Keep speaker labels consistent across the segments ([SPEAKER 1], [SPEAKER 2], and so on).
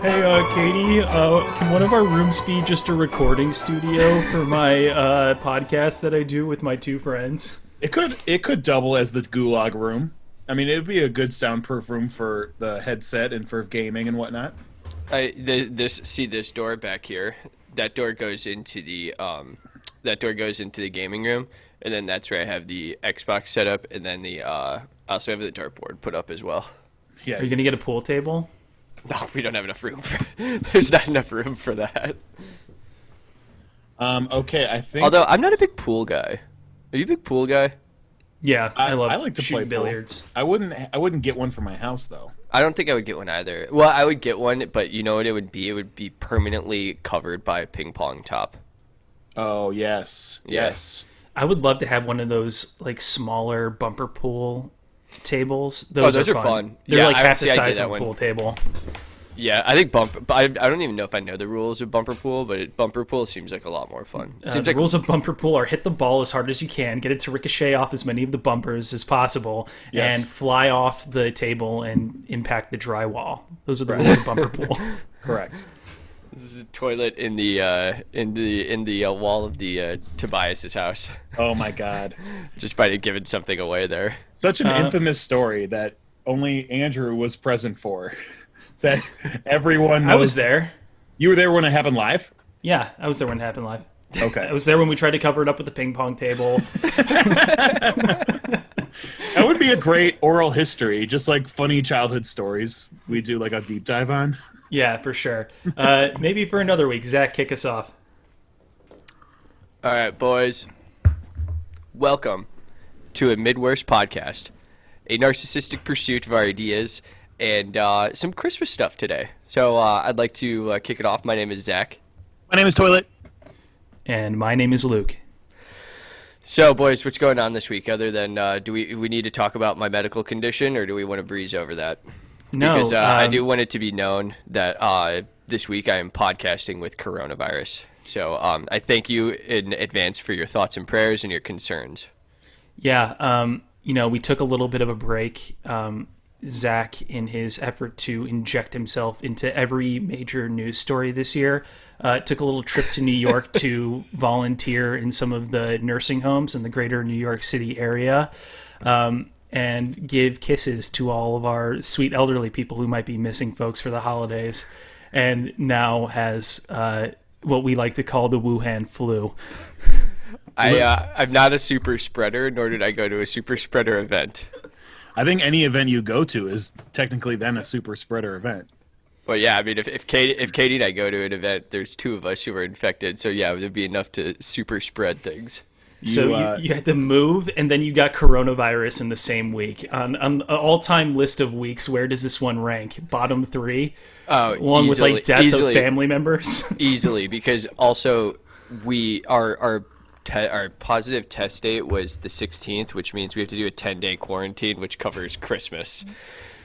[SPEAKER 1] Hey, uh, Katie, uh, can one of our rooms be just a recording studio for my uh, podcast that I do with my two friends?
[SPEAKER 2] It could it could double as the gulag room. I mean, it would be a good soundproof room for the headset and for gaming and whatnot.
[SPEAKER 3] I the, this see this door back here. That door goes into the um, that door goes into the gaming room, and then that's where I have the Xbox set up, and then the uh, I also have the dartboard put up as well.
[SPEAKER 2] Yeah,
[SPEAKER 1] Are you gonna get a pool table?
[SPEAKER 3] No, we don't have enough room. For, there's not enough room for that.
[SPEAKER 2] Um, okay, I think.
[SPEAKER 3] Although I'm not a big pool guy. Are you a big pool guy?
[SPEAKER 1] Yeah, I,
[SPEAKER 2] I-
[SPEAKER 1] love
[SPEAKER 2] I like to
[SPEAKER 1] shooting
[SPEAKER 2] play pool.
[SPEAKER 1] billiards.
[SPEAKER 2] I wouldn't. I wouldn't get one for my house though.
[SPEAKER 3] I don't think I would get one either. Well, I would get one, but you know what it would be? It would be permanently covered by a ping pong top.
[SPEAKER 2] Oh yes,
[SPEAKER 3] Yeah.
[SPEAKER 2] yes.
[SPEAKER 1] I would love to have one of those like smaller bumper pool tables. Those,
[SPEAKER 3] Oh, those are
[SPEAKER 1] fun.
[SPEAKER 3] fun.
[SPEAKER 1] They're
[SPEAKER 3] Yeah,
[SPEAKER 1] like
[SPEAKER 3] I
[SPEAKER 1] half the
[SPEAKER 3] actually- I did
[SPEAKER 1] size
[SPEAKER 3] that
[SPEAKER 1] of a
[SPEAKER 3] one.
[SPEAKER 1] pool table.
[SPEAKER 3] Yeah, I think bumper. but I, I don't even know if I know the rules of bumper pool, but it, bumper pool seems like a lot more fun. It
[SPEAKER 1] Uh,
[SPEAKER 3] seems
[SPEAKER 1] the
[SPEAKER 3] like
[SPEAKER 1] rules of bumper pool are hit the ball as hard as you can, get it to ricochet off as many of the bumpers as possible,
[SPEAKER 2] Yes.
[SPEAKER 1] and fly off the table and impact the drywall. Those are the rules of bumper pool.
[SPEAKER 2] Correct.
[SPEAKER 3] this is a toilet in the uh, in the in the uh, wall of the uh, Tobias's house.
[SPEAKER 2] oh my god,
[SPEAKER 3] Just by giving something away there.
[SPEAKER 2] such
[SPEAKER 1] Uh,
[SPEAKER 2] an infamous story that only Andrew was present for. that everyone. Knows.
[SPEAKER 1] I was there.
[SPEAKER 2] You were there when it happened live.
[SPEAKER 1] Yeah, I was there when it happened live.
[SPEAKER 2] Okay,
[SPEAKER 1] I was there when we tried to cover it up with the ping pong table.
[SPEAKER 2] that would be a great oral history, just like funny childhood stories. We do like a deep dive on.
[SPEAKER 1] yeah, for sure. Uh, maybe for another week. Zach, kick us off.
[SPEAKER 3] All right, boys. Welcome to a Midwest podcast, a narcissistic pursuit of our ideas and uh, some Christmas stuff today. So uh, I'd like to uh, kick it off. My name is Zach.
[SPEAKER 2] My name is Toilet.
[SPEAKER 1] And my name is Luke.
[SPEAKER 3] So, boys, what's going on this week? Other than uh, do we we need to talk about my medical condition, or do we want to breeze over that?
[SPEAKER 1] No,
[SPEAKER 3] because uh, I
[SPEAKER 1] um,
[SPEAKER 3] do want it to be known that uh, this week I am podcasting with coronavirus. So um, I thank you in advance for your thoughts and prayers and your concerns.
[SPEAKER 1] Yeah, um, you know, we took a little bit of a break. Um, Zach, in his effort to inject himself into every major news story this year, uh, took a little trip to New York to volunteer in some of the nursing homes in the greater New York City area um, and give kisses to all of our sweet elderly people who might be missing folks for the holidays. And now has uh, what we like to call the Wuhan flu.
[SPEAKER 3] I uh, I'm not a super spreader, nor did I go to a super spreader event.
[SPEAKER 2] I think any event you go to is technically then a super spreader event.
[SPEAKER 3] But yeah, I mean, if, if Katie if Katie and I go to an event, there's two of us who are infected, so yeah, there'd be enough to super spread things.
[SPEAKER 1] So you,
[SPEAKER 2] uh,
[SPEAKER 1] you had to move, and then you got coronavirus in the same week. On, on an all-time list of weeks, where does this one rank? Bottom three,
[SPEAKER 3] Oh,
[SPEAKER 1] along with
[SPEAKER 3] easily-
[SPEAKER 1] like death
[SPEAKER 3] easily.
[SPEAKER 1] of family members.
[SPEAKER 3] easily because also we our our te- our positive test date was the 16th, which means we have to do a 10 day quarantine, which covers Christmas.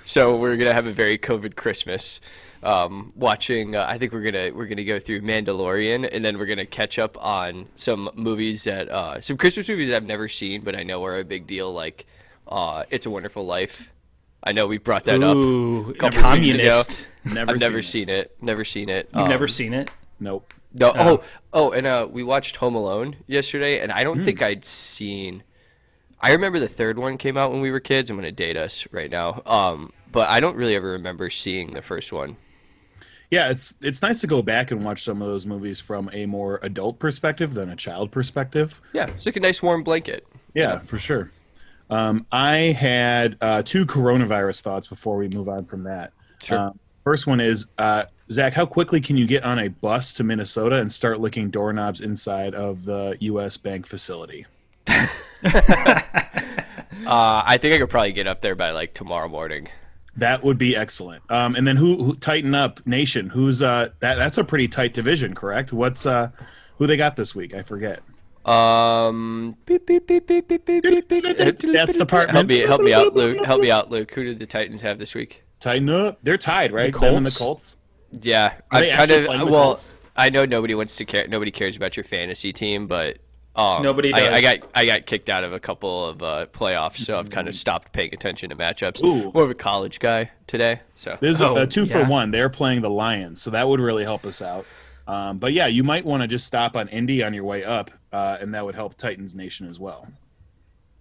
[SPEAKER 3] So we're gonna have a very COVID Christmas. Um, watching, uh, I think we're gonna we're gonna go through Mandalorian, and then we're gonna catch up on some movies that uh, some Christmas movies I've never seen, but I know are a big deal, like uh, It's a Wonderful Life. I know we've brought that up.
[SPEAKER 1] Ooh, a
[SPEAKER 3] couple weeks
[SPEAKER 1] communist.
[SPEAKER 2] Never,
[SPEAKER 3] I've never
[SPEAKER 2] it.
[SPEAKER 3] seen it. Never seen it.
[SPEAKER 1] You've
[SPEAKER 3] Um,
[SPEAKER 1] never seen it.
[SPEAKER 2] Nope.
[SPEAKER 3] no. oh, oh, and uh, we watched Home Alone yesterday, and I don't think I'd seen. I remember the third one came out when we were kids. I'm gonna date us right now. Um, but I don't really ever remember seeing the first one.
[SPEAKER 2] Yeah, it's it's nice to go back and watch some of those movies from a more adult perspective than a child perspective.
[SPEAKER 3] Yeah, it's like a nice warm blanket.
[SPEAKER 2] Yeah, for sure. Um, I had uh, two coronavirus thoughts before we move on from that.
[SPEAKER 3] Sure.
[SPEAKER 2] Um, first one is uh, Zach, how quickly can you get on a bus to Minnesota and start licking doorknobs inside of the U.S. bank facility?
[SPEAKER 3] Uh, I think I could probably get up there by like tomorrow morning.
[SPEAKER 2] That would be excellent. Um, and then who, who tighten up nation? Who's uh that? That's a pretty tight division, correct? What's uh who they got this week? I forget.
[SPEAKER 3] Um, beep, beep, beep, beep, beep, beep, beep, beep.
[SPEAKER 2] That's department.
[SPEAKER 3] Help me, help me out, Luke. Help me out, Luke. Who did the Titans have this week?
[SPEAKER 2] Tighten up. They're tied, right? Them and the Colts.
[SPEAKER 3] Yeah,
[SPEAKER 2] they
[SPEAKER 3] I kind
[SPEAKER 2] actually
[SPEAKER 3] of
[SPEAKER 2] playing the
[SPEAKER 3] well.
[SPEAKER 2] Colts?
[SPEAKER 3] I know nobody wants to care. Nobody cares about your fantasy team, but Um,
[SPEAKER 1] Nobody
[SPEAKER 3] I, I
[SPEAKER 1] does.
[SPEAKER 3] got I got kicked out of a couple of uh, playoffs, so I've kind of stopped paying attention to matchups.
[SPEAKER 2] Mm. Ooh.
[SPEAKER 3] More of a college guy today. So
[SPEAKER 2] There's
[SPEAKER 1] Oh,
[SPEAKER 2] a, a two for
[SPEAKER 1] yeah.
[SPEAKER 2] one. They're playing the Lions, so that would really help us out. Um, but yeah, you might want to just stop on Indy on your way up, uh, and that would help Titans Nation as well.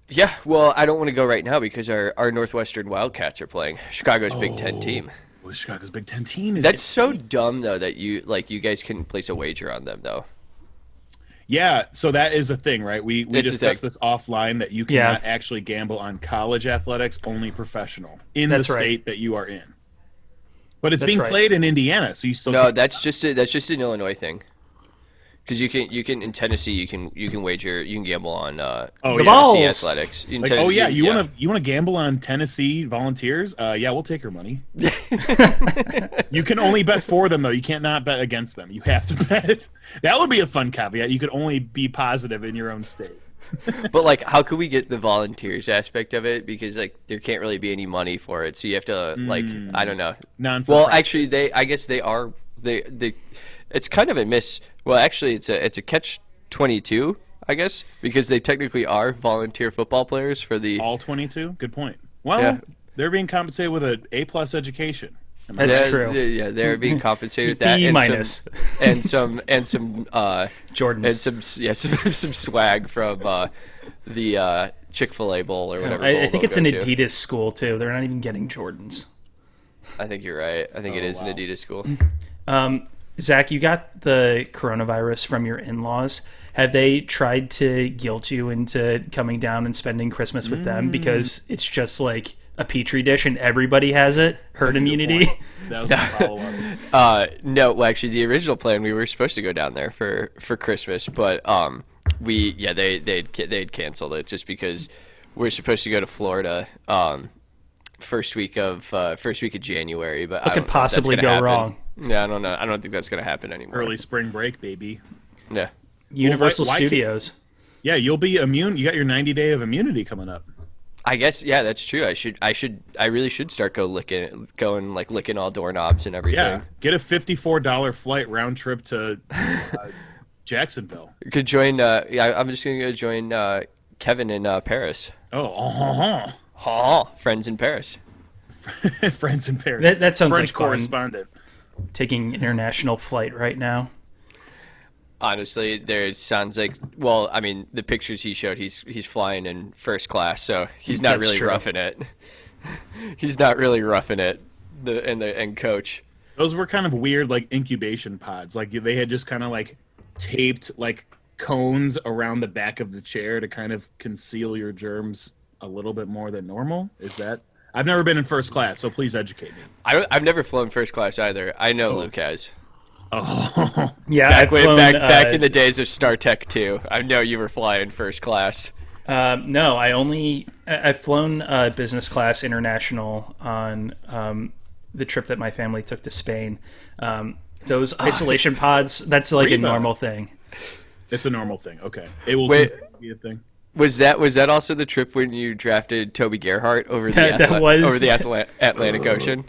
[SPEAKER 3] yeah, well, I don't want to go right now because our, our Northwestern Wildcats are playing Chicago's Big Ten team.
[SPEAKER 2] Well, Chicago's Big Ten team is
[SPEAKER 3] That's so dumb though that you like you guys couldn't place a wager on them though.
[SPEAKER 2] yeah. So that is a thing, right? We we
[SPEAKER 3] It's a
[SPEAKER 2] discussed
[SPEAKER 3] thing.
[SPEAKER 2] this offline that you
[SPEAKER 1] Yeah.
[SPEAKER 2] cannot actually gamble on college athletics, only professional in
[SPEAKER 1] That's
[SPEAKER 2] the
[SPEAKER 1] right.
[SPEAKER 2] state that you are in. But it's
[SPEAKER 1] That's
[SPEAKER 2] being
[SPEAKER 1] right.
[SPEAKER 2] played in Indiana, so you still
[SPEAKER 3] No,
[SPEAKER 2] can't-
[SPEAKER 3] that's just a, that's just an Illinois thing. Because you can you can in Tennessee you can you can wager you can gamble on uh,
[SPEAKER 2] Oh,
[SPEAKER 1] The
[SPEAKER 2] yeah.
[SPEAKER 1] ball.
[SPEAKER 3] Tennessee
[SPEAKER 1] Balls.
[SPEAKER 3] athletics. In
[SPEAKER 2] Like,
[SPEAKER 3] Tennessee-
[SPEAKER 2] oh yeah, you want to you want to gamble on Tennessee Volunteers? Uh, yeah, we'll take your money. you can only bet for them though. You can't not bet against them. You have to bet. That would be a fun caveat. You could only be positive in your own state.
[SPEAKER 3] But like, how could we get the volunteers aspect of it? Because like, there can't really be any money for it, so you have to like,
[SPEAKER 2] Hmm.
[SPEAKER 3] I don't know.
[SPEAKER 2] Non.
[SPEAKER 3] Well, actually, they I guess they are they they. It's kind of a miss. Well, actually, it's a it's a catch twenty two, I guess, because they technically are volunteer football players for the.
[SPEAKER 2] all twenty-two. Good point. Well,
[SPEAKER 3] Yeah.
[SPEAKER 2] they're being compensated with an A plus education. I mean,
[SPEAKER 1] That's
[SPEAKER 3] they're-
[SPEAKER 1] true.
[SPEAKER 3] they're- yeah, they're being compensated with that
[SPEAKER 1] B
[SPEAKER 3] and
[SPEAKER 1] minus.
[SPEAKER 3] some and some and some uh,
[SPEAKER 1] Jordans.
[SPEAKER 3] and some s- yeah some, some swag from uh, the uh, Chick fil A bowl or whatever.
[SPEAKER 1] I, I
[SPEAKER 3] bowl
[SPEAKER 1] think
[SPEAKER 3] they'll
[SPEAKER 1] it's an
[SPEAKER 3] go to.
[SPEAKER 1] Adidas school too. They're not even getting Jordans.
[SPEAKER 3] I think you're right. I think
[SPEAKER 1] Oh,
[SPEAKER 3] it is
[SPEAKER 2] wow.
[SPEAKER 3] an Adidas school.
[SPEAKER 1] Zach, you got the coronavirus from your in-laws. Have they tried to guilt you into coming down and spending Christmas with them because it's just like a petri dish and everybody has it? Herd immunity.
[SPEAKER 2] that was my follow-up.
[SPEAKER 3] Uh, no, well, actually, the original plan we were supposed to go down there for for Christmas, but um, we yeah they they'd ca- they'd canceled it just because we're supposed to go to Florida um first week of uh, first week of January. But what
[SPEAKER 1] could possibly go wrong?
[SPEAKER 3] Yeah, I don't know. I don't think that's gonna happen anymore.
[SPEAKER 2] Early spring break, baby.
[SPEAKER 3] Yeah.
[SPEAKER 1] Universal
[SPEAKER 2] why can't-
[SPEAKER 1] Studios.
[SPEAKER 2] Yeah, you'll be immune. You got your ninety day of immunity coming up.
[SPEAKER 3] I guess yeah, that's true. I should I should I really should start go licking going like licking all doorknobs and everything.
[SPEAKER 2] Yeah, get a fifty-four dollar flight round trip to uh, Jacksonville.
[SPEAKER 3] Could join uh yeah, I'm just gonna go join uh Kevin in uh, Paris.
[SPEAKER 2] Oh, uh-huh.
[SPEAKER 3] Oh, friends in Paris.
[SPEAKER 2] friends in Paris.
[SPEAKER 1] That- that sounds
[SPEAKER 2] French
[SPEAKER 1] like fun.
[SPEAKER 2] correspondent.
[SPEAKER 1] Taking international flight right now.
[SPEAKER 3] Honestly, there sounds like well, I mean, the pictures he showed, he's he's flying in first class, so he's not
[SPEAKER 1] That's
[SPEAKER 3] really
[SPEAKER 1] true.
[SPEAKER 3] roughing it. he's not really roughing it. The and the and coach.
[SPEAKER 2] Those were kind of weird, like incubation pods. Like they had just kind of like taped like cones around the back of the chair to kind of conceal your germs a little bit more than normal. Is that? I've never been in first class, so please educate me.
[SPEAKER 3] I don't, I've never flown first class either. I know Luke has.
[SPEAKER 2] Oh,
[SPEAKER 1] Yeah,
[SPEAKER 3] Back
[SPEAKER 1] I've
[SPEAKER 3] way
[SPEAKER 1] Hmm. flown,
[SPEAKER 3] back back
[SPEAKER 1] uh,
[SPEAKER 3] in the days of StarTech 2. I know you were flying first class.
[SPEAKER 1] Um, no, I only I- I've flown uh, business class international on um, the trip that my family took to Spain. Um, those isolation pods, that's like
[SPEAKER 2] Reba.
[SPEAKER 1] a normal thing.
[SPEAKER 2] it's a normal thing. Okay, it will
[SPEAKER 3] Wait.
[SPEAKER 2] be a thing.
[SPEAKER 3] Was that was that also the trip when you drafted Toby Gerhart over the
[SPEAKER 1] That- that
[SPEAKER 3] Atla-
[SPEAKER 1] was-
[SPEAKER 3] over the Atla- Atlantic Ocean?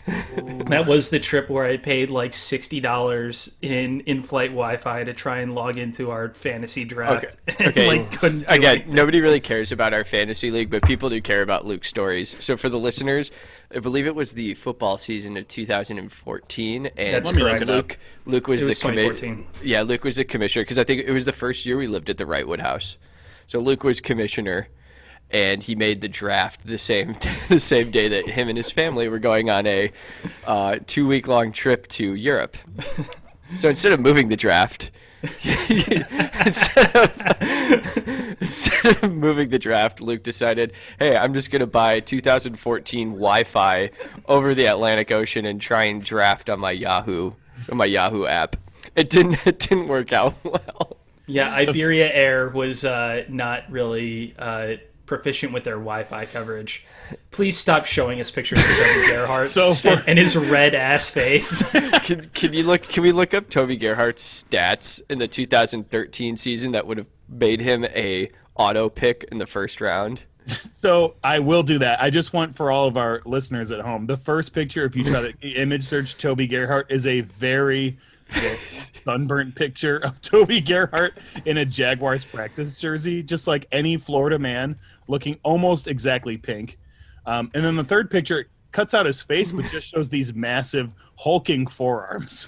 [SPEAKER 1] That was the trip where I paid like sixty dollars in in-flight Wi-Fi to try and log into our fantasy draft. and,
[SPEAKER 3] Okay.
[SPEAKER 1] like, couldn't do
[SPEAKER 3] Again,
[SPEAKER 1] it.
[SPEAKER 3] nobody really cares about our fantasy league, but people do care about Luke's stories. So for the listeners, I believe it was the football season of 2014, and
[SPEAKER 1] That's
[SPEAKER 2] correct.
[SPEAKER 3] Luke Luke was,
[SPEAKER 1] It was
[SPEAKER 3] the commissioner.
[SPEAKER 1] 2014.
[SPEAKER 3] Yeah, Luke was the commissioner because I think it was the first year we lived at the Wrightwood House. So Luke was commissioner, and he made the draft the same the same day that him and his family were going on a uh, two week long trip to Europe. So instead of moving the draft, instead of, instead of moving the draft, Luke decided, "Hey, I'm just going to buy 2014 Wi-Fi over the Atlantic Ocean and try and draft on my Yahoo on my Yahoo app." It didn't it didn't work out well.
[SPEAKER 1] Yeah, Iberia Air was uh, not really uh, proficient with their Wi-Fi coverage. Please stop showing us pictures of Trevor Gerhardt
[SPEAKER 2] So for-
[SPEAKER 1] and his red ass face.
[SPEAKER 3] Can, can you look? Can we look up Toby Gerhardt's stats in the 2013 season that would have made him a auto pick in the first round?
[SPEAKER 2] So I will do that. I just want for all of our listeners at home, the first picture, if you try to image search Toby Gerhart, is a very sunburnt picture of Toby Gerhart in a Jaguars practice jersey, just like any Florida man, looking almost exactly pink. Um, and then the third picture cuts out his face, but just shows these massive hulking forearms.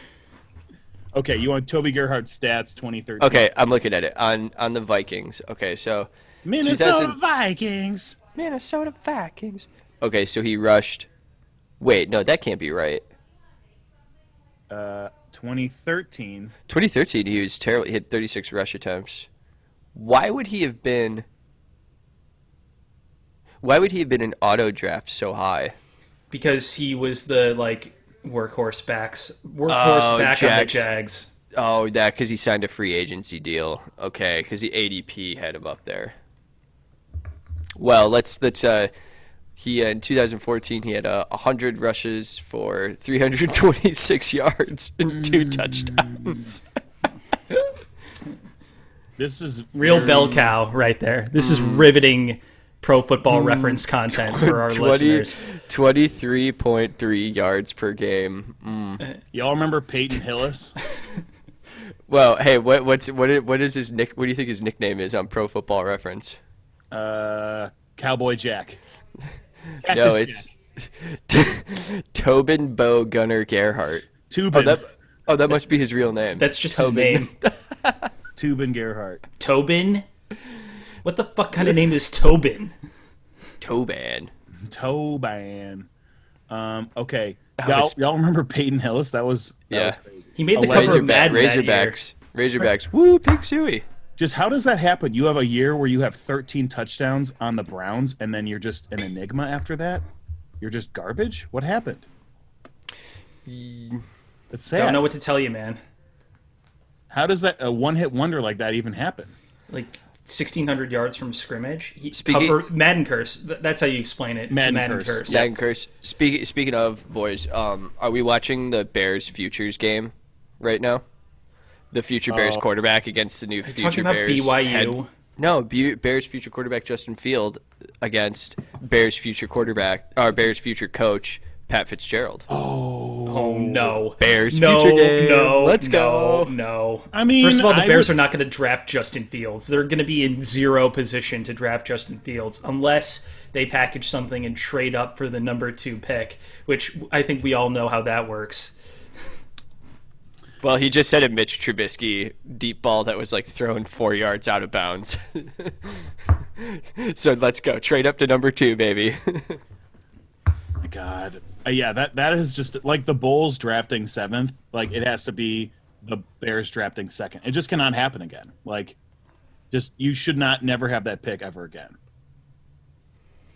[SPEAKER 2] okay, you want Toby Gerhart's stats 2013?
[SPEAKER 3] Okay, I'm looking at it on on the Vikings. Okay, so
[SPEAKER 2] Minnesota
[SPEAKER 3] 2000
[SPEAKER 2] Vikings.
[SPEAKER 3] Minnesota Vikings. Okay, so he rushed. Wait, no, that can't be right.
[SPEAKER 2] Uh, 2013.
[SPEAKER 3] 2013, he was terrible. He had 36 rush attempts. Why would he have been? Why would he have been an auto draft so high?
[SPEAKER 1] because he was the like workhorse backs workhorse
[SPEAKER 3] Oh,
[SPEAKER 1] back on the
[SPEAKER 3] Jags.
[SPEAKER 1] Jags.
[SPEAKER 3] Oh, that because he signed a free agency deal. Okay, because the ADP had him up there. Well, let's let's. Uh, he uh, in 2014 he had uh, 100 rushes for 326 yards and two touchdowns.
[SPEAKER 2] This is
[SPEAKER 1] Real
[SPEAKER 2] very-
[SPEAKER 3] Mm.
[SPEAKER 1] bell cow right there. This is riveting pro football
[SPEAKER 3] Mm.
[SPEAKER 1] reference content for our
[SPEAKER 3] 20,
[SPEAKER 1] listeners.
[SPEAKER 3] 23.3 yards per game. Mm.
[SPEAKER 2] Y'all remember Peyton Hillis?
[SPEAKER 3] Well, hey, what what's what is, what is his nick? What do you think his nickname is on Pro Football Reference?
[SPEAKER 2] uh, Cowboy Jack.
[SPEAKER 3] no,
[SPEAKER 2] Cactus
[SPEAKER 3] it's Tobin Bo Gunner Gerhart.
[SPEAKER 2] Tubin.
[SPEAKER 3] Oh, that oh that must be his real name.
[SPEAKER 1] That's just his
[SPEAKER 3] Tobin.
[SPEAKER 1] name.
[SPEAKER 2] Tubin Gerhardt.
[SPEAKER 1] Tobin? What the fuck kind of name is Tobin?
[SPEAKER 3] Tobin.
[SPEAKER 2] Toban. Um, okay.
[SPEAKER 3] That
[SPEAKER 2] Y'all,
[SPEAKER 3] was-
[SPEAKER 2] y'all remember Peyton Hillis? That was that
[SPEAKER 3] Yeah.
[SPEAKER 2] was crazy.
[SPEAKER 1] He made the
[SPEAKER 2] A
[SPEAKER 1] cover of
[SPEAKER 3] Razorback,
[SPEAKER 1] Mad Men that year.
[SPEAKER 3] Razorbacks, Razorbacks. Woo, Pig Suey.
[SPEAKER 2] Just how does that happen? You have a year where you have 13 touchdowns on the Browns, and then you're just an enigma after that. You're just garbage. What happened? That's sad.
[SPEAKER 1] Don't know what to tell you, man.
[SPEAKER 2] how does that a one-hit wonder like that even happen?
[SPEAKER 1] Like 1,600 yards from scrimmage. He,
[SPEAKER 3] Speaking-
[SPEAKER 1] cover- Madden curse. Th- That's how you explain it. It's
[SPEAKER 2] Madden
[SPEAKER 1] a Madden curse.
[SPEAKER 2] curse.
[SPEAKER 3] That and curse. Speak, speaking of boys, um, are we watching the Bears futures game right now? The future Bears
[SPEAKER 2] Oh.
[SPEAKER 3] quarterback against the new future
[SPEAKER 1] Uh, Talking about
[SPEAKER 3] Bears
[SPEAKER 1] BYU.
[SPEAKER 3] head- No, Bu- Bears future quarterback Justin Field against Bears future quarterback or Bears future coach Pat Fitzgerald.
[SPEAKER 1] Oh no,
[SPEAKER 3] Bears
[SPEAKER 1] No,
[SPEAKER 3] future game.
[SPEAKER 1] no,
[SPEAKER 3] Let's
[SPEAKER 1] no,
[SPEAKER 3] go.
[SPEAKER 1] No,
[SPEAKER 2] I mean,
[SPEAKER 1] first of all, the
[SPEAKER 2] I
[SPEAKER 1] Bears
[SPEAKER 2] would-
[SPEAKER 1] are not going to draft Justin Fields. They're going to be in zero position to draft Justin Fields unless they package something and trade up for the number two pick, which I think we all know how that works.
[SPEAKER 3] Well, he just had a Mitch Trubisky deep ball that was like thrown four yards out of bounds. so let's go trade up to number two, baby.
[SPEAKER 2] My God, Uh, yeah, that that is just like the Bulls drafting seventh. Like it has to be the Bears drafting second. It just cannot happen again. Like, just you should not never have that pick ever again.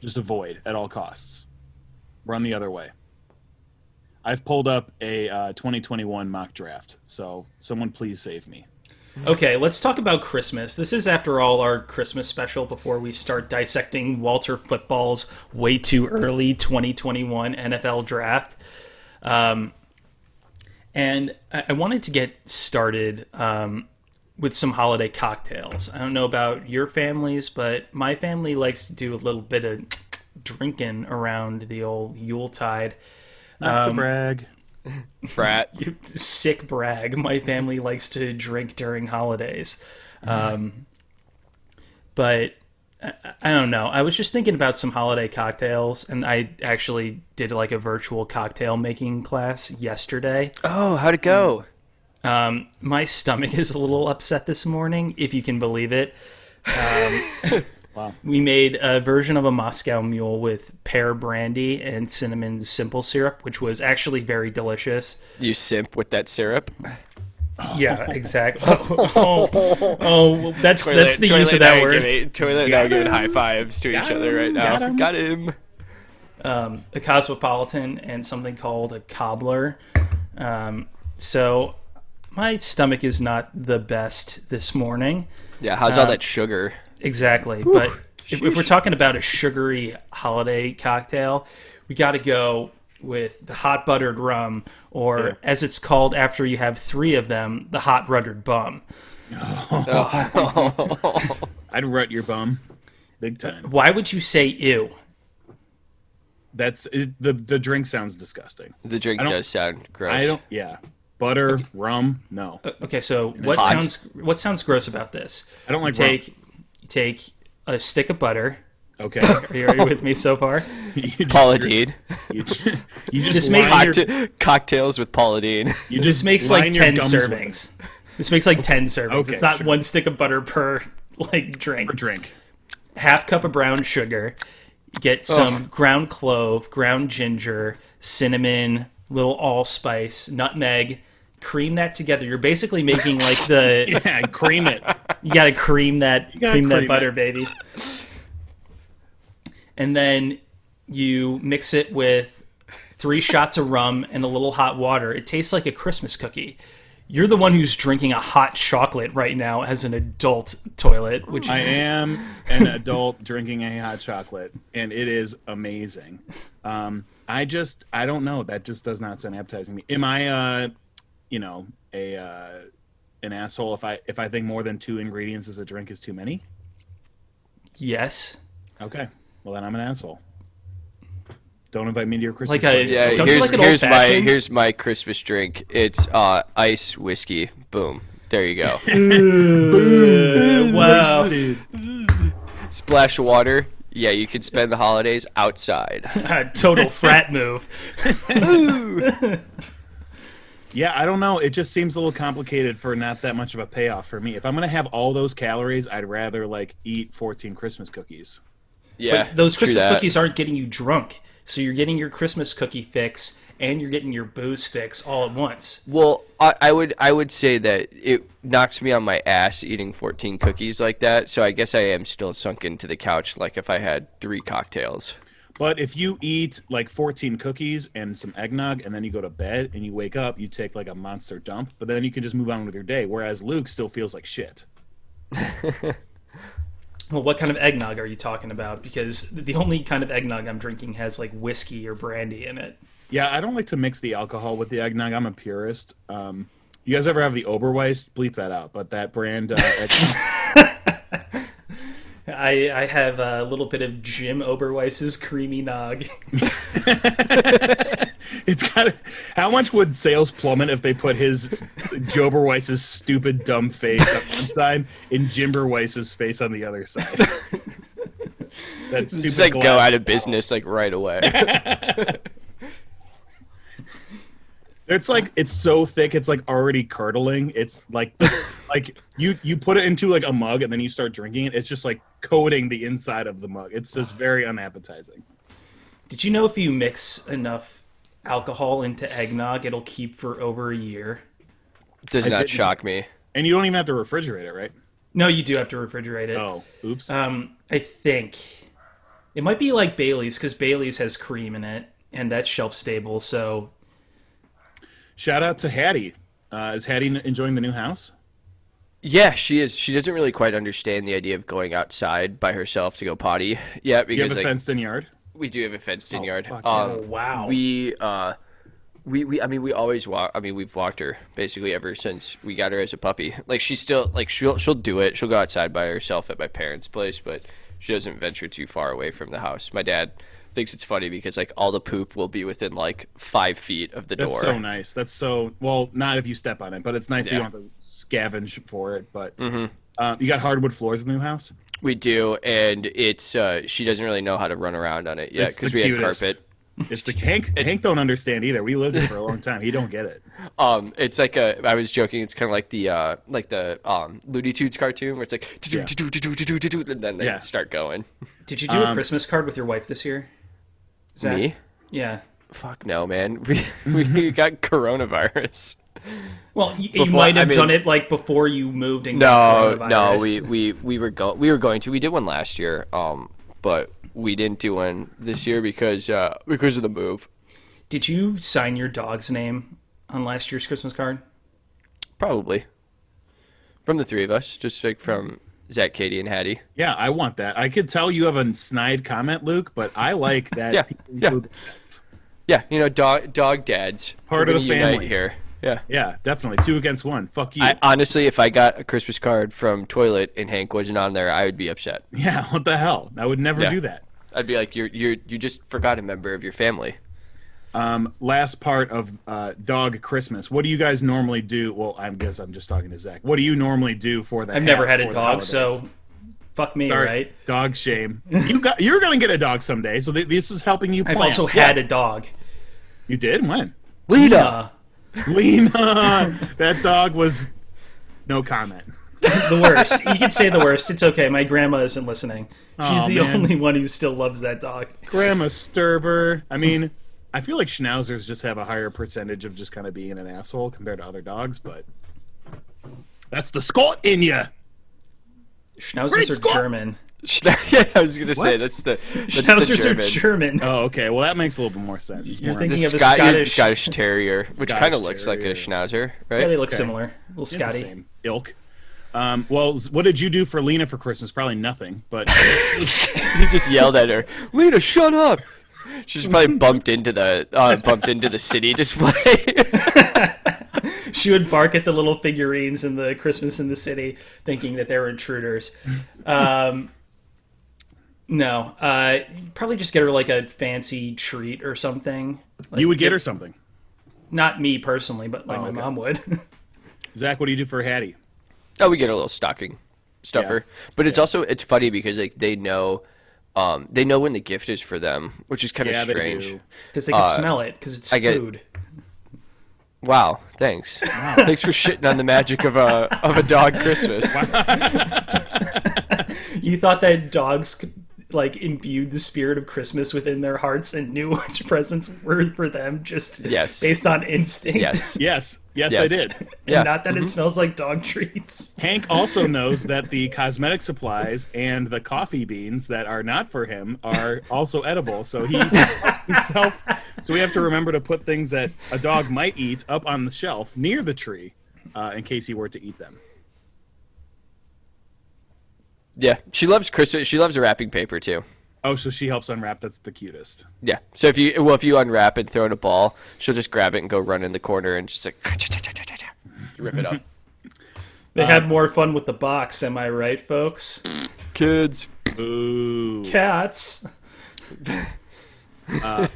[SPEAKER 2] Just avoid at all costs. Run the other way. I've pulled up a uh, 2021 mock draft, so someone please save me.
[SPEAKER 1] Okay, let's talk about Christmas. This is, after all, our Christmas special before we start dissecting Walter Football's way too early 2021 NFL draft. Um, and I, I wanted to get started um, with some holiday cocktails. I don't know about your families, but my family likes to do a little bit of drinking around the old Yuletide.
[SPEAKER 2] Not to brag.
[SPEAKER 3] Frat.
[SPEAKER 1] Sick brag. My family likes to drink during holidays. Um, but I, I don't know. I was just thinking about some holiday cocktails, and I actually did like a virtual cocktail making class yesterday.
[SPEAKER 3] Oh, how'd it go?
[SPEAKER 1] Um, my stomach is a little upset this morning, if you can believe it. Um, We made a version of a Moscow Mule with pear brandy and cinnamon simple syrup, which was actually very delicious.
[SPEAKER 3] You simp with that syrup.
[SPEAKER 1] Yeah, exactly. Oh, oh, oh, that's that's the
[SPEAKER 3] Toilet-
[SPEAKER 1] use of
[SPEAKER 3] Toilet and
[SPEAKER 1] that
[SPEAKER 3] I are
[SPEAKER 1] word.
[SPEAKER 3] giving- toilet and I are giving high fives to each
[SPEAKER 2] Got
[SPEAKER 3] other right
[SPEAKER 2] him,
[SPEAKER 3] now.
[SPEAKER 2] got him.
[SPEAKER 3] Got him.
[SPEAKER 1] a cosmopolitan and something called a cobbler. Um, so my stomach is not the best this morning
[SPEAKER 3] Yeah, how's all that sugar?
[SPEAKER 1] exactly. But if, if we're talking about a sugary holiday cocktail, we got to go with the hot buttered rum, or as it's called after you have three of them, the hot buttered bum.
[SPEAKER 2] I'd rut your bum, Uh, big time.
[SPEAKER 1] Why would you say ew?
[SPEAKER 2] That's it, the the drink sounds disgusting.
[SPEAKER 3] The drink
[SPEAKER 2] don't-
[SPEAKER 3] does sound gross.
[SPEAKER 2] I don't. Yeah, butter, rum, no.
[SPEAKER 1] Okay, so what
[SPEAKER 3] Hot.
[SPEAKER 1] sounds what sounds gross about this?
[SPEAKER 2] I don't like rum.
[SPEAKER 1] Take you take a stick of butter.
[SPEAKER 2] Okay.
[SPEAKER 1] Are you, are you with me so far?
[SPEAKER 2] you just,
[SPEAKER 3] Paula Deen.
[SPEAKER 2] you ju- you just,
[SPEAKER 1] This may-
[SPEAKER 2] line your-
[SPEAKER 3] Cockta- cocktails with Paula Deen.
[SPEAKER 2] you just
[SPEAKER 1] This makes
[SPEAKER 2] line
[SPEAKER 1] like
[SPEAKER 2] your
[SPEAKER 1] ten
[SPEAKER 2] gums with it.
[SPEAKER 1] servings. This makes like ten servings.
[SPEAKER 2] Okay,
[SPEAKER 1] it's not
[SPEAKER 2] sure.
[SPEAKER 1] one stick of butter per like drink.
[SPEAKER 2] Drink.
[SPEAKER 1] half cup of brown sugar, get some ground clove, ground ginger, cinnamon, little allspice, nutmeg, cream that together. You're basically making like the
[SPEAKER 2] Yeah, cream it.
[SPEAKER 1] you gotta cream that cream,
[SPEAKER 2] gotta cream
[SPEAKER 1] that
[SPEAKER 2] it.
[SPEAKER 1] butter, baby. And then you mix it with three shots of rum and a little hot water. It tastes like a Christmas cookie. You're the one who's drinking a hot chocolate right now as an adult toilet, which
[SPEAKER 2] I
[SPEAKER 1] is
[SPEAKER 2] am an adult drinking a hot chocolate, and it is amazing. Um, I just, I don't know. That just does not sound appetizing to me. Am I, uh, you know, a uh, an asshole if I if I think more than two ingredients as a drink is too many?
[SPEAKER 1] yes.
[SPEAKER 2] Okay, well then I'm an asshole. Don't invite me to your Christmas.
[SPEAKER 1] Like a-
[SPEAKER 2] party.
[SPEAKER 3] Yeah,
[SPEAKER 1] Don't you
[SPEAKER 3] here's,
[SPEAKER 1] like an
[SPEAKER 3] here's my
[SPEAKER 1] old-fashioned?
[SPEAKER 3] here's my Christmas drink. It's uh, ice whiskey. Boom. There you go.
[SPEAKER 1] wow.
[SPEAKER 3] Splash of water. Yeah, you could spend the holidays outside.
[SPEAKER 1] a total frat move.
[SPEAKER 2] Yeah, I don't know. It just seems a little complicated for not that much of a payoff for me. If I'm gonna have all those calories, I'd rather like eat 14 Christmas cookies.
[SPEAKER 3] Yeah,
[SPEAKER 1] Those
[SPEAKER 3] true
[SPEAKER 1] Christmas
[SPEAKER 3] that.
[SPEAKER 1] cookies aren't getting you drunk, so you're getting your Christmas cookie fix and you're getting your booze fix all at once.
[SPEAKER 3] Well, I, I would I would say that it knocks me on my ass eating 14 cookies like that. So I guess I am still sunk into the couch like if I had three cocktails.
[SPEAKER 2] But if you eat like 14 cookies and some eggnog and then you go to bed and you wake up, you take like a monster dump, but then you can just move on with your day. Whereas Luke still feels like shit.
[SPEAKER 1] Well, what kind of eggnog are you talking about? Because the only kind of eggnog I'm drinking has like whiskey or brandy in it.
[SPEAKER 2] Yeah, I don't like to mix the alcohol with the eggnog. I'm a purist. Um, you guys ever have the Oberweis? Bleep that out. But that brand, uh, eggnog-
[SPEAKER 1] I, I have a little bit of Jim Oberweiss's creamy nog.
[SPEAKER 2] it's got. How much would sales plummet if they put his Joberweiss's stupid dumb face on one side and Jimberweiss's face on the other side? That stupid
[SPEAKER 3] Just like go
[SPEAKER 2] glass
[SPEAKER 3] out of business like right away.
[SPEAKER 2] It's like it's so thick. It's like already curdling. It's like like you you put it into like a mug and then you start drinking it. It's just like coating the inside of the mug. It's just very unappetizing.
[SPEAKER 1] Did you know if you mix enough alcohol into eggnog, it'll keep for over a year?
[SPEAKER 3] Does not
[SPEAKER 2] didn't-
[SPEAKER 3] shock me.
[SPEAKER 2] And you don't even have to refrigerate it, right?
[SPEAKER 1] No, you do have to refrigerate it.
[SPEAKER 2] Oh, oops.
[SPEAKER 3] Uh,
[SPEAKER 1] Um, I think it might be like Bailey's because Bailey's has cream in it, and that's shelf stable. So
[SPEAKER 2] Shout out to Hattie. Uh, is Hattie n- enjoying the new house?
[SPEAKER 3] Yeah, she is. She doesn't really quite understand the idea of going outside by herself to go potty. Yeah,
[SPEAKER 2] You have
[SPEAKER 3] because
[SPEAKER 2] a
[SPEAKER 3] like
[SPEAKER 2] fenced-in yard.
[SPEAKER 3] we do have a fenced in yard.
[SPEAKER 2] fuck,
[SPEAKER 3] Um,
[SPEAKER 1] oh, wow,
[SPEAKER 3] we uh we, we I mean we always walk I mean we've walked her basically ever since we got her as a puppy. Like she's still like she'll she'll do it. She'll go outside by herself at my parents' place, but she doesn't venture too far away from the house. My dad thinks it's funny because like all the poop will be within like five feet of the
[SPEAKER 2] That's
[SPEAKER 3] door.
[SPEAKER 2] so nice. That's so well. Not if you step on it, but it's nice that
[SPEAKER 3] Yeah. Mm-hmm.
[SPEAKER 2] you don't have to scavenge for it. But uh, you got hardwood floors in the new house.
[SPEAKER 3] We do, and it's uh she doesn't really know how to run around on it yet
[SPEAKER 2] It's the
[SPEAKER 3] because we had
[SPEAKER 2] cutest.
[SPEAKER 3] carpet.
[SPEAKER 2] It's the Hank. Hank don't understand either. We lived there for a long time. He don't get it.
[SPEAKER 3] Um, it's like a. I was joking. It's kind of like the uh, like the um, Looney Tunes cartoon where it's like
[SPEAKER 2] Yeah.
[SPEAKER 3] "Do-do-do-do-do-do-do-do," and then they
[SPEAKER 2] Yeah.
[SPEAKER 3] start going.
[SPEAKER 1] did you do a Christmas card with your wife this year? Zach?
[SPEAKER 3] um, Me?
[SPEAKER 1] Yeah.
[SPEAKER 3] Fuck no, man. We we got coronavirus.
[SPEAKER 1] Well, you, you
[SPEAKER 3] Before-
[SPEAKER 1] might have
[SPEAKER 3] I mean-
[SPEAKER 1] done it like before you moved and
[SPEAKER 3] No,
[SPEAKER 1] got
[SPEAKER 3] no.
[SPEAKER 1] coronavirus.
[SPEAKER 3] We we we were go we were going to. We did one last year. Um, but we didn't do one this year because uh because of the move.
[SPEAKER 1] did you sign your dog's name on last year's Christmas card?
[SPEAKER 3] Probably from the three of us, just like from Zach, Katie, and Hattie.
[SPEAKER 2] Yeah, I want that. I could tell you have a snide comment, Luke, but I like that.
[SPEAKER 3] Yeah,
[SPEAKER 2] people
[SPEAKER 3] yeah.
[SPEAKER 2] include pets.
[SPEAKER 3] Yeah, you know, dog dog dads.
[SPEAKER 2] Part
[SPEAKER 3] We're
[SPEAKER 2] of the
[SPEAKER 3] gonna unite
[SPEAKER 2] family.
[SPEAKER 3] here. Yeah.
[SPEAKER 2] Yeah, definitely. Two against one. Fuck you.
[SPEAKER 3] I, honestly, if I got a Christmas card from Toilet and Hank wasn't on there, I would be upset.
[SPEAKER 2] yeah, what the hell? I would never
[SPEAKER 3] Yeah.
[SPEAKER 2] do that.
[SPEAKER 3] I'd be like, "You're you are you just forgot a member of your family."
[SPEAKER 2] Um, last part of uh, dog Christmas. What do you guys normally do? Well, I guess I'm just talking to Zach. What do you normally do for that?
[SPEAKER 1] I've never had a dog, so fuck me, right?
[SPEAKER 2] dog shame. You got you're gonna get a dog someday, so th- this is helping you.
[SPEAKER 1] I've
[SPEAKER 2] Plan.
[SPEAKER 1] also
[SPEAKER 2] Yeah.
[SPEAKER 1] had a dog.
[SPEAKER 2] You did when?
[SPEAKER 3] Lita.
[SPEAKER 1] Uh,
[SPEAKER 2] Lena, that dog was no comment.
[SPEAKER 1] the worst. You can say the worst. It's okay. My grandma isn't listening. She's
[SPEAKER 2] Aw,
[SPEAKER 1] the
[SPEAKER 2] man.
[SPEAKER 1] only one who still loves that dog.
[SPEAKER 2] Grandma Sturber. I mean, I feel like schnauzers just have a higher percentage of just kind of being an asshole compared to other dogs, but that's the Scot in you.
[SPEAKER 1] Schnauzers
[SPEAKER 2] Great
[SPEAKER 1] are
[SPEAKER 2] Scott!
[SPEAKER 1] German.
[SPEAKER 3] yeah, I was gonna say
[SPEAKER 2] What?
[SPEAKER 3] that's the that's the
[SPEAKER 1] Schnauzers
[SPEAKER 3] German.
[SPEAKER 1] are German.
[SPEAKER 2] Oh, okay. Well, that makes a little bit more sense. It's
[SPEAKER 1] You're
[SPEAKER 2] more
[SPEAKER 1] thinking
[SPEAKER 3] The
[SPEAKER 1] of a
[SPEAKER 3] Scot- yeah, the
[SPEAKER 1] Scottish-
[SPEAKER 3] Scottish Terrier, which
[SPEAKER 2] Scottish
[SPEAKER 3] kind of looks like a
[SPEAKER 2] Terrier.
[SPEAKER 3] schnauzer,
[SPEAKER 1] Yeah,
[SPEAKER 3] right?
[SPEAKER 1] they look similar. A little
[SPEAKER 2] it's the
[SPEAKER 1] Scotty.
[SPEAKER 2] same ilk. Um, well, z- what did you do for Lena for Christmas? Probably nothing, but
[SPEAKER 3] he just yelled at her, "Lita, shut up!" She's probably bumped into the uh, bumped into the city display.
[SPEAKER 1] She would bark at the little figurines in the Christmas in the City, thinking that they were intruders. Um, no, uh, probably just get her like a fancy treat or something. Like,
[SPEAKER 2] you would get her something.
[SPEAKER 1] not me personally, but like my
[SPEAKER 2] okay.
[SPEAKER 1] mom would.
[SPEAKER 2] Zach, what do you do for Hattie?
[SPEAKER 3] Oh, we get a little stocking stuffer, but it's also it's funny because like they know, um, they know when the gift is for them, which is kind of
[SPEAKER 2] Yeah, they
[SPEAKER 3] strange.
[SPEAKER 2] do.
[SPEAKER 1] because they can smell it because it's
[SPEAKER 3] Uh, I get-
[SPEAKER 1] food.
[SPEAKER 3] Wow, thanks, thanks for shitting on the magic of a of a dog Christmas.
[SPEAKER 1] You thought that dogs could, like imbued the spirit of Christmas within their hearts and knew which presents were for them just
[SPEAKER 3] Yes.
[SPEAKER 1] based on instinct.
[SPEAKER 3] Yes,
[SPEAKER 2] Yes, yes, I
[SPEAKER 3] Yes.
[SPEAKER 2] did.
[SPEAKER 1] and
[SPEAKER 3] Yeah. Mm-hmm.
[SPEAKER 1] not that it smells like dog treats.
[SPEAKER 2] Hank also knows that the cosmetic supplies and the coffee beans that are not for him are also edible. So he himself. So we have to remember to put things that a dog might eat up on the shelf near the tree, uh, in case he were to eat them.
[SPEAKER 3] yeah, she loves Christmas. She loves wrapping paper too.
[SPEAKER 2] Oh, so she helps unwrap. That's the cutest.
[SPEAKER 3] Yeah, so if you well if you unwrap and throw in a ball, she'll just grab it and go run in the corner and just like rip it up. Uh,
[SPEAKER 1] They have more fun with the box, am I right, folks?
[SPEAKER 3] Kids,
[SPEAKER 2] Ooh.
[SPEAKER 1] Cats.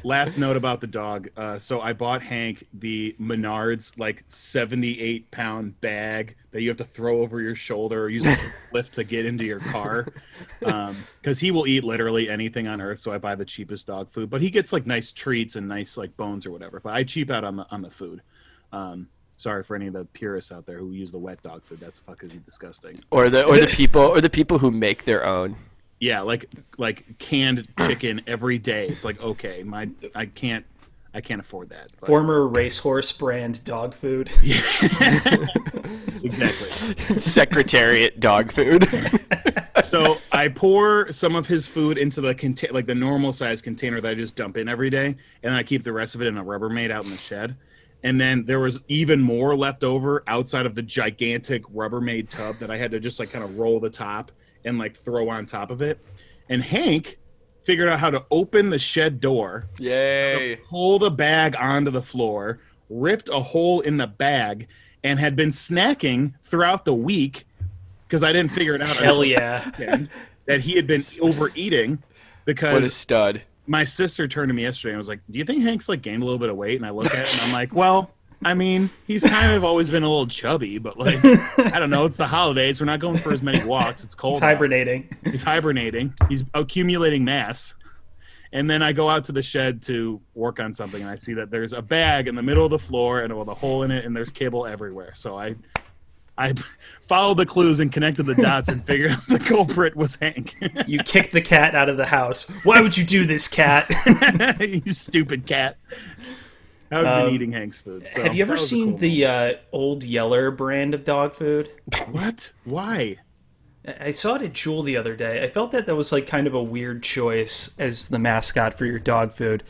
[SPEAKER 2] Last note about the dog. Uh, so I bought Hank the Menards like seventy-eight pound bag that you have to throw over your shoulder or use a lift to get into your car, because he will eat literally anything on earth. So I buy the cheapest dog food, but he gets like nice treats and nice like bones or whatever. But I cheap out on the on the food. Um, sorry for any of the purists out there who use the wet dog food. That's fucking disgusting.
[SPEAKER 3] or the or the people or the people who make their own.
[SPEAKER 2] Yeah, like like canned chicken every day. It's like okay, my I can't I can't afford that. but-
[SPEAKER 1] Former racehorse brand dog food.
[SPEAKER 2] exactly.
[SPEAKER 3] Secretariat dog food.
[SPEAKER 2] so I pour some of his food into the contain like the normal size container that I just dump in every day, and then I keep the rest of it in a Rubbermaid out in the shed. And then there was even more left over outside of the gigantic Rubbermaid tub that I had to just like kind of roll the top and like throw on top of it. And Hank figured out how to open the shed door
[SPEAKER 3] Yay.
[SPEAKER 2] pulled a bag onto the floor, ripped a hole in the bag, and had been snacking throughout the week because I didn't figure it out
[SPEAKER 1] Hell
[SPEAKER 2] until
[SPEAKER 1] yeah.
[SPEAKER 2] the weekend, that he had been overeating
[SPEAKER 3] What
[SPEAKER 2] because
[SPEAKER 3] a stud.
[SPEAKER 2] my sister turned to me yesterday and was like, "Do you think Hank's like gained a little bit of weight?" And I look at it and I'm like, "Well." I mean, he's kind of always been a little chubby, but like, I don't know. It's the holidays. We're not going for as many walks. It's cold.
[SPEAKER 1] It's
[SPEAKER 2] out.
[SPEAKER 1] hibernating.
[SPEAKER 2] He's hibernating. He's accumulating mass. And then I go out to the shed to work on something, and I see that there's a bag in the middle of the floor and with a hole in it, and there's cable everywhere. So I, I followed the clues and connected the dots and figured out the culprit was Hank.
[SPEAKER 1] You kicked the cat out of the house. Why would you do this, cat?
[SPEAKER 2] Oh, you stupid cat! I would have been eating Hank's food. So
[SPEAKER 1] Um, Have you
[SPEAKER 2] that
[SPEAKER 1] ever
[SPEAKER 2] was a
[SPEAKER 1] seen
[SPEAKER 2] cool
[SPEAKER 1] the uh, Old Yeller brand of dog food?
[SPEAKER 2] moment. what? Why?
[SPEAKER 1] I- I saw it at Jewel the other day. I felt that that was like kind of a weird choice as the mascot for your dog food.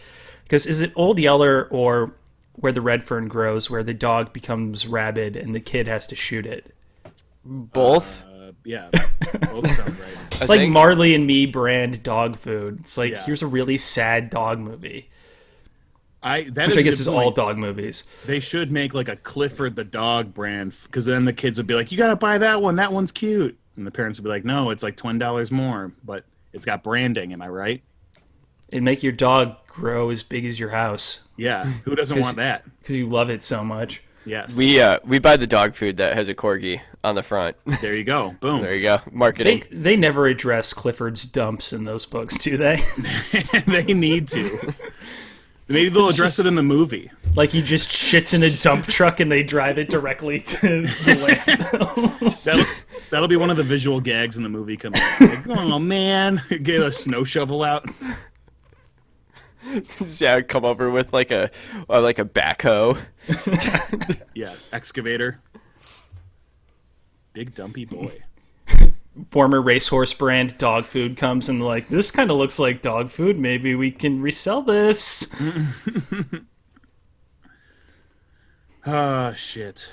[SPEAKER 1] Because is it Old Yeller or where the red fern grows, where the dog becomes rabid and the kid has to shoot it?
[SPEAKER 3] Both.
[SPEAKER 2] Uh, yeah, both sound right.
[SPEAKER 1] It's like Marley and Me brand dog food. It's like
[SPEAKER 2] Yeah.
[SPEAKER 1] here's a really sad dog movie,
[SPEAKER 2] I that
[SPEAKER 1] which
[SPEAKER 2] is
[SPEAKER 1] I
[SPEAKER 2] a
[SPEAKER 1] guess
[SPEAKER 2] good
[SPEAKER 1] is
[SPEAKER 2] point.
[SPEAKER 1] all dog movies.
[SPEAKER 2] They should make like a Clifford the dog brand because then the kids would be like, "You gotta buy that one. That one's cute." And the parents would be like, "No, it's like twenty dollars more, but it's got branding." Am I right?
[SPEAKER 1] and make your dog grow as big as your house
[SPEAKER 2] Yeah, who doesn't want that?
[SPEAKER 1] because you love it so much.
[SPEAKER 2] Yes.
[SPEAKER 3] We uh we buy the dog food that has a corgi on the front.
[SPEAKER 2] there you go. Boom.
[SPEAKER 3] there you go. Marketing.
[SPEAKER 1] They they never address Clifford's dumps in those books, do they?
[SPEAKER 2] they need to. Maybe they'll address it in the movie.
[SPEAKER 1] like he just shits in a dump truck and they drive it directly to the land.
[SPEAKER 2] That'll, that'll be one of the visual gags in the movie coming. up. Like, oh man, get a snow shovel out.
[SPEAKER 3] yeah, I'd come over with like a or like a backhoe.
[SPEAKER 2] Yes, excavator. Big dumpy boy.
[SPEAKER 1] Former racehorse brand dog food comes and like this kind of looks like dog food. Maybe we can resell this.
[SPEAKER 2] Ah, shit.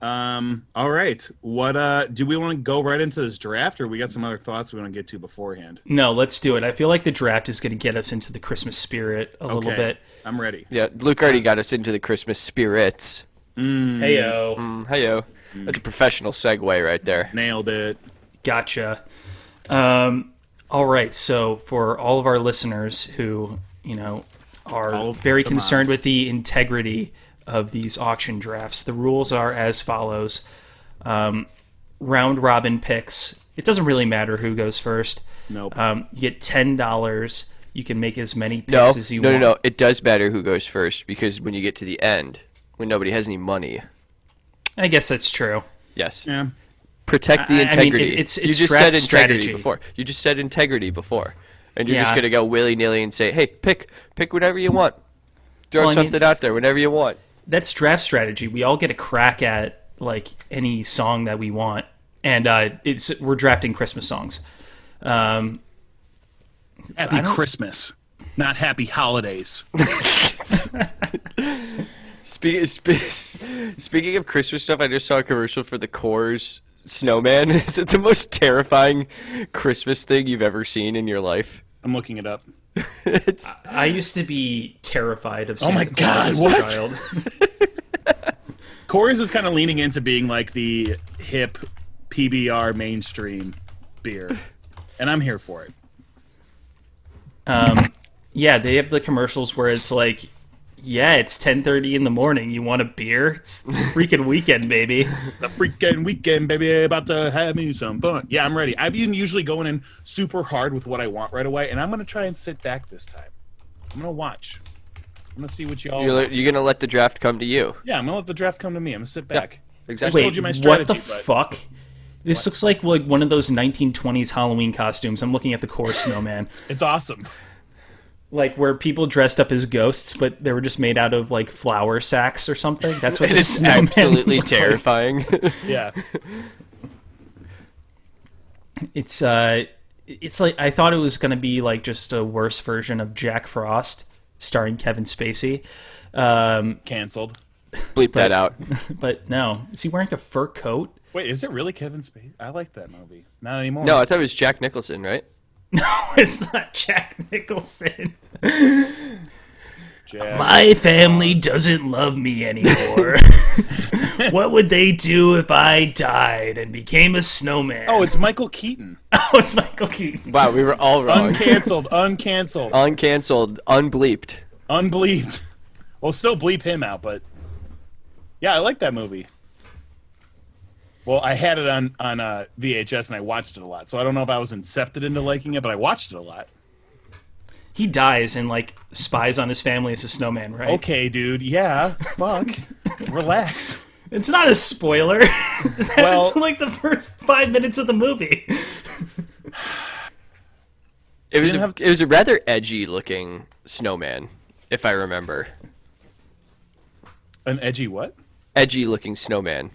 [SPEAKER 2] Um. All right. What? Uh. Do we want to go right into this draft, or we got some other thoughts we want to get to beforehand?
[SPEAKER 1] No, let's do it. I feel like the draft is going to get us into the Christmas spirit a little
[SPEAKER 2] Okay,
[SPEAKER 1] bit.
[SPEAKER 2] I'm ready.
[SPEAKER 3] Yeah, Luke already got us into the Christmas spirits.
[SPEAKER 2] Hmm.
[SPEAKER 1] Heyo,
[SPEAKER 3] Mm, Heyo. That's a professional segue right there.
[SPEAKER 2] Nailed it.
[SPEAKER 1] gotcha. Um, all right, so for all of our listeners who you know are
[SPEAKER 2] All of
[SPEAKER 1] very
[SPEAKER 2] the
[SPEAKER 1] concerned
[SPEAKER 2] moms.
[SPEAKER 1] with the integrity of these auction drafts, the rules are as follows: um, round robin picks. It doesn't really matter who goes first.
[SPEAKER 2] Nope.
[SPEAKER 1] Um, you get ten dollars. You can make as many picks
[SPEAKER 3] No,
[SPEAKER 1] as
[SPEAKER 3] no,
[SPEAKER 1] you
[SPEAKER 3] no,
[SPEAKER 1] want.
[SPEAKER 3] no. It does matter who goes first because when you get to the end, when nobody has any money,
[SPEAKER 1] I guess that's true.
[SPEAKER 3] yes,
[SPEAKER 2] yeah.
[SPEAKER 3] protect the
[SPEAKER 1] I- I mean, it-
[SPEAKER 3] integrity.
[SPEAKER 1] it's-
[SPEAKER 3] you
[SPEAKER 1] it's
[SPEAKER 3] just
[SPEAKER 1] draft
[SPEAKER 3] said integrity
[SPEAKER 1] strategy.
[SPEAKER 3] before. You just said integrity before, and you're just
[SPEAKER 1] Yeah.
[SPEAKER 3] gonna go willy nilly and say, "Hey, pick, pick whatever you want, throw
[SPEAKER 1] Well, I mean-
[SPEAKER 3] something out there, whatever you want."
[SPEAKER 1] that's draft strategy. We all get a crack at like any song that we want, and uh, it's we're drafting Christmas songs. Um,
[SPEAKER 2] Happy
[SPEAKER 1] don't-
[SPEAKER 2] Christmas, not happy holidays.
[SPEAKER 3] Speaking speaking of Christmas stuff, I just saw a commercial for the Coors snowman. Is it the most terrifying Christmas thing you've ever seen in your life?
[SPEAKER 2] I'm looking it up.
[SPEAKER 3] It's
[SPEAKER 1] I used to be terrified of Santa
[SPEAKER 2] Oh my
[SPEAKER 1] Claus
[SPEAKER 2] God,
[SPEAKER 1] as
[SPEAKER 2] what?
[SPEAKER 1] a child.
[SPEAKER 2] Coors is kind of leaning into being like the hip PBR mainstream beer, and I'm here for it.
[SPEAKER 1] yeah, they have the commercials where it's like, yeah, it's ten thirty in the morning. You want a beer? It's the freaking weekend, baby.
[SPEAKER 2] The freaking weekend, baby, about to have me some fun. Yeah, I'm ready. I've been usually going in super hard with what I want right away, and I'm gonna try and sit back this time. I'm gonna watch. I'm gonna see what y'all.
[SPEAKER 3] you're, you're gonna let the draft come to you.
[SPEAKER 2] yeah, I'm gonna let the draft come to me. I'm gonna sit back.
[SPEAKER 3] Exactly.
[SPEAKER 1] Wait,
[SPEAKER 2] told you my
[SPEAKER 1] what the
[SPEAKER 2] strategy, bud.
[SPEAKER 1] fuck? This looks like like one of those 1920s Halloween costumes. I'm looking at the core snowman.
[SPEAKER 2] It's awesome.
[SPEAKER 1] like where people dressed up as ghosts, but they were just made out of like flour sacks or something. That's what
[SPEAKER 3] It
[SPEAKER 1] this
[SPEAKER 3] is
[SPEAKER 1] snowman
[SPEAKER 3] absolutely
[SPEAKER 1] looks like.
[SPEAKER 3] terrifying.
[SPEAKER 2] Yeah,
[SPEAKER 1] It's uh, it's like I thought it was gonna be like just a worse version of Jack Frost, starring Kevin Spacey. Um,
[SPEAKER 2] canceled.
[SPEAKER 3] Bleep that out.
[SPEAKER 1] but no, is he wearing a fur coat?
[SPEAKER 2] Wait, is it really Kevin Spacey? I like that movie. Not anymore.
[SPEAKER 3] No, I thought it was Jack Nicholson, right?
[SPEAKER 1] it's not Jack Nicholson.
[SPEAKER 2] Jack.
[SPEAKER 1] My family doesn't love me anymore. what would they do if I died and became a snowman?
[SPEAKER 2] oh, it's Michael Keaton.
[SPEAKER 1] oh, it's Michael Keaton.
[SPEAKER 3] Wow, we were all wrong.
[SPEAKER 2] Uncanceled. Uncanceled.
[SPEAKER 3] Uncancelled, unbleeped.
[SPEAKER 2] unbleeped. Well, still bleep him out, but yeah, I like that movie. Well, I had it on on uh, VHS and I watched it a lot, so I don't know if I was incepted into liking it, but I watched it a lot.
[SPEAKER 1] he dies and like spies on his family as a snowman, right?
[SPEAKER 2] Okay, dude. Yeah, fuck. Relax.
[SPEAKER 1] It's not a spoiler. It's
[SPEAKER 2] Well-
[SPEAKER 1] like the first five minutes of the movie.
[SPEAKER 3] It was a,
[SPEAKER 2] didn't have-
[SPEAKER 3] it was a rather edgy looking snowman, if I remember.
[SPEAKER 2] An edgy what?
[SPEAKER 3] Edgy looking snowman,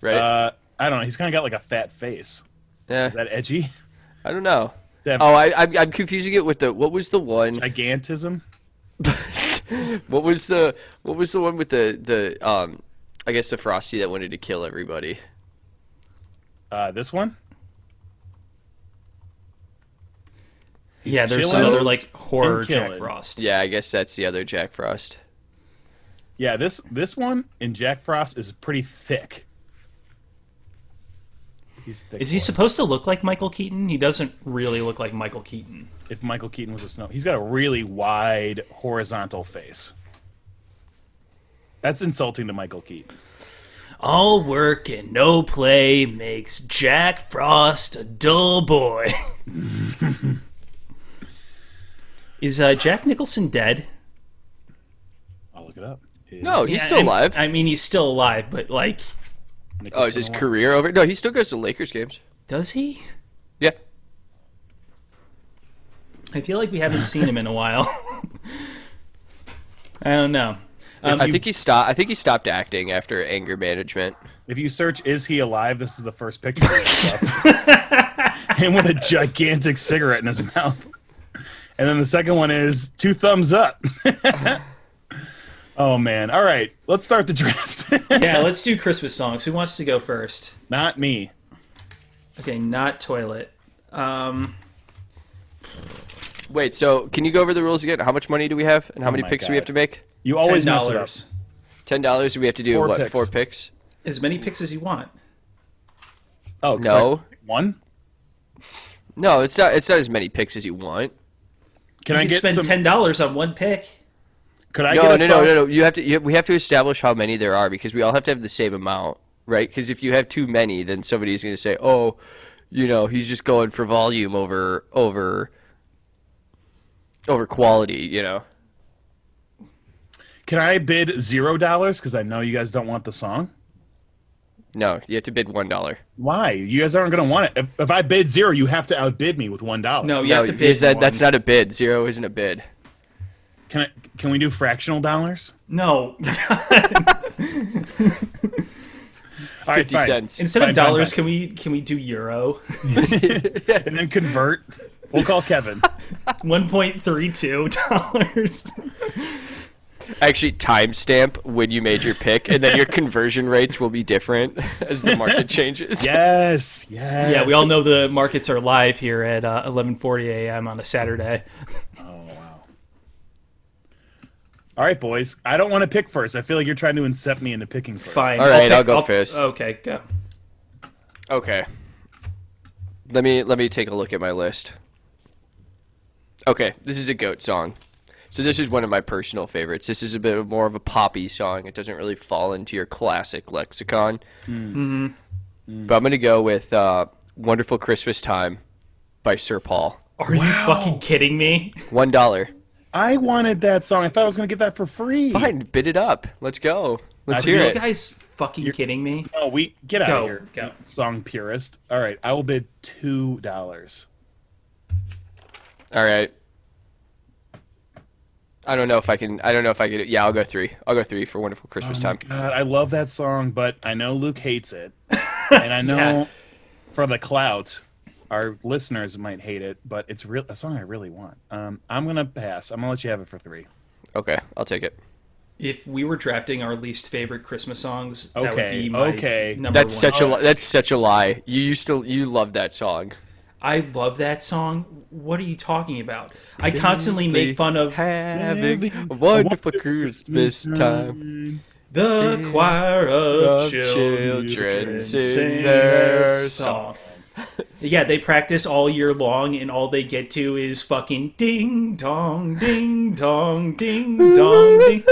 [SPEAKER 3] right?
[SPEAKER 2] Uh, I don't know. He's kind of got like a fat face.
[SPEAKER 3] Eh,
[SPEAKER 2] Is that edgy?
[SPEAKER 3] I don't know.
[SPEAKER 2] that-
[SPEAKER 3] Oh, I, I'm, I'm confusing it with the what was the one?
[SPEAKER 2] Gigantism.
[SPEAKER 3] what was the what was the one with the the um? I guess the frosty that wanted to kill everybody.
[SPEAKER 2] Uh, this one.
[SPEAKER 1] Yeah, there's
[SPEAKER 2] Chill
[SPEAKER 1] another
[SPEAKER 2] out
[SPEAKER 1] like horror
[SPEAKER 2] and kill
[SPEAKER 1] Jack
[SPEAKER 2] it.
[SPEAKER 1] Frost.
[SPEAKER 3] Yeah, I guess that's the other Jack Frost.
[SPEAKER 2] Yeah, this this one in Jack Frost is pretty thick. He's thick
[SPEAKER 1] Is he
[SPEAKER 2] boy.
[SPEAKER 1] supposed to look like Michael Keaton? He doesn't really look like Michael Keaton.
[SPEAKER 2] if Michael Keaton was a snow. He's got a really wide horizontal face. That's insulting to Michael Keaton.
[SPEAKER 1] All work and no play makes Jack Frost a dull boy. Is uh, Jack Nicholson dead?
[SPEAKER 2] I'll look it up.
[SPEAKER 3] No, he's
[SPEAKER 1] Yeah,
[SPEAKER 3] still
[SPEAKER 1] I-
[SPEAKER 3] alive.
[SPEAKER 1] I mean, he's still alive, but like,
[SPEAKER 3] oh, is his career over? No, he still goes to Lakers games.
[SPEAKER 1] does he?
[SPEAKER 3] Yeah.
[SPEAKER 1] I feel like we haven't seen him in a while. I don't know. Um,
[SPEAKER 3] I
[SPEAKER 1] you-
[SPEAKER 3] think he stopped. I think he stopped acting after anger management.
[SPEAKER 2] If you search "Is he alive?" this is the first picture. that comes up. Him with a gigantic cigarette in his mouth, and then the second one is two thumbs up. oh man! All right, let's start the draft.
[SPEAKER 1] yeah, let's do Christmas songs. Who wants to go first?
[SPEAKER 2] Not me.
[SPEAKER 1] Okay, not toilet. Um,
[SPEAKER 3] Wait, so can you go over the rules again? How much money do we have, and how many
[SPEAKER 2] Oh my
[SPEAKER 3] picks do we
[SPEAKER 2] God.
[SPEAKER 3] have to make?
[SPEAKER 2] You always mess it up.
[SPEAKER 1] $10.
[SPEAKER 3] Ten dollars. We have to do
[SPEAKER 2] Four
[SPEAKER 3] what?
[SPEAKER 2] picks.
[SPEAKER 3] Four picks.
[SPEAKER 1] As many picks as you want.
[SPEAKER 2] Oh 'cause
[SPEAKER 3] No.
[SPEAKER 2] I- one.
[SPEAKER 3] No, it's not. It's not as many picks as you want.
[SPEAKER 2] Can
[SPEAKER 1] You
[SPEAKER 2] I
[SPEAKER 1] can
[SPEAKER 2] get
[SPEAKER 1] spend
[SPEAKER 2] some?
[SPEAKER 1] ten dollars on one pick.
[SPEAKER 2] Could I
[SPEAKER 3] No,
[SPEAKER 2] get
[SPEAKER 3] no,
[SPEAKER 2] a
[SPEAKER 3] no,
[SPEAKER 2] song?
[SPEAKER 3] no, no. You have to. You, we have to establish how many there are because we all have to have the same amount, right? Because if you have too many, then somebody's going to say, "Oh, you know, he's just going for volume over over over quality," you know.
[SPEAKER 2] Can I bid zero dollars? Because I know you guys don't want the song.
[SPEAKER 3] No, you have to bid one dollar.
[SPEAKER 2] Why? You guys aren't going to want it. If, if I bid zero, you have to outbid me with one dollar.
[SPEAKER 1] No, Oh, you
[SPEAKER 3] No,
[SPEAKER 1] have to bid.
[SPEAKER 3] is that,
[SPEAKER 1] one.
[SPEAKER 3] that's not a bid. Zero isn't a bid.
[SPEAKER 2] Can I? Can we do fractional dollars?
[SPEAKER 1] no.
[SPEAKER 2] All right,
[SPEAKER 3] Fifty
[SPEAKER 2] fine.
[SPEAKER 3] cents.
[SPEAKER 1] Instead
[SPEAKER 2] Fine, fine,
[SPEAKER 1] of dollars,
[SPEAKER 2] fine.
[SPEAKER 1] can we can we do euro?
[SPEAKER 2] and then convert. We'll call Kevin.
[SPEAKER 1] One point three two dollars.
[SPEAKER 3] Actually, timestamp when you made your pick, and then your conversion rates will be different as the market changes.
[SPEAKER 2] Yes, yes.
[SPEAKER 1] yeah, we all know the markets are live here at uh, eleven forty a.m. on a Saturday.
[SPEAKER 2] Oh, All right, boys. I don't want to pick first. I feel like you're trying to incept me into picking first.
[SPEAKER 1] Fine.
[SPEAKER 3] All right,
[SPEAKER 1] pick-
[SPEAKER 3] I'll go first.
[SPEAKER 1] Okay, go.
[SPEAKER 3] Okay. Let me let me take a look at my list. Okay, this is a goat song. So this is one of my personal favorites. This is a bit of- more of a poppy song. It doesn't really fall into your classic lexicon. But I'm gonna go with uh, "Wonderful Christmas Time" by Sir Paul.
[SPEAKER 1] Are you fucking kidding me?
[SPEAKER 3] One dollar.
[SPEAKER 2] I wanted that song. I thought I was going to get that for free.
[SPEAKER 3] Fine, bid it up. Let's go. Let's
[SPEAKER 2] I
[SPEAKER 3] hear
[SPEAKER 2] feel
[SPEAKER 1] You
[SPEAKER 3] it.
[SPEAKER 1] guys fucking kidding me?
[SPEAKER 2] No, we get out
[SPEAKER 1] Go,
[SPEAKER 2] of here.
[SPEAKER 1] go.
[SPEAKER 2] Song purist. All right, I will bid two dollars.
[SPEAKER 3] All right. I don't know if I can. I don't know if I could. Yeah, I'll go three. I'll go three for "Wonderful
[SPEAKER 2] Oh,
[SPEAKER 3] Christmas Time."
[SPEAKER 2] God, I love that song, but I know Luke hates it, and I know
[SPEAKER 1] Yeah.
[SPEAKER 2] for the clout, our listeners might hate it. But it's real a song I really want. Um, I'm gonna pass. I'm gonna let you have it for three.
[SPEAKER 3] Okay, I'll take it.
[SPEAKER 1] If we were drafting our least favorite Christmas songs, that would
[SPEAKER 2] Okay,
[SPEAKER 1] be my
[SPEAKER 2] okay.
[SPEAKER 1] number
[SPEAKER 3] That's
[SPEAKER 1] one.
[SPEAKER 3] such a li- that's such a lie. You used to you love that song.
[SPEAKER 1] I love that song. What are you talking about? I constantly make fun of
[SPEAKER 3] having a wonderful Christmas time.
[SPEAKER 1] the choir of
[SPEAKER 3] Of
[SPEAKER 1] children,
[SPEAKER 3] children
[SPEAKER 1] sing
[SPEAKER 3] sing
[SPEAKER 1] their
[SPEAKER 3] their
[SPEAKER 1] song. Yeah, they practice all year long, and all they get to is fucking ding dong, ding dong, ding dong, ding.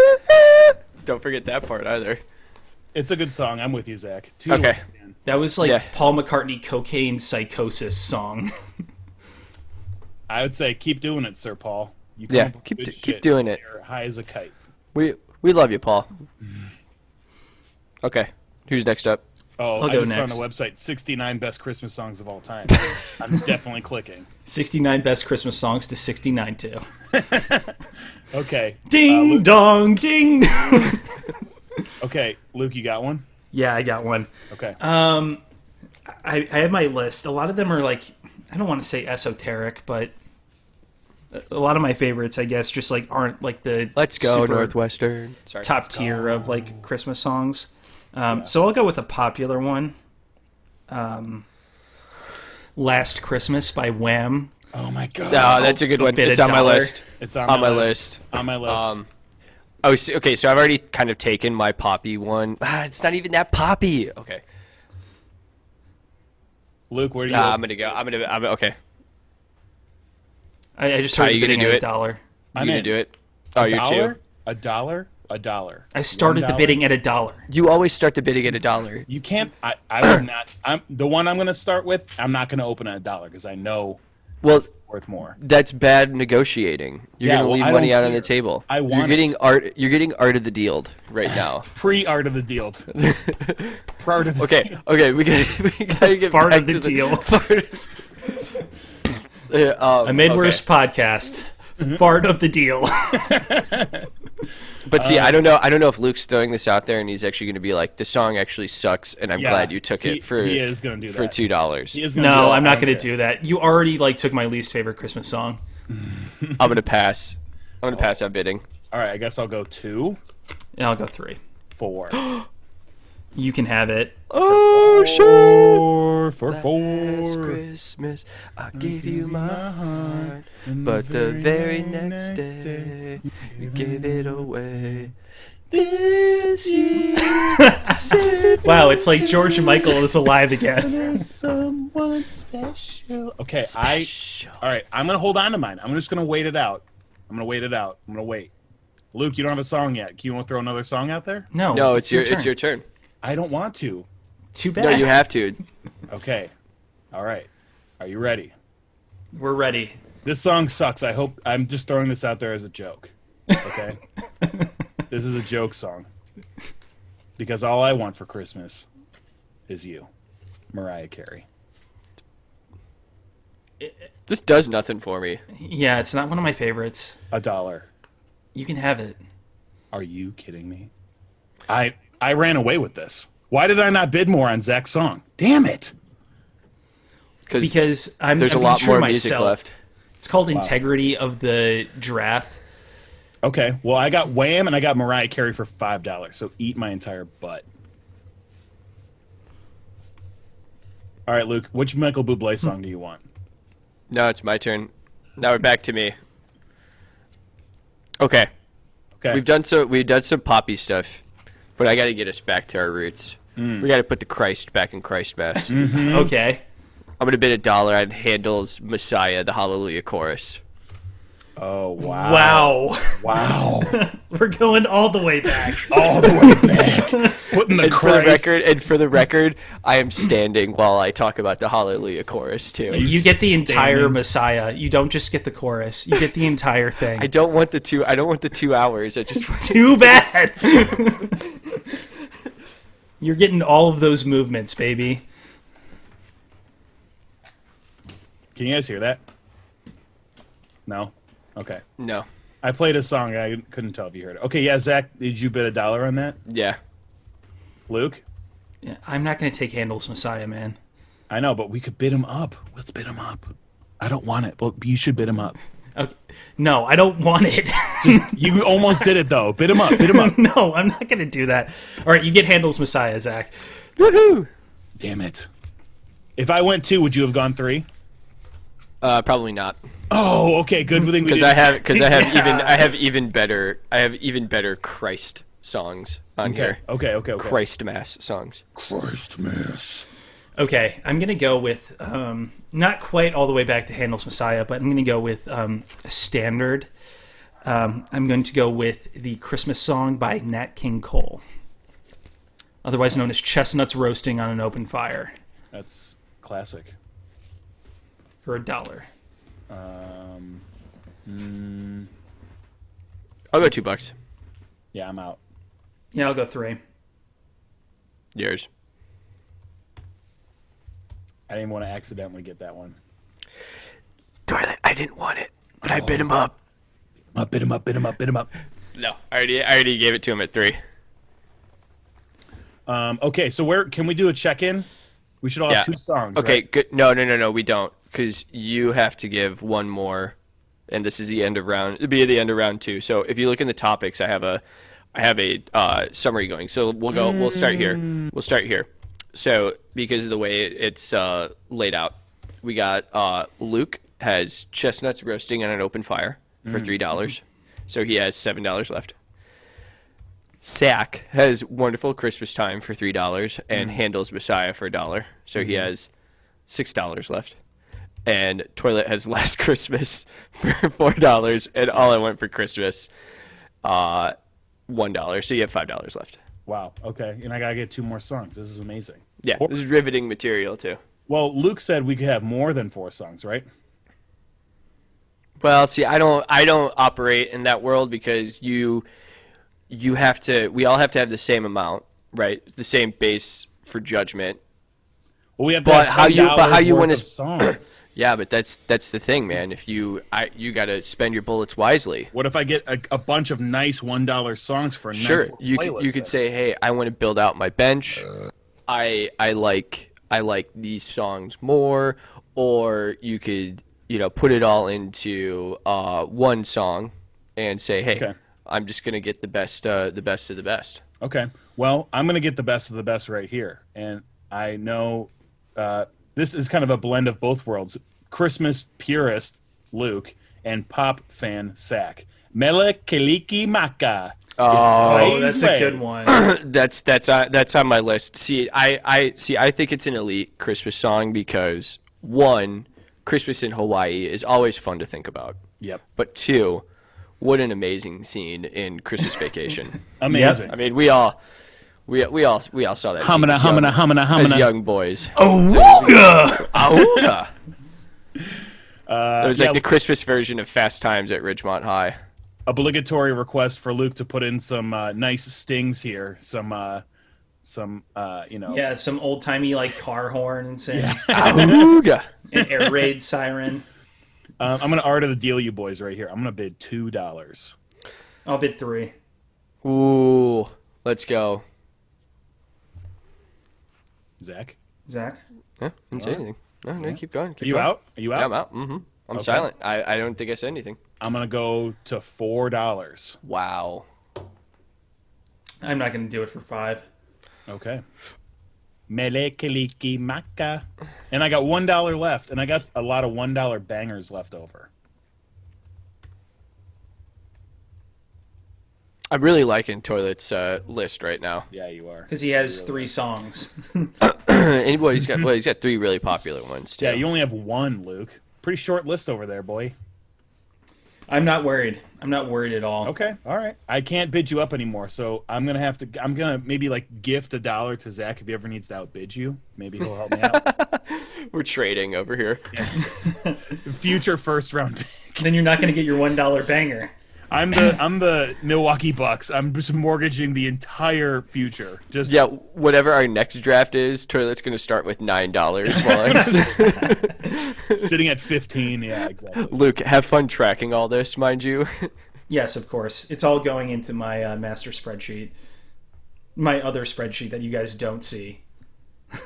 [SPEAKER 3] Don't forget that part either.
[SPEAKER 2] It's a good song. I'm with you, Zach. Two
[SPEAKER 3] Okay.
[SPEAKER 2] man.
[SPEAKER 1] That was like
[SPEAKER 3] Yeah.
[SPEAKER 1] Paul McCartney cocaine psychosis song.
[SPEAKER 2] I would say keep doing it, Sir Paul. You come
[SPEAKER 3] Yeah,
[SPEAKER 2] up with
[SPEAKER 3] keep
[SPEAKER 2] good
[SPEAKER 3] do- keep
[SPEAKER 2] shit.
[SPEAKER 3] doing it.
[SPEAKER 2] You're high as a kite.
[SPEAKER 3] We we love you, Paul. Okay, who's next up?
[SPEAKER 2] Oh,
[SPEAKER 1] I'll
[SPEAKER 2] I
[SPEAKER 1] go
[SPEAKER 2] just found
[SPEAKER 1] next.
[SPEAKER 2] the website 69 best Christmas songs of all time. I'm definitely clicking.
[SPEAKER 1] 69 best Christmas songs to 69 too.
[SPEAKER 2] Okay.
[SPEAKER 1] Ding dong, ding.
[SPEAKER 2] Okay, Luke, you got one?
[SPEAKER 1] yeah, I got one.
[SPEAKER 2] Okay.
[SPEAKER 1] I, I have my list. A lot of them are like I don't want to say esoteric, but a- a lot of my favorites, I guess, just like aren't like the
[SPEAKER 3] Let's go
[SPEAKER 1] super
[SPEAKER 3] Northwestern. Sorry.
[SPEAKER 1] top tier of like Christmas songs. Um, So I'll go with a popular one. Um, Last Christmas by Wham.
[SPEAKER 2] oh my god.
[SPEAKER 3] No, Ah, that's a good
[SPEAKER 1] I'll
[SPEAKER 3] one.
[SPEAKER 1] bid a
[SPEAKER 3] It's on my
[SPEAKER 1] dollar.
[SPEAKER 3] list.
[SPEAKER 2] it's on,
[SPEAKER 3] on
[SPEAKER 2] my,
[SPEAKER 3] my
[SPEAKER 2] list.
[SPEAKER 3] list.
[SPEAKER 2] On my list.
[SPEAKER 3] Um, oh, so- okay. So I've already kind of taken my poppy one. Ah, it's not even that poppy. Okay.
[SPEAKER 2] Luke, where do you?
[SPEAKER 3] Nah, I'm gonna go. I'm gonna. I'm okay.
[SPEAKER 1] I, I just
[SPEAKER 3] Ty,
[SPEAKER 1] heard
[SPEAKER 3] you
[SPEAKER 1] the
[SPEAKER 3] gonna
[SPEAKER 1] bidding
[SPEAKER 3] do
[SPEAKER 1] at
[SPEAKER 3] it?
[SPEAKER 1] a dollar.
[SPEAKER 3] You
[SPEAKER 2] I'm
[SPEAKER 3] gonna
[SPEAKER 2] in.
[SPEAKER 3] do it? Oh, you're
[SPEAKER 2] dollar,
[SPEAKER 3] two.
[SPEAKER 2] a dollar, a dollar.
[SPEAKER 1] I started the
[SPEAKER 2] $1.
[SPEAKER 1] bidding at a dollar.
[SPEAKER 3] You always start the bidding at a dollar.
[SPEAKER 2] You can't. I, I would not. I'm the one I'm going to start with. I'm not going to open at a dollar because I know
[SPEAKER 3] Well,
[SPEAKER 2] worth more.
[SPEAKER 3] that's bad negotiating. You're
[SPEAKER 2] Yeah,
[SPEAKER 3] gonna
[SPEAKER 2] well,
[SPEAKER 3] leave
[SPEAKER 2] I
[SPEAKER 3] money
[SPEAKER 2] don't
[SPEAKER 3] out on
[SPEAKER 2] care.
[SPEAKER 3] the table.
[SPEAKER 2] I want
[SPEAKER 3] You're
[SPEAKER 2] it.
[SPEAKER 3] getting art. You're getting art of the deal right now.
[SPEAKER 2] Pre art of the deal. Prior to the
[SPEAKER 3] Okay, okay, we gotta, we gotta get
[SPEAKER 1] Part
[SPEAKER 3] back
[SPEAKER 1] of the
[SPEAKER 3] to
[SPEAKER 1] deal.
[SPEAKER 3] Yeah, um,
[SPEAKER 1] A Midwest
[SPEAKER 3] okay.
[SPEAKER 1] podcast. Fart of the deal.
[SPEAKER 3] But
[SPEAKER 1] uh,
[SPEAKER 3] see, I don't know. I don't know if Luke's throwing this out there, and he's actually going to be like, "The song actually sucks," and I'm
[SPEAKER 2] Yeah,
[SPEAKER 3] glad you took
[SPEAKER 2] he-
[SPEAKER 3] it for
[SPEAKER 2] he is gonna do
[SPEAKER 3] for
[SPEAKER 2] that.
[SPEAKER 3] two dollars.
[SPEAKER 2] He is gonna
[SPEAKER 1] no,
[SPEAKER 2] sell
[SPEAKER 1] I'm
[SPEAKER 2] it.
[SPEAKER 1] not going
[SPEAKER 2] Okay.
[SPEAKER 1] to do that. You already like took my least favorite Christmas song.
[SPEAKER 3] I'm going to pass. I'm going to pass on bidding.
[SPEAKER 2] All right, I guess I'll go two,
[SPEAKER 1] And I'll go three.
[SPEAKER 2] four,
[SPEAKER 1] You can have it.
[SPEAKER 3] Oh sure.
[SPEAKER 2] four for
[SPEAKER 3] Last
[SPEAKER 2] four. Uh-huh.
[SPEAKER 3] Christmas, I gave you my heart,
[SPEAKER 2] and
[SPEAKER 3] but the very next
[SPEAKER 2] next
[SPEAKER 3] day, you gave it away. This year, December
[SPEAKER 1] Wow, it's like George Michael is alive again.
[SPEAKER 2] Someone special. Okay,
[SPEAKER 3] special.
[SPEAKER 2] I. All right, I'm gonna hold on to mine. I'm just gonna wait it out. I'm gonna wait it out. I'm gonna wait. Luke, you don't have a song yet. Do you want to throw another song out there?
[SPEAKER 1] No,
[SPEAKER 3] No, it's your
[SPEAKER 1] turn.
[SPEAKER 3] it's your turn.
[SPEAKER 2] I don't want to.
[SPEAKER 1] Too bad.
[SPEAKER 3] No, you have to.
[SPEAKER 2] Okay. All right. Are you ready?
[SPEAKER 1] We're ready.
[SPEAKER 2] This song sucks. I hope I'm just throwing this out there as a joke. Okay. this is a joke song. Because all I want for Christmas is you, Mariah Carey.
[SPEAKER 3] This does nothing for me.
[SPEAKER 1] Yeah, it's not one of my favorites.
[SPEAKER 2] A dollar.
[SPEAKER 1] You can have it.
[SPEAKER 2] Are you kidding me? I I ran away with this. Why did I not bid more on Zach's song? Damn it.
[SPEAKER 3] Because
[SPEAKER 1] Because I'm
[SPEAKER 3] there's
[SPEAKER 1] I'm
[SPEAKER 3] a lot
[SPEAKER 1] being true
[SPEAKER 3] more
[SPEAKER 1] to
[SPEAKER 3] music
[SPEAKER 1] myself.
[SPEAKER 3] left.
[SPEAKER 1] It's called integrity of the draft.
[SPEAKER 2] Okay. Well, I got Wham and I got Mariah Carey for $5. So eat my entire butt. All right, Luke, which Michael Bublé song do you want?
[SPEAKER 3] No, it's my turn. Now we're back to me. Okay,
[SPEAKER 2] Okay.
[SPEAKER 3] we've done so. We've done some poppy stuff, but I got to get us back to our roots. We got to put the Christ back in Christ Mass. I'm
[SPEAKER 1] Okay.
[SPEAKER 3] gonna bid a dollar on Handel's Messiah, the Hallelujah chorus.
[SPEAKER 2] Oh wow!
[SPEAKER 1] Wow.
[SPEAKER 2] Wow!
[SPEAKER 1] We're going all the way back.
[SPEAKER 2] All the way back, putting the
[SPEAKER 3] And for the
[SPEAKER 2] Christ.
[SPEAKER 3] record, and for the record, I am standing while I talk about the Hallelujah chorus too.
[SPEAKER 1] You get the entire
[SPEAKER 2] Standing.
[SPEAKER 1] Messiah. You don't just get the chorus. You get the entire thing.
[SPEAKER 3] I don't want the two. I don't want the two hours. I just want
[SPEAKER 1] Too bad. You're getting all of those movements, baby.
[SPEAKER 2] Can you guys hear that? No. Okay.
[SPEAKER 3] no.
[SPEAKER 2] I played a song. and I couldn't tell if you heard it. Okay. Yeah, Zach, did you bid a dollar on that?
[SPEAKER 3] Yeah.
[SPEAKER 2] Luke,
[SPEAKER 1] Yeah, I'm not going to take Handel's Messiah, man.
[SPEAKER 2] I know, but we could bid him up. Let's bid him up. I don't want it, but you should bid him up.
[SPEAKER 1] Okay. No, I don't want it.
[SPEAKER 2] You almost did it though. Bid him up. Bid him up.
[SPEAKER 1] no, I'm not going to do that. All right, you get Handel's Messiah, Zach.
[SPEAKER 3] Woohoo!
[SPEAKER 2] Damn it. If I went two, would you have gone three?
[SPEAKER 3] Uh, probably not.
[SPEAKER 2] Oh, okay. Good thing we
[SPEAKER 3] because
[SPEAKER 2] didn't-
[SPEAKER 3] I have because I have even I have even better I have even better Christ songs on
[SPEAKER 2] Okay.
[SPEAKER 3] here.
[SPEAKER 2] Okay. Okay. Okay.
[SPEAKER 3] Christ mass songs.
[SPEAKER 2] Christ mass.
[SPEAKER 1] Okay, I'm going to go with um, not quite all the way back to Handel's Messiah, but I'm going to go with um, standard. Um, I'm going to go with the Christmas song by Nat King Cole, otherwise known as Chestnuts Roasting on an Open Fire
[SPEAKER 2] That's classic.
[SPEAKER 1] for a dollar.
[SPEAKER 3] I'll go two bucks.
[SPEAKER 2] Yeah, I'm out.
[SPEAKER 1] Yeah, I'll go three.
[SPEAKER 3] Yours.
[SPEAKER 2] I didn't want to accidentally get that one.
[SPEAKER 3] Toilet. I didn't want it, but I bit him up.
[SPEAKER 2] Up, bit him up, bit him up, bit him up.
[SPEAKER 3] Oh. No, I already I already gave it to him at three.
[SPEAKER 2] Um, okay, so where can we do a check in? We should all
[SPEAKER 3] Yeah.
[SPEAKER 2] have two songs.
[SPEAKER 3] Okay.
[SPEAKER 2] right?
[SPEAKER 3] Good. No, no, no, no. We don't because you have to give one more, and this is the end of round. It'll be the end of round two. So if you look in the topics, I have a I have a uh, summary going. So we'll go. We'll start here. We'll start here. So because of the way it- it's uh, laid out, we got uh, Luke has chestnuts roasting on an open fire for three dollars. So he has seven dollars left. Sack has wonderful Christmas time for three dollars and handles Messiah for a dollar. So he has six dollars left, and toilet has last Christmas for four dollars, and all I want for Christmas, uh, one dollar. So you have five dollars left.
[SPEAKER 2] Wow. Okay. And I gotta get two more songs. This is amazing.
[SPEAKER 3] Yeah, this is riveting material too.
[SPEAKER 2] Well, Luke said we could have more than four songs, right?
[SPEAKER 3] Well, see, I don't, I don't operate in that world because you, you have to. We all have to have the same amount, right? The same base for judgment.
[SPEAKER 2] Well, we have. to
[SPEAKER 3] But
[SPEAKER 2] have
[SPEAKER 3] how you- but
[SPEAKER 2] $10
[SPEAKER 3] how you
[SPEAKER 2] worth
[SPEAKER 3] wanna
[SPEAKER 2] of
[SPEAKER 3] s-
[SPEAKER 2] songs?
[SPEAKER 3] Yeah, but that's that's the thing, man. If you, I, you got to spend your bullets wisely.
[SPEAKER 2] What if I get a, a bunch of nice one dollar songs for a nice
[SPEAKER 3] Sure,
[SPEAKER 2] little
[SPEAKER 3] you could,
[SPEAKER 2] playlist
[SPEAKER 3] you could
[SPEAKER 2] then?
[SPEAKER 3] say, hey, I want to build out my bench. I I like I like these songs more, or you could you know put it all into uh, one song and say, hey,
[SPEAKER 2] Okay.
[SPEAKER 3] I'm just gonna get the best uh, the best of the best.
[SPEAKER 2] Okay. Well, I'm going to get the best of the best right here. And I know uh, this is kind of a blend of both worlds Christmas purist Luke and pop fan Sack. Mele Kaliki Maka.
[SPEAKER 1] Oh, that's a good one.
[SPEAKER 3] that's that's uh, that's on my list. See, I, I see. I think it's an elite Christmas song because one, Christmas in Hawaii is always fun to think about.
[SPEAKER 2] Yep.
[SPEAKER 3] But two, what an amazing scene in Christmas Vacation.
[SPEAKER 2] Amazing.
[SPEAKER 3] I mean, we all, we we all we all saw that. scene
[SPEAKER 2] Hamina,
[SPEAKER 3] as young-
[SPEAKER 2] hamina, hamina,
[SPEAKER 3] As
[SPEAKER 2] hamina.
[SPEAKER 3] young boys,
[SPEAKER 2] Oh.
[SPEAKER 1] Awooga!
[SPEAKER 3] Auga. it was like
[SPEAKER 2] Uh, yeah.
[SPEAKER 3] the Christmas version of Fast Times at Ridgemont High.
[SPEAKER 2] Obligatory request for Luke to put in some uh, nice stings here. Some, uh, some, uh, you know.
[SPEAKER 1] Yeah, some old timey like car horns and
[SPEAKER 2] Ah,
[SPEAKER 3] Auga.
[SPEAKER 1] an air raid siren.
[SPEAKER 2] Um, I'm going to art of the deal, you boys, right here. I'm going to bid $2.
[SPEAKER 1] I'll bid three.
[SPEAKER 3] Ooh, let's go.
[SPEAKER 2] Zach,
[SPEAKER 1] Zach,
[SPEAKER 3] Huh? Didn't say anything. No, no, keep going.
[SPEAKER 2] are
[SPEAKER 3] keep
[SPEAKER 2] you
[SPEAKER 3] going.
[SPEAKER 2] out? Are you out?
[SPEAKER 3] Yeah, I'm out. Mm-hmm. I'm silent. I, I don't think I said anything.
[SPEAKER 2] I'm gonna go to four dollars.
[SPEAKER 3] Wow.
[SPEAKER 1] I'm not going to do it for five.
[SPEAKER 2] Okay. Melekeliki maka. And I got one dollar left, and I got a lot of one dollar bangers left over.
[SPEAKER 3] I'm really liking Toilet's uh, list right now.
[SPEAKER 2] Yeah, you are.
[SPEAKER 1] Because he has three songs.
[SPEAKER 3] and well, he's got well, he's got three really popular ones too.
[SPEAKER 2] Yeah, you only have one, Luke. Pretty short list over there, boy.
[SPEAKER 1] I'm not worried. I'm not worried at all.
[SPEAKER 2] Okay, all right. I can't bid you up anymore, so I'm gonna have to. I'm gonna maybe like gift a dollar to Zach if he ever needs to outbid you. Maybe he'll help me out.
[SPEAKER 3] We're trading over here.
[SPEAKER 2] Future first round. pick.
[SPEAKER 1] Then you're not going to get your $1 banger.
[SPEAKER 2] I'm the I'm the Milwaukee Bucks. I'm just mortgaging the entire future. Just
[SPEAKER 3] Yeah, whatever our next draft is, Toilet's gonna start with nine dollars.
[SPEAKER 2] sitting at 15 yeah exactly
[SPEAKER 3] Luke, have fun tracking all this, mind you.
[SPEAKER 1] Yes, of course. It's all going into my uh, master spreadsheet, my other spreadsheet that you guys don't see. all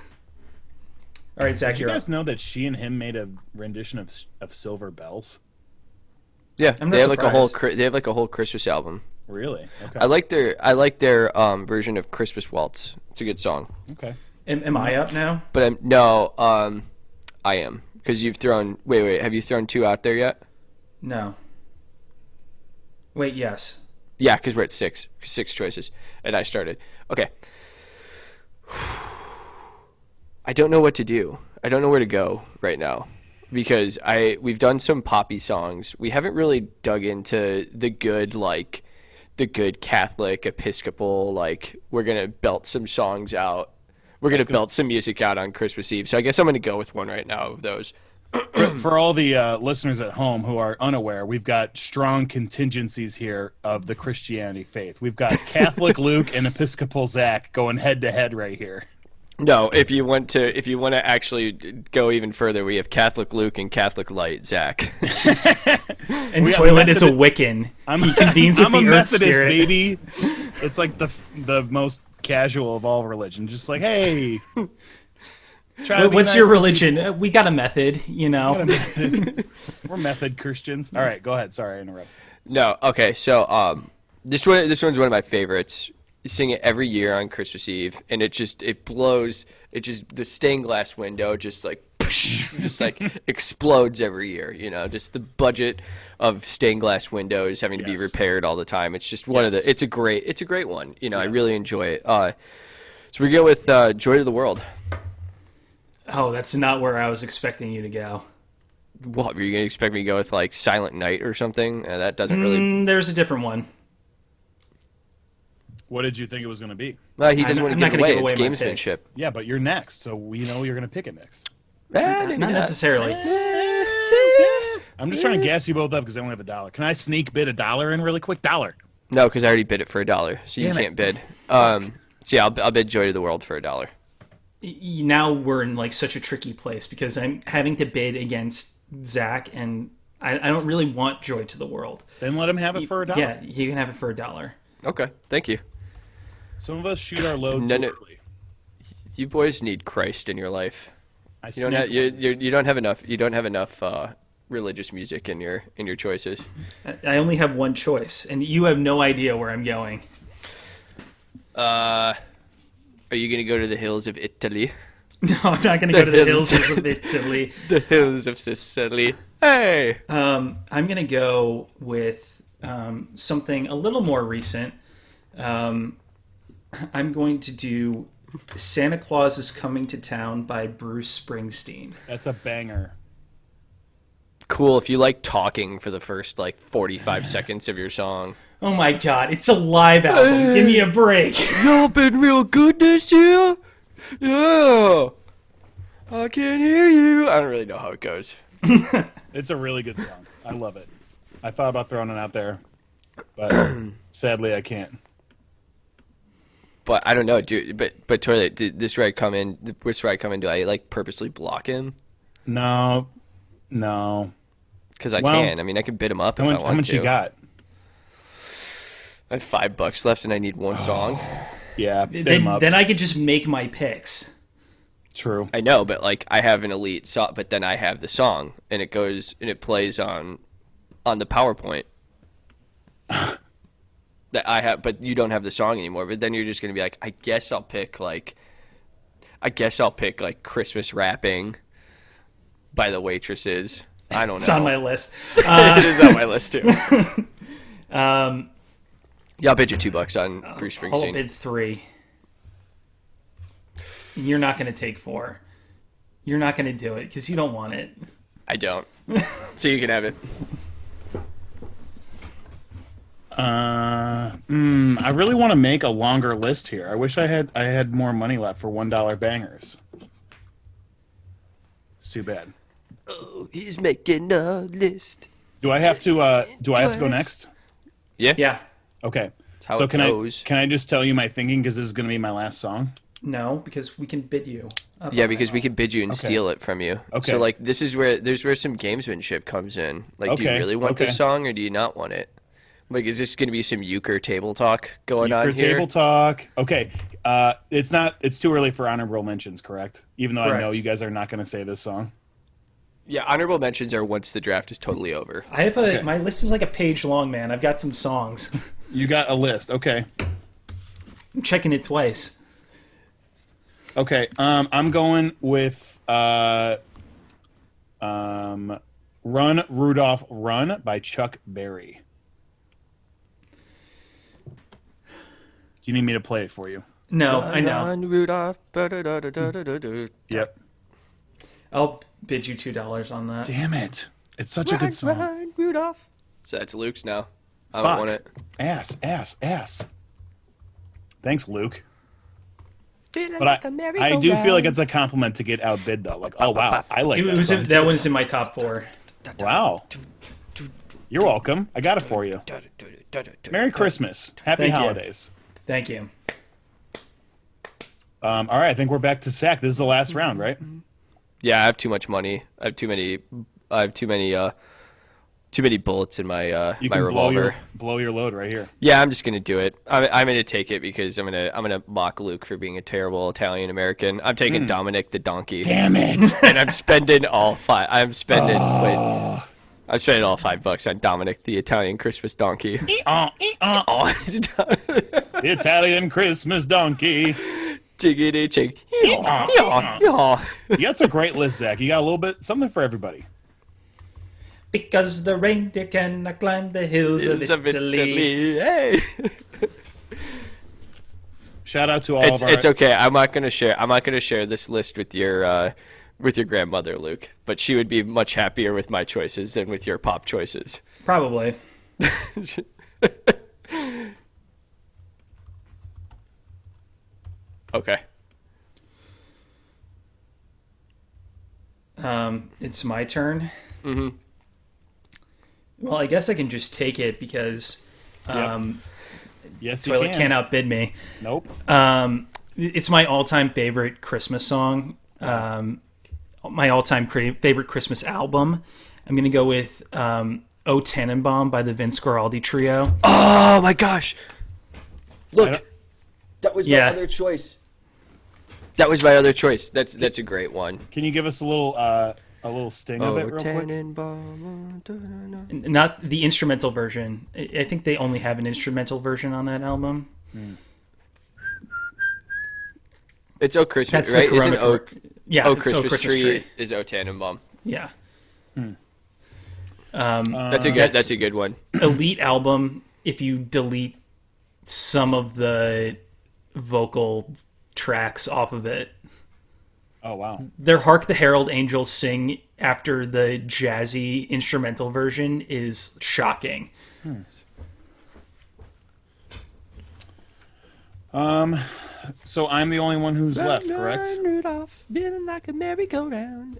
[SPEAKER 1] right, Zach,
[SPEAKER 2] you
[SPEAKER 1] you're up.
[SPEAKER 2] guys know that she and him made a rendition of of silver bells
[SPEAKER 3] yeah,
[SPEAKER 1] I'm not
[SPEAKER 3] they have like a whole
[SPEAKER 1] surprised.
[SPEAKER 3] Chri- they have like a whole Christmas album.
[SPEAKER 2] really okay
[SPEAKER 3] I like their I like their um, version of Christmas Waltz. It's a good song,
[SPEAKER 2] okay
[SPEAKER 1] Am, am I up now?
[SPEAKER 3] but I'm, no, um, I am because you've thrown. Wait, wait, have you thrown two out there yet?
[SPEAKER 1] No. Wait, yes.
[SPEAKER 3] Yeah, because we're at six, six choices, and I started. Okay. I don't know what to do. I don't know where to go right now because I we've done some poppy songs. We haven't really dug into the good like the good Catholic Episcopal like we're gonna belt some songs out. We're gonna belt some music out on Christmas Eve. So I guess I'm gonna go with one right now of those.
[SPEAKER 2] for all the uh, listeners at home who are unaware we've got strong contingencies here of the christianity faith we've got catholic luke and episcopal zach going head to head right here
[SPEAKER 3] No, if you want to, if you want to actually go even further, we have Catholic Luke and Catholic Light Zach.
[SPEAKER 1] And
[SPEAKER 2] are
[SPEAKER 1] Toilet is a
[SPEAKER 2] Methodist-
[SPEAKER 1] Wiccan.
[SPEAKER 2] i'm,
[SPEAKER 1] he convenes with
[SPEAKER 2] I'm
[SPEAKER 1] the
[SPEAKER 2] a
[SPEAKER 1] Earth
[SPEAKER 2] methodist
[SPEAKER 1] Spirit.
[SPEAKER 2] baby it's like the the most casual of all religion just like hey try to
[SPEAKER 1] Wait,
[SPEAKER 2] be
[SPEAKER 1] What's your
[SPEAKER 2] nice.
[SPEAKER 1] religion? Uh, We got a method, you know.
[SPEAKER 2] we're method christians all right go ahead sorry i interrupted
[SPEAKER 3] No, okay. So um, this one, this one's one of my favorites. You sing it every year on Christmas Eve, and it just it blows. It just the stained glass window just like just like explodes every year. You know, just the budget of stained glass windows having to be
[SPEAKER 2] Yes.
[SPEAKER 3] repaired all the time. It's just one of
[SPEAKER 2] Yes.
[SPEAKER 3] the. It's a great. It's a great one. You know, I really enjoy it. Uh, so we go with uh, "Joy to the World."
[SPEAKER 1] Oh, that's not where I was expecting you to go.
[SPEAKER 3] What were you gonna expect me to go with like Silent Night or something? Uh, that doesn't really.
[SPEAKER 1] Mm, there's a different one.
[SPEAKER 2] What did you think it was going to be?
[SPEAKER 3] Well, uh, he
[SPEAKER 1] I'm-
[SPEAKER 3] doesn't want
[SPEAKER 1] I'm
[SPEAKER 3] to
[SPEAKER 1] not
[SPEAKER 3] give it away.
[SPEAKER 1] gonna give
[SPEAKER 3] it's
[SPEAKER 1] away my
[SPEAKER 3] gamesmanship.
[SPEAKER 2] Yeah, but you're next, so we know you're going to pick it next.
[SPEAKER 3] Eh, maybe
[SPEAKER 1] Not necessarily.
[SPEAKER 2] I'm just
[SPEAKER 1] Eh.
[SPEAKER 2] trying to gas you both up because I only have a dollar. Can I sneak bid a dollar in really quick? Dollar.
[SPEAKER 3] No, because I already bid it for a dollar, so you
[SPEAKER 2] Damn it.
[SPEAKER 3] can't bid. Um, so yeah, I'll, I'll bid Joy to the World for a dollar.
[SPEAKER 1] Y- y- Now we're in like such a tricky place because I'm having to bid against Zach, and I, I don't really want Joy to the world.
[SPEAKER 2] Then let him have it for a dollar.
[SPEAKER 1] Yeah, you can have it for a dollar.
[SPEAKER 3] Okay, thank you.
[SPEAKER 2] Some of us shoot our load
[SPEAKER 3] No,
[SPEAKER 2] too
[SPEAKER 3] no.
[SPEAKER 2] early.
[SPEAKER 3] You boys need Christ in your life.
[SPEAKER 2] I
[SPEAKER 3] You don't
[SPEAKER 2] sneak
[SPEAKER 3] have you,
[SPEAKER 2] one.
[SPEAKER 3] you, you don't have enough you don't have enough uh, religious music in your in your choices.
[SPEAKER 1] I- I only have one choice, and you have no idea where I'm going.
[SPEAKER 3] Uh, Are you gonna go to the hills of Italy?
[SPEAKER 1] No, I'm not going to go to the
[SPEAKER 3] hills.
[SPEAKER 1] hills of Italy.
[SPEAKER 3] The hills of Sicily. Hey,
[SPEAKER 2] Uh,
[SPEAKER 1] Um, I'm going to go with um, something a little more recent. Um, I'm going to do Santa Claus is Coming to Town by Bruce Springsteen.
[SPEAKER 2] That's a banger.
[SPEAKER 3] cool. If you like talking for the first like forty five seconds of your song,
[SPEAKER 1] Oh my god, it's a live album. Give me a break.
[SPEAKER 3] y'all been real good this year. Yeah, I can't hear you. I don't really know how it goes.
[SPEAKER 2] It's a really good song. I love it. I thought about throwing it out there, but sadly I can't.
[SPEAKER 3] But I don't know, dude. But but toilet, did this ride come in? Which ride come in? Do I like purposely block him?
[SPEAKER 2] No, no.
[SPEAKER 3] Because I
[SPEAKER 2] Well,
[SPEAKER 3] can. I mean, I can bid him up
[SPEAKER 2] How
[SPEAKER 3] if I
[SPEAKER 2] much,
[SPEAKER 3] want
[SPEAKER 2] how much
[SPEAKER 3] to.
[SPEAKER 2] you got?
[SPEAKER 3] I have five bucks left, and I need one song.
[SPEAKER 2] Yeah, bid him
[SPEAKER 1] then,
[SPEAKER 2] up.
[SPEAKER 1] then I could just make my picks.
[SPEAKER 2] True.
[SPEAKER 3] I know, but like I have an elite song, but then I have the song, and it goes and it plays on on the PowerPoint that I have. But you don't have the song anymore. But then you're just gonna be like, I guess I'll pick like, I guess I'll pick like Christmas rapping by the waitresses. I don't know.
[SPEAKER 1] It's on my list.
[SPEAKER 3] it is on my list too. um, yeah, I'll bid you two bucks on Bruce
[SPEAKER 1] I'll
[SPEAKER 3] Springsteen.
[SPEAKER 1] bid three. You're not going to take four. You're not going to do it because you don't want it.
[SPEAKER 3] I don't. so you can have it.
[SPEAKER 2] Uh, mm, I really want to make a longer list here. I wish I had I had more money left for one dollar bangers. It's too bad.
[SPEAKER 3] He's making a list.
[SPEAKER 2] Do I have to? Uh, do I have to go next?
[SPEAKER 3] Yeah.
[SPEAKER 1] Yeah.
[SPEAKER 2] Okay.
[SPEAKER 3] how
[SPEAKER 2] so
[SPEAKER 3] it
[SPEAKER 2] can
[SPEAKER 3] goes.
[SPEAKER 2] I can I just tell you my thinking because this is gonna be my last song?
[SPEAKER 1] No, because we can bid you. up
[SPEAKER 3] Yeah,
[SPEAKER 1] on
[SPEAKER 3] because
[SPEAKER 1] that.
[SPEAKER 3] we can bid you and steal it from you.
[SPEAKER 2] Okay.
[SPEAKER 3] So like this is where there's where some gamesmanship comes in. Like, do you
[SPEAKER 2] Okay,
[SPEAKER 3] really want
[SPEAKER 2] okay.
[SPEAKER 3] this song or do you not want it? Like, is this going to be some euchre table talk going
[SPEAKER 2] For
[SPEAKER 3] on here?
[SPEAKER 2] table talk. Okay. Uh, it's not. It's too early for honorable mentions, correct? Even though I know
[SPEAKER 1] Correct.
[SPEAKER 2] you guys are not gonna say this song.
[SPEAKER 3] Yeah, honorable mentions are once the draft is totally over.
[SPEAKER 1] I have a my list is like a page long, man. I've got some songs.
[SPEAKER 2] You got a list. Okay.
[SPEAKER 1] I'm checking it twice.
[SPEAKER 2] Okay, um, I'm going with uh, um, "Run Rudolph Run" by Chuck Berry. Do you need me to play it for you?
[SPEAKER 1] No, I know.
[SPEAKER 3] Run, Rudolph. ba-da-da-da-da-da-da.
[SPEAKER 2] Yep.
[SPEAKER 1] I'll bid you two dollars on that.
[SPEAKER 2] Damn it! It's such a good song.
[SPEAKER 3] Run, Rudolph. So that's Luke's now. I don't
[SPEAKER 2] Fuck.
[SPEAKER 3] want it.
[SPEAKER 2] Ass, ass, ass. Thanks, Luke.
[SPEAKER 4] Feeling
[SPEAKER 2] But
[SPEAKER 4] like
[SPEAKER 2] I,
[SPEAKER 4] a merry
[SPEAKER 2] I do feel like it's a compliment to get outbid though. Like, oh wow, I like
[SPEAKER 1] It
[SPEAKER 2] that.
[SPEAKER 1] was
[SPEAKER 2] song.
[SPEAKER 1] in, that one's in my top four.
[SPEAKER 2] wow. You're welcome. I got it for you. Merry Christmas. Happy
[SPEAKER 1] Thank you.
[SPEAKER 2] holidays.
[SPEAKER 1] Thank you.
[SPEAKER 2] Um, all right, I think we're back to sack. This is the last round, right?
[SPEAKER 3] Yeah, I have too much money. I have too many. I have too many. uh Too many bullets in my uh
[SPEAKER 2] You
[SPEAKER 3] my
[SPEAKER 2] blow
[SPEAKER 3] revolver.
[SPEAKER 2] your blow your load right here.
[SPEAKER 3] Yeah, I'm just gonna do it. I'm, I'm gonna take it because I'm gonna I'm gonna mock Luke for being a terrible Italian American. I'm taking Dominic the donkey,
[SPEAKER 2] Hmm. Damn it!
[SPEAKER 3] and I'm spending all five. I'm spending
[SPEAKER 2] Ah.
[SPEAKER 3] wait, I'm spending all five bucks on Dominic the Italian Christmas donkey.
[SPEAKER 2] Uh, uh,
[SPEAKER 3] Oh,
[SPEAKER 2] Italian Christmas donkey.
[SPEAKER 3] Chiggity chig. Yaw,
[SPEAKER 2] Yeehaw,
[SPEAKER 3] yaw,
[SPEAKER 2] yeehaw.
[SPEAKER 3] yaw.
[SPEAKER 2] Yeah, it's a great list, Zach. You got a little bit something for everybody.
[SPEAKER 1] Because the reindeer cannot climb the hills,
[SPEAKER 3] It's
[SPEAKER 1] of
[SPEAKER 3] of
[SPEAKER 1] Italy.
[SPEAKER 3] Italy. Hey.
[SPEAKER 2] Shout out to all
[SPEAKER 3] It's
[SPEAKER 2] of our.
[SPEAKER 3] it's okay. I'm not gonna share. I'm not gonna share this list with your. uh with your grandmother, Luke. But she would be much happier with my choices than with your pop choices.
[SPEAKER 1] Probably.
[SPEAKER 3] Okay.
[SPEAKER 1] Um, it's my turn. Mm-hmm.
[SPEAKER 3] Mhm.
[SPEAKER 1] Well, I guess I can just take it because um,
[SPEAKER 2] Yes, you
[SPEAKER 1] Toilet
[SPEAKER 2] can.
[SPEAKER 1] can't outbid me.
[SPEAKER 2] Nope.
[SPEAKER 1] Um, it's my all-time favorite Christmas song. Um, my all-time cra- favorite Christmas album. I'm gonna go with um, "O Tannenbaum" by the Vince Guaraldi Trio.
[SPEAKER 3] Oh my gosh.
[SPEAKER 2] don't-
[SPEAKER 3] Look,
[SPEAKER 5] That was
[SPEAKER 1] Yeah.
[SPEAKER 5] my other choice.
[SPEAKER 3] that was my other choice. That's that's a great one.
[SPEAKER 2] Can you give us a little uh, a little sting of it real quick?
[SPEAKER 3] Tannenbaum.
[SPEAKER 1] N- Not the instrumental version. I I think they only have an instrumental version on that album.
[SPEAKER 3] It's Oak Christmas,
[SPEAKER 1] That's the
[SPEAKER 3] right? Isn't
[SPEAKER 1] Corona
[SPEAKER 3] Oak,
[SPEAKER 1] Cor- Yeah,
[SPEAKER 3] Oak
[SPEAKER 1] it's
[SPEAKER 3] Christmas, tree, is O Tannenbaum?
[SPEAKER 1] Yeah.
[SPEAKER 3] That's a good.
[SPEAKER 1] that's-
[SPEAKER 3] That's, a good one.
[SPEAKER 1] elite album if you delete some of the vocal tracks off of it.
[SPEAKER 2] Oh wow.
[SPEAKER 1] Their Hark the Herald Angels Sing after the jazzy instrumental version is shocking.
[SPEAKER 2] So I'm the only one who's left, correct?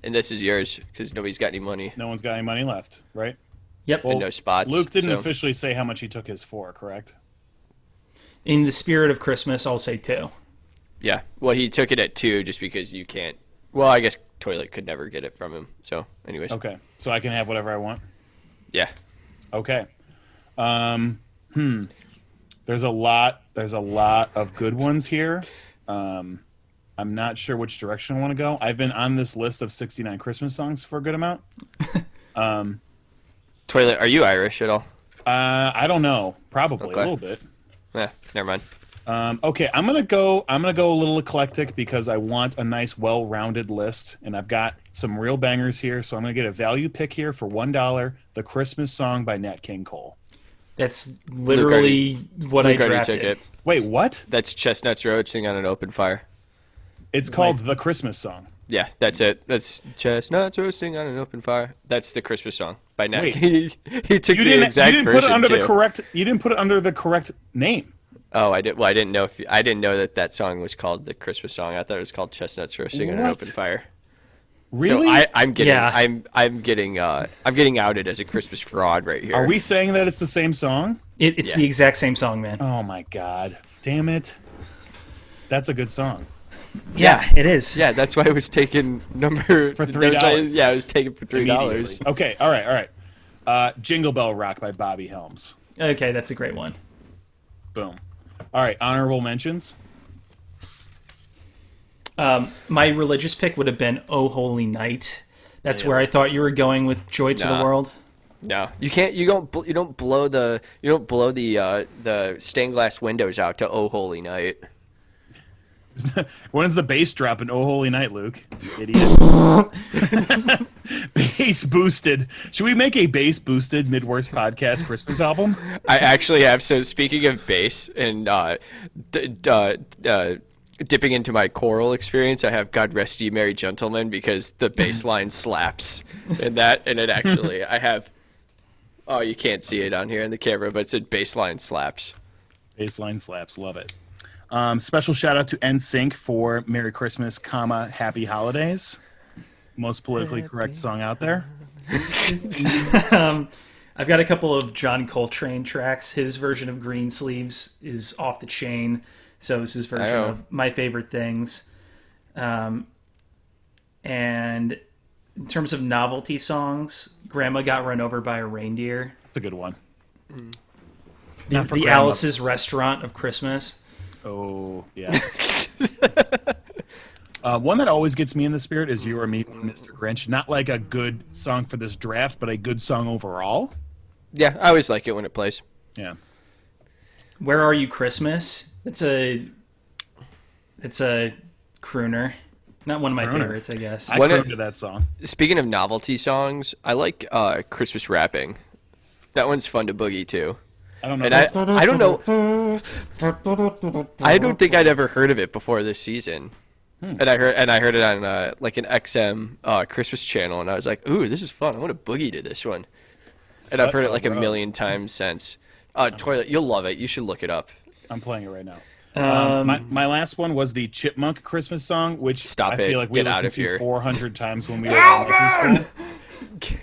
[SPEAKER 3] And this is yours because nobody's got any money
[SPEAKER 2] No one's got any money left, right?
[SPEAKER 1] Yep.
[SPEAKER 2] Well,
[SPEAKER 3] and no spots.
[SPEAKER 2] Luke didn't
[SPEAKER 3] so-
[SPEAKER 2] officially say how much he took his for, correct?
[SPEAKER 1] In the spirit of Christmas, I'll say two.
[SPEAKER 3] Yeah. Well, he took it at two just because you can't. Well, I guess Toilet could never get it from him. So, anyways.
[SPEAKER 2] Okay, so I can have whatever I want.
[SPEAKER 3] Yeah.
[SPEAKER 2] Okay. Um, hmm. There's a lot. There's a lot of good ones here. Um, I'm not sure which direction I want to go. I've been on this list of 69 Christmas songs for a good amount.
[SPEAKER 3] Toilet, are you Irish at all?
[SPEAKER 2] Uh, I don't know. Probably
[SPEAKER 3] Okay.
[SPEAKER 2] a little bit.
[SPEAKER 3] Yeah. Never mind.
[SPEAKER 2] Um, okay, I'm gonna go. I'm gonna go a little eclectic because I want a nice, well-rounded list, and I've got some real bangers here. So I'm gonna get a value pick here for one dollar. The Christmas song by Nat King Cole.
[SPEAKER 1] That's literally what
[SPEAKER 3] Luke
[SPEAKER 1] I
[SPEAKER 3] already
[SPEAKER 1] drafted.
[SPEAKER 3] took it.
[SPEAKER 2] Wait, what?
[SPEAKER 3] That's Chestnuts roasting on an open fire.
[SPEAKER 2] It's called the Christmas song.
[SPEAKER 3] Yeah, that's it. That's chestnuts roasting on an open fire. That's the Christmas song by Nat.
[SPEAKER 2] Wait.
[SPEAKER 3] He, he took
[SPEAKER 2] You
[SPEAKER 3] the
[SPEAKER 2] didn't. You
[SPEAKER 3] exact
[SPEAKER 2] didn't put
[SPEAKER 3] version
[SPEAKER 2] it under
[SPEAKER 3] too.
[SPEAKER 2] the correct. You didn't put it under the correct name.
[SPEAKER 3] oh, I did. Well, I didn't know if I didn't know that that song was called the Christmas song. I thought it was called chestnuts roasting on an
[SPEAKER 2] What?
[SPEAKER 3] open fire.
[SPEAKER 2] Really?
[SPEAKER 3] So I, I'm getting.
[SPEAKER 1] Yeah.
[SPEAKER 3] I'm. I'm getting. Uh, I'm getting outed as a Christmas fraud right here.
[SPEAKER 2] Are we saying that it's the same song?
[SPEAKER 1] It- it's
[SPEAKER 3] Yeah.
[SPEAKER 1] the exact same song, man.
[SPEAKER 2] Oh my god! Damn it! That's a good song.
[SPEAKER 1] yeah, it is.
[SPEAKER 3] Yeah, that's why it was taken number
[SPEAKER 2] For
[SPEAKER 3] that was why-
[SPEAKER 2] $3.
[SPEAKER 3] Yeah, it was taken for three dollars.
[SPEAKER 2] Okay. All right. All right. Uh, Jingle Bell Rock by Bobby Helms.
[SPEAKER 1] Okay, that's a great one.
[SPEAKER 2] Boom. All right, honorable mentions.
[SPEAKER 1] My religious pick would have been "Oh Holy Night." That's where I thought you were going with "Joy to the
[SPEAKER 3] Nah.
[SPEAKER 1] World."
[SPEAKER 3] No, you can't. You don't. bl- You don't blow the. You don't blow the uh, the stained glass windows out to "Oh Holy Night."
[SPEAKER 2] When's the bass drop in Oh Holy Night, Luke? You idiot. bass boosted. Should we make a bass boosted mid worst podcast Christmas album?
[SPEAKER 3] I actually have. So speaking of bass and uh, d- d- uh, uh, dipping into my choral experience, I have "God Rest Ye Merry Gentlemen" because the bass line slaps, and that and it actually I have. Oh, you can't see it on here in the camera, but it said bass line slaps.
[SPEAKER 2] Bassline slaps, love it. Um, special shout out to NSYNC for "Merry Christmas, comma Happy Holidays," most politically correct song out there.
[SPEAKER 1] I've got a couple of John Coltrane tracks. His version of Green Sleeves is off the chain. So is his version
[SPEAKER 3] Oh.
[SPEAKER 1] of my favorite things. Um, and in terms of novelty songs, Grandma got run over by a reindeer.
[SPEAKER 2] That's a good one.
[SPEAKER 1] The,
[SPEAKER 2] for
[SPEAKER 1] the
[SPEAKER 2] Grandma.
[SPEAKER 1] Alice's Restaurant of Christmas.
[SPEAKER 2] Oh yeah. Uh, one that always gets me in the spirit is "You or Me" by Mr. Grinch. Not like a good song for this draft, but a good song overall.
[SPEAKER 3] Yeah, I always like it when it plays.
[SPEAKER 2] Yeah.
[SPEAKER 1] Where Are You Christmas? It's a it's a crooner. Not one of my
[SPEAKER 2] Crooner.
[SPEAKER 1] favorites, I guess.
[SPEAKER 2] I
[SPEAKER 3] What
[SPEAKER 2] crooned
[SPEAKER 3] it-
[SPEAKER 2] to that song.
[SPEAKER 3] Speaking of novelty songs, I like uh, Christmas rapping. That one's fun to boogie to.
[SPEAKER 2] I don't know.
[SPEAKER 3] And I,
[SPEAKER 2] that's-
[SPEAKER 3] I don't know. I don't think I'd ever heard of it before this season.
[SPEAKER 2] Hmm.
[SPEAKER 3] And I heard and I heard it on uh, like an XM uh, Christmas channel, and I was like, "Ooh, this is fun! I want to boogie to this one." And I've heard it like a million times since. Uh, toilet, you'll love it. You should look it up.
[SPEAKER 2] I'm playing it right now. Um, my, my last one was the Chipmunk Christmas song, which
[SPEAKER 3] Stop
[SPEAKER 2] I
[SPEAKER 3] it.
[SPEAKER 2] feel like we
[SPEAKER 3] Get out
[SPEAKER 2] listened
[SPEAKER 3] of here.
[SPEAKER 2] to 400 times when we were in elementary school.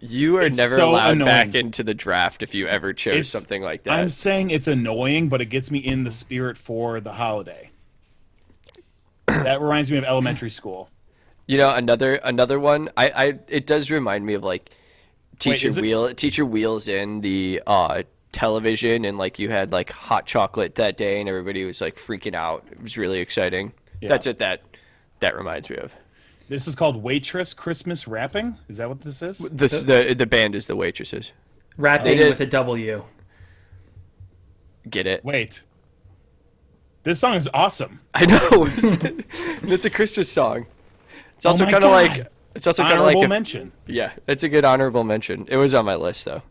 [SPEAKER 3] You are
[SPEAKER 2] It's
[SPEAKER 3] never
[SPEAKER 2] so
[SPEAKER 3] allowed
[SPEAKER 2] annoying.
[SPEAKER 3] back into the draft if you ever chose
[SPEAKER 2] It's-
[SPEAKER 3] something like that.
[SPEAKER 2] I'm saying it's annoying, but it gets me in the spirit for the holiday. that reminds me of elementary school.
[SPEAKER 3] You know, another another one. I, I it does remind me of like teacher
[SPEAKER 2] is it-
[SPEAKER 3] wheel teacher wheels in the uh television and like you had like hot chocolate that day and everybody was like freaking out. It was really exciting. That's what that that reminds me of.
[SPEAKER 2] This is called Waitress Christmas Wrapping. Is that what this is?
[SPEAKER 3] This the the band is the waitresses.
[SPEAKER 1] Rapping
[SPEAKER 3] They did-
[SPEAKER 1] with a W.
[SPEAKER 3] Get it?
[SPEAKER 2] Wait. This song is awesome.
[SPEAKER 3] I know. it's a Christmas song. It's also
[SPEAKER 2] Oh my
[SPEAKER 3] kind of
[SPEAKER 2] God.
[SPEAKER 3] like it's also kind of
[SPEAKER 2] Honorable
[SPEAKER 3] like a,
[SPEAKER 2] mention.
[SPEAKER 3] yeah. It's a good honorable mention. It was on my list though.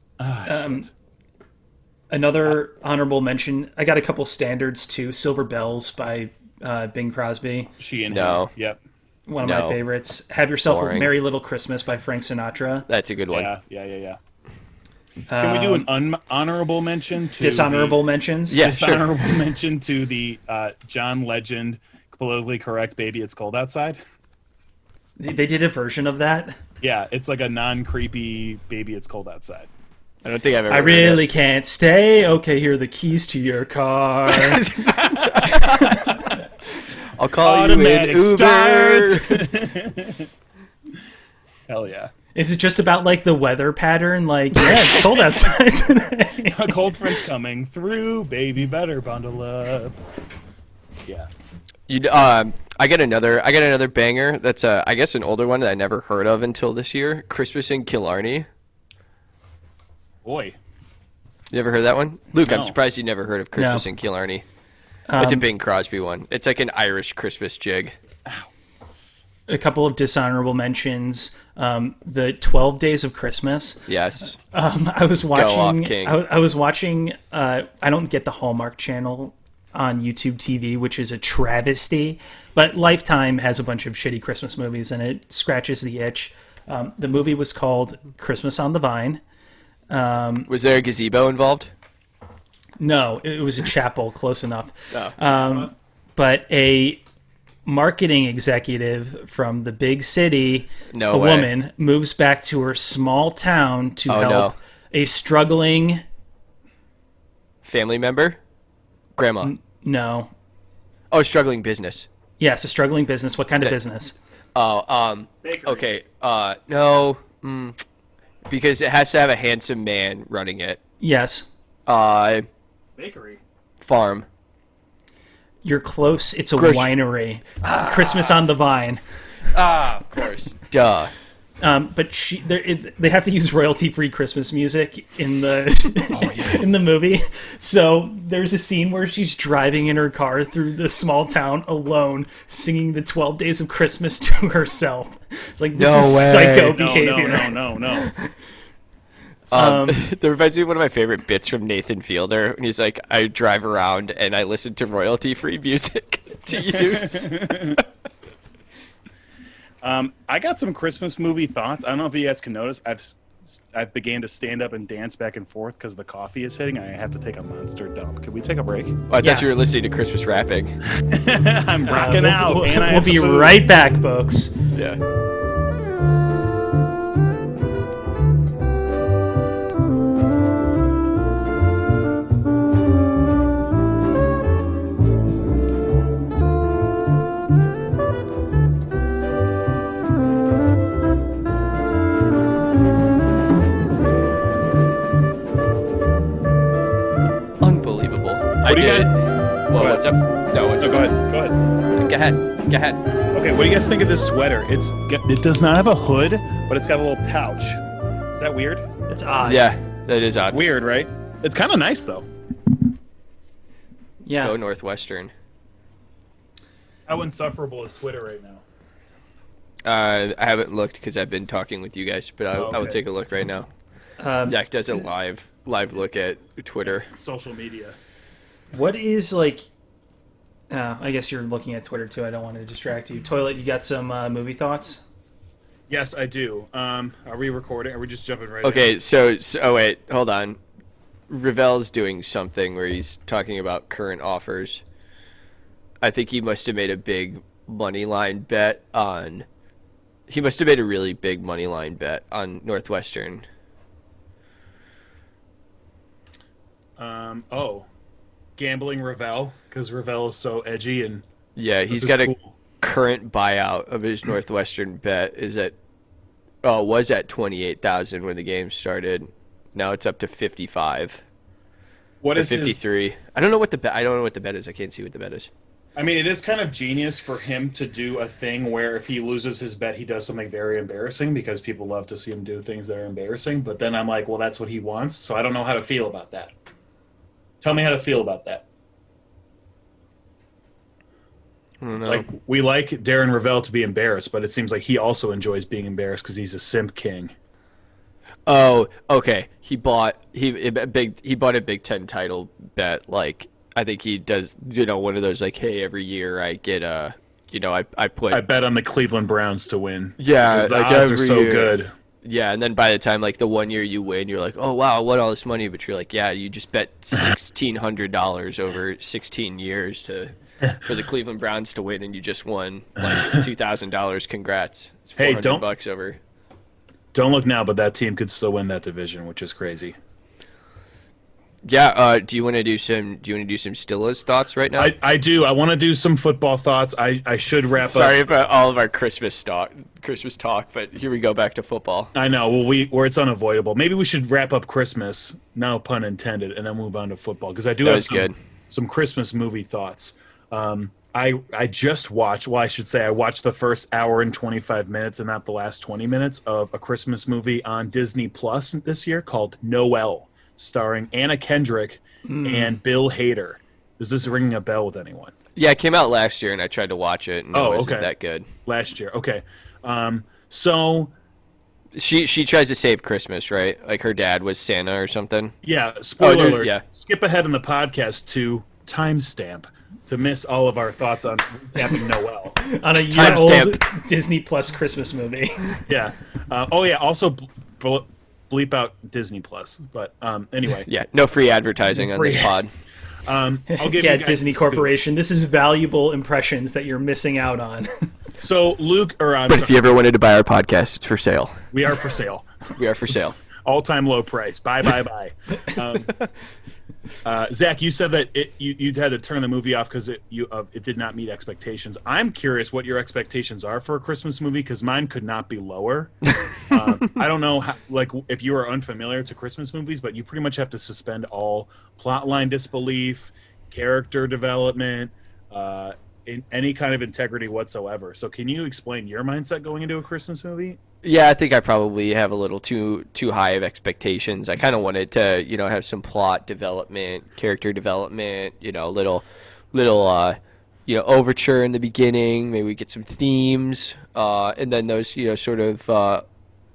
[SPEAKER 1] Another honorable mention. I got a couple standards too. Silver Bells by uh, Bing Crosby,
[SPEAKER 2] She and
[SPEAKER 3] No.
[SPEAKER 2] him. Yep.
[SPEAKER 1] one of
[SPEAKER 3] No.
[SPEAKER 1] my favorites. Have yourself
[SPEAKER 3] Boring.
[SPEAKER 1] a merry little Christmas by Frank Sinatra.
[SPEAKER 3] That's a good one.
[SPEAKER 2] Yeah, yeah, yeah, yeah. Can we do
[SPEAKER 3] Um,
[SPEAKER 2] an un- honorable mention to
[SPEAKER 1] Dishonorable mentions.
[SPEAKER 2] the,
[SPEAKER 3] Yeah, sure.
[SPEAKER 2] dishonorable mention to the uh, John Legend politically correct baby it's cold outside?
[SPEAKER 1] They they did a version of that.
[SPEAKER 2] Yeah, it's like a non creepy baby it's cold outside.
[SPEAKER 3] I don't think I've ever.
[SPEAKER 1] I
[SPEAKER 3] heard it.
[SPEAKER 1] really can't stay. Okay, here are the keys to your car.
[SPEAKER 3] I'll call you an
[SPEAKER 2] Automatic
[SPEAKER 3] Uber.
[SPEAKER 2] start. Hell yeah.
[SPEAKER 1] Is it just about like the weather pattern? Like, yeah, it's cold outside today.
[SPEAKER 2] A cold friend's coming through, baby better bundle up. Yeah.
[SPEAKER 3] You, um, I got another. I got another banger. That's uh, I guess an older one that I never heard of until this year. Christmas in Killarney.
[SPEAKER 2] Boy.
[SPEAKER 3] You ever heard that one, Luke? I'm
[SPEAKER 2] No.
[SPEAKER 3] surprised you never heard of Christmas in Killarney. it's a
[SPEAKER 1] Um,
[SPEAKER 3] Bing Crosby one. It's like an Irish Christmas jig.
[SPEAKER 1] a couple of dishonorable mentions. Um, the Twelve Days of Christmas.
[SPEAKER 3] Yes.
[SPEAKER 1] Um, I was watching.
[SPEAKER 3] off, King.
[SPEAKER 1] I, I was watching. Uh, I don't get the Hallmark Channel on YouTube TV, which is a travesty. But Lifetime has a bunch of shitty Christmas movies, and it scratches the itch. Um, the movie was called Christmas on the Vine.
[SPEAKER 3] Was there a gazebo involved?
[SPEAKER 1] No, it was a chapel, close enough.
[SPEAKER 3] Oh.
[SPEAKER 1] Um, but a marketing executive from the big city,
[SPEAKER 3] No
[SPEAKER 1] a
[SPEAKER 3] way.
[SPEAKER 1] woman, moves back to her small town to
[SPEAKER 3] Oh,
[SPEAKER 1] help
[SPEAKER 3] no.
[SPEAKER 1] a struggling.
[SPEAKER 3] Family member? Grandma?
[SPEAKER 1] Mm. No.
[SPEAKER 3] Oh, struggling business.
[SPEAKER 1] Yes, a struggling business. What kind of business?
[SPEAKER 3] Oh, um, okay. Uh, no, mm, because it has to have a handsome man running it.
[SPEAKER 1] Yes.
[SPEAKER 3] Uh,
[SPEAKER 2] Bakery.
[SPEAKER 3] farm.
[SPEAKER 1] You're close. It's a
[SPEAKER 3] Grocery-
[SPEAKER 1] winery. Christmas on the vine.
[SPEAKER 3] course. Duh.
[SPEAKER 1] Um, but she, they're- it, they have to use royalty-free Christmas music in the
[SPEAKER 3] Oh,
[SPEAKER 1] in the movie. So there's a scene where she's driving in her car through the small town alone, singing the Twelve Days of Christmas to herself. It's like this
[SPEAKER 3] No
[SPEAKER 1] is
[SPEAKER 3] way.
[SPEAKER 1] psycho
[SPEAKER 2] No,
[SPEAKER 1] behavior.
[SPEAKER 2] no, no, no, no.
[SPEAKER 3] Um, that reminds me of one of my favorite bits from Nathan Fielder. And he's like, I drive around and I listen to royalty free music to use. Oh,
[SPEAKER 2] I got some Christmas movie thoughts. I don't know if you guys can notice. I've s- I've began to stand up and dance back and forth because the coffee is hitting. I have to take a monster dump. Can we take a break?
[SPEAKER 3] Oh, I
[SPEAKER 1] Yeah.
[SPEAKER 3] thought you were listening to Christmas rapping.
[SPEAKER 2] I'm
[SPEAKER 1] Uh,
[SPEAKER 2] rocking
[SPEAKER 1] we'll-
[SPEAKER 2] out,
[SPEAKER 1] we'll-
[SPEAKER 2] man. I
[SPEAKER 1] we'll
[SPEAKER 2] have the
[SPEAKER 1] be
[SPEAKER 2] food.
[SPEAKER 1] right back, folks.
[SPEAKER 3] Yeah. Unbelievable. I
[SPEAKER 2] What do you
[SPEAKER 3] did it.
[SPEAKER 2] guys-
[SPEAKER 3] Well, what's up? No, what's
[SPEAKER 2] So
[SPEAKER 3] up?
[SPEAKER 2] go ahead. Go ahead.
[SPEAKER 3] Go ahead. Go ahead.
[SPEAKER 2] Okay, what do you guys think of this sweater? It's g- it does not have a hood, but it's got a little pouch. Is that weird?
[SPEAKER 1] It's odd.
[SPEAKER 3] Yeah, that is odd.
[SPEAKER 2] Weird, right? It's kind of nice though.
[SPEAKER 1] yeah.
[SPEAKER 3] Go Northwestern.
[SPEAKER 2] How insufferable is Twitter right now?
[SPEAKER 3] Uh, I haven't looked because I've been talking with you guys, but I,
[SPEAKER 2] Oh,
[SPEAKER 3] I will
[SPEAKER 2] okay.
[SPEAKER 3] take a look right now. Zach does a live live look at Twitter.
[SPEAKER 2] Social media.
[SPEAKER 1] What is like Uh, I guess you're looking at Twitter too. I don't want to distract you. Toilet, you got some uh, movie thoughts?
[SPEAKER 2] Yes, I do. Um, are we recording? Are we just jumping right? in?
[SPEAKER 3] Okay, so, so oh wait, hold on. Ravel's doing something where he's talking about current offers. I think he must have made a big money line bet on. He must have made a really big money line bet on Northwestern.
[SPEAKER 2] Um, oh, gambling Ravel because Ravel is so edgy and
[SPEAKER 3] Yeah, he's
[SPEAKER 2] is
[SPEAKER 3] got a
[SPEAKER 2] cool.
[SPEAKER 3] current buyout of his Northwestern bet is at oh was at twenty eight thousand when the game started. Now it's up to fifty five.
[SPEAKER 2] what is
[SPEAKER 3] Fifty
[SPEAKER 2] his
[SPEAKER 3] three. I don't know what the bet I don't know what the bet is. I can't see what the bet is.
[SPEAKER 2] I mean, it is kind of genius for him to do a thing where if he loses his bet, he does something very embarrassing because people love to see him do things that are embarrassing. But then I'm like, well, that's what he wants. So I don't know how to feel about that. Tell me how to feel about that.
[SPEAKER 3] I don't know.
[SPEAKER 2] Like, we like Darren Ravel to be embarrassed, but it seems like he also enjoys being embarrassed because he's a simp king.
[SPEAKER 3] Oh, okay. He bought he he bet big he bought a Big Ten title bet. Like I think he does. You know, one of those like, hey, every year I get a. You know, I I put
[SPEAKER 2] I bet on the Cleveland Browns to win.
[SPEAKER 3] Yeah,
[SPEAKER 2] 'Cause the
[SPEAKER 3] like
[SPEAKER 2] odds are
[SPEAKER 3] every
[SPEAKER 2] so
[SPEAKER 3] year.
[SPEAKER 2] good.
[SPEAKER 3] yeah, and then by the time like the one year you win, you're like, oh wow, I won all this money, but you're like, yeah, you just bet sixteen hundred dollars over sixteen years to for the Cleveland Browns to win, and you just won like two thousand dollars. Congrats! It's
[SPEAKER 2] Hey,
[SPEAKER 3] 400
[SPEAKER 2] don't-
[SPEAKER 3] bucks over.
[SPEAKER 2] Don't look now, but that team could still win that division, which is crazy.
[SPEAKER 3] Yeah. Uh, do you want to do some? Do you want to do some Stilla's thoughts right now?
[SPEAKER 2] I, I do. I want to do some football thoughts. I, I should wrap up.
[SPEAKER 3] Sorry about all of our Christmas talk, Christmas talk, but here we go back to football.
[SPEAKER 2] I know. Well, we or it's unavoidable. Maybe we should wrap up Christmas, no pun intended, and then move on to football because I do
[SPEAKER 3] That
[SPEAKER 2] have
[SPEAKER 3] was
[SPEAKER 2] some,
[SPEAKER 3] good.
[SPEAKER 2] some Christmas movie thoughts. Um, I I just watched. Well, I should say I watched the first hour and twenty five minutes, and not the last twenty minutes of a Christmas movie on Disney Plus this year called Noel, starring Anna Kendrick and Bill Hader. Is this ringing a bell with anyone?
[SPEAKER 3] Yeah, it came out last year, and I tried to watch it, and
[SPEAKER 2] Oh,
[SPEAKER 3] it wasn't
[SPEAKER 2] okay.
[SPEAKER 3] that good.
[SPEAKER 2] Last year, okay. Um, so
[SPEAKER 3] She she tries to save Christmas, right? Like her dad was Santa or something.
[SPEAKER 2] Yeah, spoiler
[SPEAKER 3] Oh, dude,
[SPEAKER 2] alert.
[SPEAKER 3] yeah.
[SPEAKER 2] Skip ahead in the podcast to timestamp to miss all of our thoughts on having Noel.
[SPEAKER 1] On a year old
[SPEAKER 3] Timestamp.
[SPEAKER 1] Disney Plus Christmas movie.
[SPEAKER 2] Yeah. Uh, oh yeah. Also, bl- bl- bleep out Disney Plus. But um, anyway,
[SPEAKER 3] Yeah, no free advertising on
[SPEAKER 2] free-
[SPEAKER 3] this pod.
[SPEAKER 2] um, I'll give
[SPEAKER 1] yeah,
[SPEAKER 2] you guys
[SPEAKER 1] Disney
[SPEAKER 2] this too.
[SPEAKER 1] Corporation. This is valuable impressions that you're missing out on.
[SPEAKER 2] So Luke, or I'm
[SPEAKER 3] But if
[SPEAKER 2] sorry,
[SPEAKER 3] you ever wanted to buy our podcast, it's for sale.
[SPEAKER 2] we are for sale.
[SPEAKER 3] We are for sale.
[SPEAKER 2] all time low price. Bye bye bye. Um, uh, Zach, you said that it, you you had to turn the movie off because it you uh, it did not meet expectations. I'm curious what your expectations are for a Christmas movie because mine could not be lower. um, I don't know how, like if you are unfamiliar to Christmas movies, but you pretty much have to suspend all plotline disbelief, character development. Uh, in any kind of integrity whatsoever. So, can you explain your mindset going into a Christmas movie?
[SPEAKER 3] Yeah, I think I probably have a little too too high of expectations. I kind of wanted to, you know, have some plot development, character development, you know, little little uh, you know, overture in the beginning, maybe we get some themes, uh, and then those, you know, sort of uh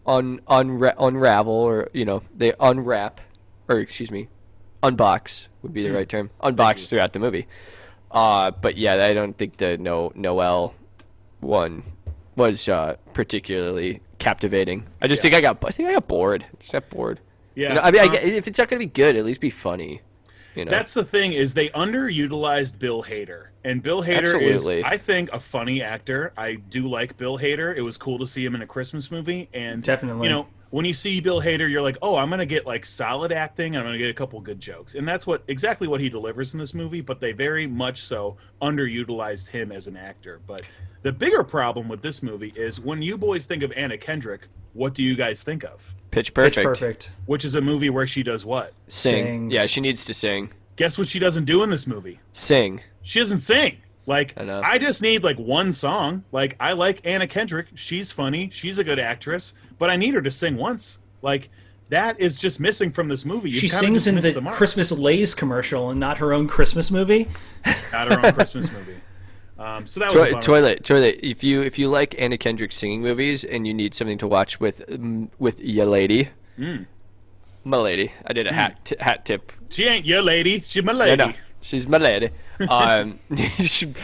[SPEAKER 3] un, unra- unravel or, you know, they unwrap or excuse me, unbox would be the
[SPEAKER 1] Hmm.
[SPEAKER 3] right term. Unbox throughout the movie. Uh, but yeah, I don't think the no Noel one was uh, particularly captivating. I just think I got I think I got bored. Just got bored. You
[SPEAKER 2] Yeah,
[SPEAKER 3] know, I mean, I
[SPEAKER 2] um,
[SPEAKER 3] get- if it's not gonna be good, at least be funny. You know,
[SPEAKER 2] That's the thing is they underutilized Bill Hader, and Bill Hader
[SPEAKER 3] Absolutely.
[SPEAKER 2] is, I think, a funny actor. I do like Bill Hader. It was cool to see him in a Christmas movie, and
[SPEAKER 1] Definitely.
[SPEAKER 2] you know, when you see Bill Hader, you're like, oh, I'm gonna get like solid acting. I'm gonna get a couple good jokes, and that's what exactly what he delivers in this movie. But they very much so underutilized him as an actor. But the bigger problem with this movie is when you boys think of Anna Kendrick, what do you guys think of?
[SPEAKER 3] pitch
[SPEAKER 1] Pitch
[SPEAKER 3] perfect.
[SPEAKER 1] perfect.
[SPEAKER 2] Which is a movie where she does what?
[SPEAKER 3] Sing.
[SPEAKER 1] Sings.
[SPEAKER 3] Yeah, she needs to sing.
[SPEAKER 2] Guess what she doesn't do in this movie?
[SPEAKER 3] Sing.
[SPEAKER 2] she doesn't sing. Like
[SPEAKER 3] I know.
[SPEAKER 2] I, just need like one song. Like I like Anna Kendrick. She's funny. She's a good actress. But I need her to sing once. Like that is just missing from this movie. You've
[SPEAKER 1] She
[SPEAKER 2] kinda
[SPEAKER 1] sings
[SPEAKER 2] just
[SPEAKER 1] in
[SPEAKER 2] missed
[SPEAKER 1] the,
[SPEAKER 2] mark.
[SPEAKER 1] Christmas Lays commercial and not her own Christmas movie.
[SPEAKER 2] not her own Christmas movie. Um, so that was a
[SPEAKER 3] Toi-
[SPEAKER 2] bummer.
[SPEAKER 3] toilet, toilet. If you if you like Anna Kendrick singing movies and you need something to watch with mm, with your lady, my lady, I did a hat t- hat tip.
[SPEAKER 2] She ain't your lady. She my
[SPEAKER 3] I
[SPEAKER 2] lady.
[SPEAKER 3] know. She's my lady. Um, she-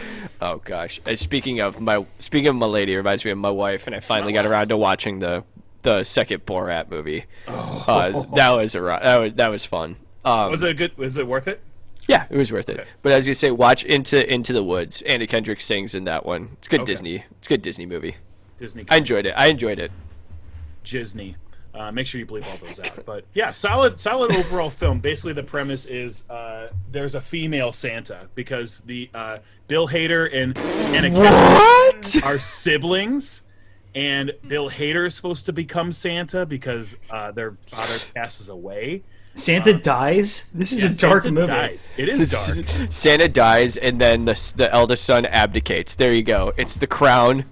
[SPEAKER 3] oh gosh. Uh, Speaking of my speaking of my lady, reminds me of my wife, and I finally got around to watching the the second Borat movie. Uh, that was a ri- that was that was fun. Um,
[SPEAKER 2] Was it a good? Was it worth it?
[SPEAKER 3] yeah, it was worth it. But I was gonna say, watch into Into the Woods. Anna Kendrick sings in that one. It's good
[SPEAKER 2] Okay.
[SPEAKER 3] Disney. It's good Disney movie.
[SPEAKER 2] Disney.
[SPEAKER 3] I enjoyed it. I enjoyed it.
[SPEAKER 2] Disney. Uh, make sure you bleep all those out. But yeah, solid, solid overall film. Basically, the premise is uh, there's a female Santa because the uh, Bill Hader and Anna Kendrick
[SPEAKER 3] What?
[SPEAKER 2] are siblings, and Bill Hader is supposed to become Santa because uh, their father passes away.
[SPEAKER 1] Santa dies. This is a dark
[SPEAKER 2] Santa
[SPEAKER 1] movie.
[SPEAKER 2] dies. It is dark.
[SPEAKER 3] Santa dies, and then the, s- the eldest son abdicates. There you go. It's the crown,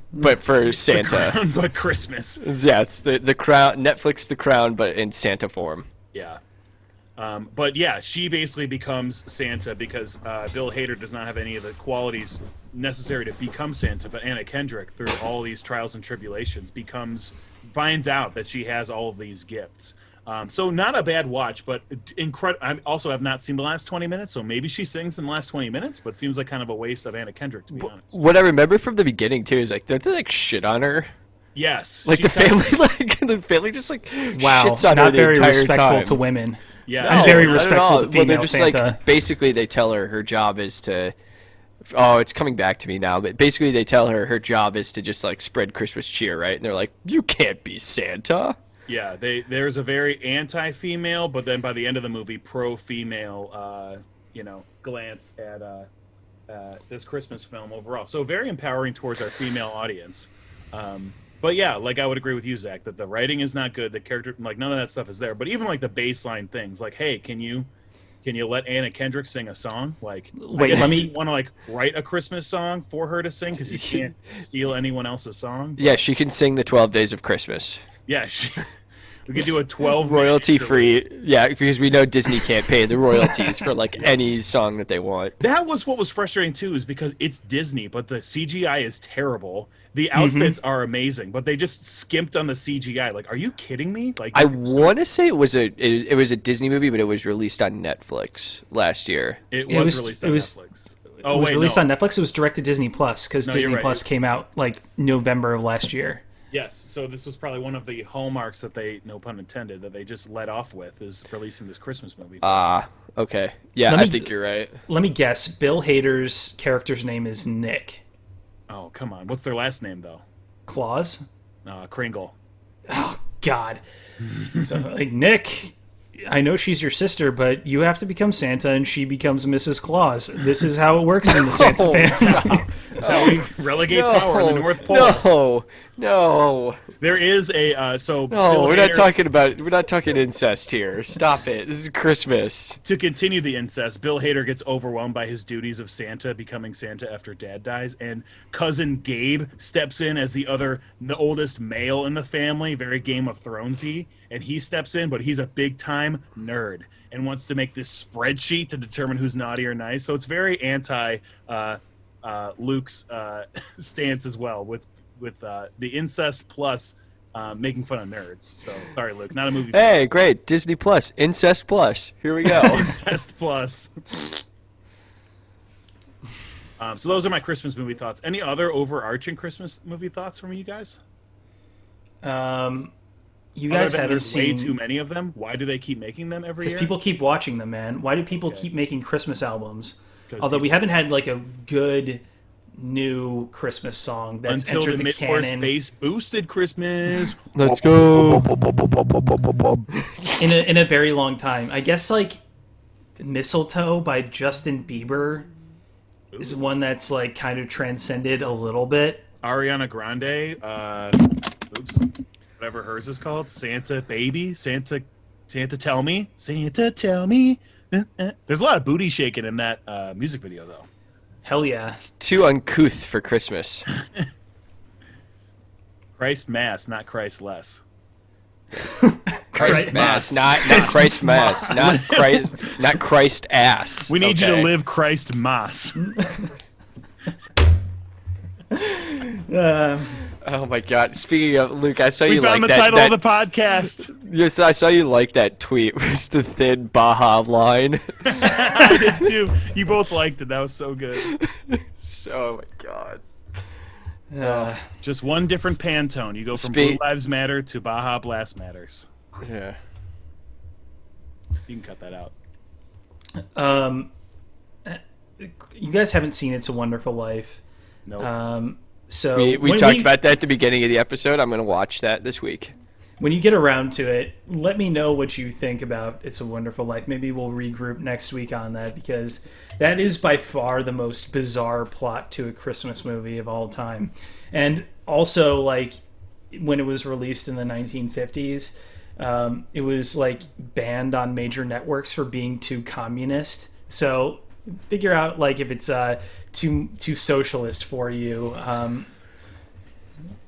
[SPEAKER 3] but for Santa.
[SPEAKER 2] but Christmas.
[SPEAKER 3] yeah, it's the, the crown. Netflix the crown, but in Santa form.
[SPEAKER 2] Yeah. Um, but yeah, she basically becomes Santa because uh, Bill Hader does not have any of the qualities necessary to become Santa. But Anna Kendrick, through all these trials and tribulations, becomes finds out that she has all of these gifts. Um, so not a bad watch, but incredible. I also have not seen the last twenty minutes, so maybe she sings in the last twenty minutes, but seems like kind of a waste of Anna Kendrick to be honest.
[SPEAKER 3] What I remember from the beginning too is like don't they like shit on her?
[SPEAKER 2] Yes,
[SPEAKER 3] Like
[SPEAKER 2] she
[SPEAKER 3] the
[SPEAKER 2] kind of-
[SPEAKER 3] family, like the family just like
[SPEAKER 1] Wow,
[SPEAKER 3] shits on her
[SPEAKER 1] not
[SPEAKER 3] the
[SPEAKER 1] very
[SPEAKER 3] entire
[SPEAKER 1] respectful
[SPEAKER 3] time.
[SPEAKER 1] to women.
[SPEAKER 2] Yeah, Oh,
[SPEAKER 1] I'm
[SPEAKER 2] No,
[SPEAKER 1] very
[SPEAKER 3] not at
[SPEAKER 1] respectful
[SPEAKER 3] all.
[SPEAKER 1] to
[SPEAKER 3] Well,
[SPEAKER 1] female
[SPEAKER 3] they're just
[SPEAKER 1] Santa.
[SPEAKER 3] like basically they tell her her job is to. Oh, it's coming back to me now. But basically, they tell her her job is to just like spread Christmas cheer, right? And they're like, "You can't be Santa."
[SPEAKER 2] Yeah, they there's a very anti-female, but then by the end of the movie, pro-female, uh, you know, glance at uh, uh, this Christmas film overall. So very empowering towards our female audience. Um, but yeah, like I would agree with you, Zach, that the writing is not good. The character, like none of that stuff is there. But even like the baseline things, like, hey, can you? Can you let Anna Kendrick sing a song? Like,
[SPEAKER 1] Wait, let me-
[SPEAKER 2] want to like write a Christmas song for her to sing because you can't steal anyone else's song.
[SPEAKER 3] Yeah, she can sing the Twelve Days of Christmas,
[SPEAKER 2] Yeah, she, we could do a twelve
[SPEAKER 3] royalty free. Yeah, because we know Disney can't pay the royalties for like any song that they want.
[SPEAKER 2] That was what was frustrating too, is because it's Disney, but the CGI is terrible. The outfits are amazing, but they just skimped on the CGI. Like, are you kidding me? Like,
[SPEAKER 3] I want to say it was a it, it was a Disney movie, but it was released on Netflix last year.
[SPEAKER 2] it was,
[SPEAKER 1] It was-
[SPEAKER 2] released
[SPEAKER 1] it
[SPEAKER 2] on
[SPEAKER 1] was-
[SPEAKER 2] Netflix. Oh
[SPEAKER 1] it was
[SPEAKER 2] wait,
[SPEAKER 1] released
[SPEAKER 2] no.
[SPEAKER 1] on Netflix. It was direct to Disney Plus because
[SPEAKER 2] No, you're
[SPEAKER 1] Disney
[SPEAKER 2] right.
[SPEAKER 1] Plus came out like November of last year.
[SPEAKER 2] Yes, so this was probably one of the hallmarks that they, no pun intended, that they just let off with is releasing this Christmas movie.
[SPEAKER 3] Ah, okay. Yeah,
[SPEAKER 1] Let
[SPEAKER 3] I
[SPEAKER 1] me-
[SPEAKER 3] think you're right.
[SPEAKER 1] Let me guess. Bill Hader's character's name is Nick
[SPEAKER 2] oh come on, what's their last name though?
[SPEAKER 1] Claus.
[SPEAKER 2] Uh, Kringle.
[SPEAKER 1] God. so like Nick, I know she's your sister, but you have to become Santa, and she becomes Mrs. Claus. This is how it works in the Santa
[SPEAKER 3] Oh,
[SPEAKER 1] family.
[SPEAKER 2] That's how we relegate power in the North Pole.
[SPEAKER 3] No, no,
[SPEAKER 2] There is a uh, so.
[SPEAKER 3] no.
[SPEAKER 2] Bill
[SPEAKER 3] Oh, we're not
[SPEAKER 2] Hader-
[SPEAKER 3] talking about we're not talking incest here. Stop it. This is Christmas.
[SPEAKER 2] To continue the incest, Bill Hader gets overwhelmed by his duties of Santa, becoming Santa after Dad dies, and cousin Gabe steps in as the other, the oldest male in the family, very Game of Thronesy, and he steps in, but he's a big time nerd and wants to make this spreadsheet to determine who's naughty or nice. So it's very anti uh, uh, Luke's uh, stance as well, with with uh, the incest plus uh, making fun of nerds. So sorry, Luke, not a movie.
[SPEAKER 3] Hey, great Disney Plus, incest plus. Here we go.
[SPEAKER 2] Test Plus. Um, so those are my Christmas movie thoughts. Any other overarching Christmas movie thoughts from you guys?
[SPEAKER 1] Um, you
[SPEAKER 2] Other
[SPEAKER 1] guys
[SPEAKER 2] than
[SPEAKER 1] haven't
[SPEAKER 2] there's way
[SPEAKER 1] seen
[SPEAKER 2] too many of them. Why do they keep making them every
[SPEAKER 1] because
[SPEAKER 2] year?
[SPEAKER 1] people keep watching them, man. Why do people keep making Christmas albums?
[SPEAKER 2] 'Cause
[SPEAKER 1] Although we
[SPEAKER 2] people-
[SPEAKER 1] haven't had like a good new Christmas song that's
[SPEAKER 2] until
[SPEAKER 1] entered
[SPEAKER 2] the
[SPEAKER 1] the
[SPEAKER 2] mid course
[SPEAKER 1] canon
[SPEAKER 2] base boosted Christmas.
[SPEAKER 3] Let's go.
[SPEAKER 1] in a, in a very long time. I guess like Mistletoe by Justin Bieber is one that's like kind of transcended a little bit.
[SPEAKER 2] Ariana Grande, uh, oops, whatever hers is called, Santa Baby, Santa, Santa Tell Me, Santa Tell Me. Uh, uh. There's a lot of booty shaking in that uh, music video though.
[SPEAKER 1] Hell yeah.
[SPEAKER 3] Too uncouth for Christmas.
[SPEAKER 2] Christ Mass, not Christ less.
[SPEAKER 3] Christ
[SPEAKER 1] Right.
[SPEAKER 3] mass, not not Christ mass, not Christ, not Christ ass.
[SPEAKER 2] We need you
[SPEAKER 3] Okay.
[SPEAKER 2] to live Christ Mass.
[SPEAKER 1] Um,
[SPEAKER 3] Oh my God! Speaking of Luke, I saw
[SPEAKER 2] We
[SPEAKER 3] you
[SPEAKER 2] found
[SPEAKER 3] like
[SPEAKER 2] the
[SPEAKER 3] that.
[SPEAKER 2] title
[SPEAKER 3] that
[SPEAKER 2] of the podcast.
[SPEAKER 3] yes, I saw you like that tweet. Was the thin Baja line?
[SPEAKER 2] I did too. You both liked it. That was so good.
[SPEAKER 3] So, oh my God!
[SPEAKER 1] Uh,
[SPEAKER 2] Just one different Pantone. You go from
[SPEAKER 3] Spe-
[SPEAKER 2] Blue Lives Matter to Baja Blast Matters.
[SPEAKER 3] Yeah.
[SPEAKER 2] You can cut that out.
[SPEAKER 1] um, you guys haven't seen It's a Wonderful Life.
[SPEAKER 2] No.
[SPEAKER 3] Uh,
[SPEAKER 1] Um, so
[SPEAKER 3] We, we
[SPEAKER 1] when
[SPEAKER 3] talked about that at the beginning of the episode. I'm gonna watch that this week.
[SPEAKER 1] when you get around to it, let me know what you think about It's a Wonderful Life. Maybe we'll regroup next week on that because that is by far the most bizarre plot to a Christmas movie of all time. And also, like, when it was released in the 1950s, um, it was, like, banned on major networks for being too communist. So figure out, like, if it's uh, too, too socialist for you. Um,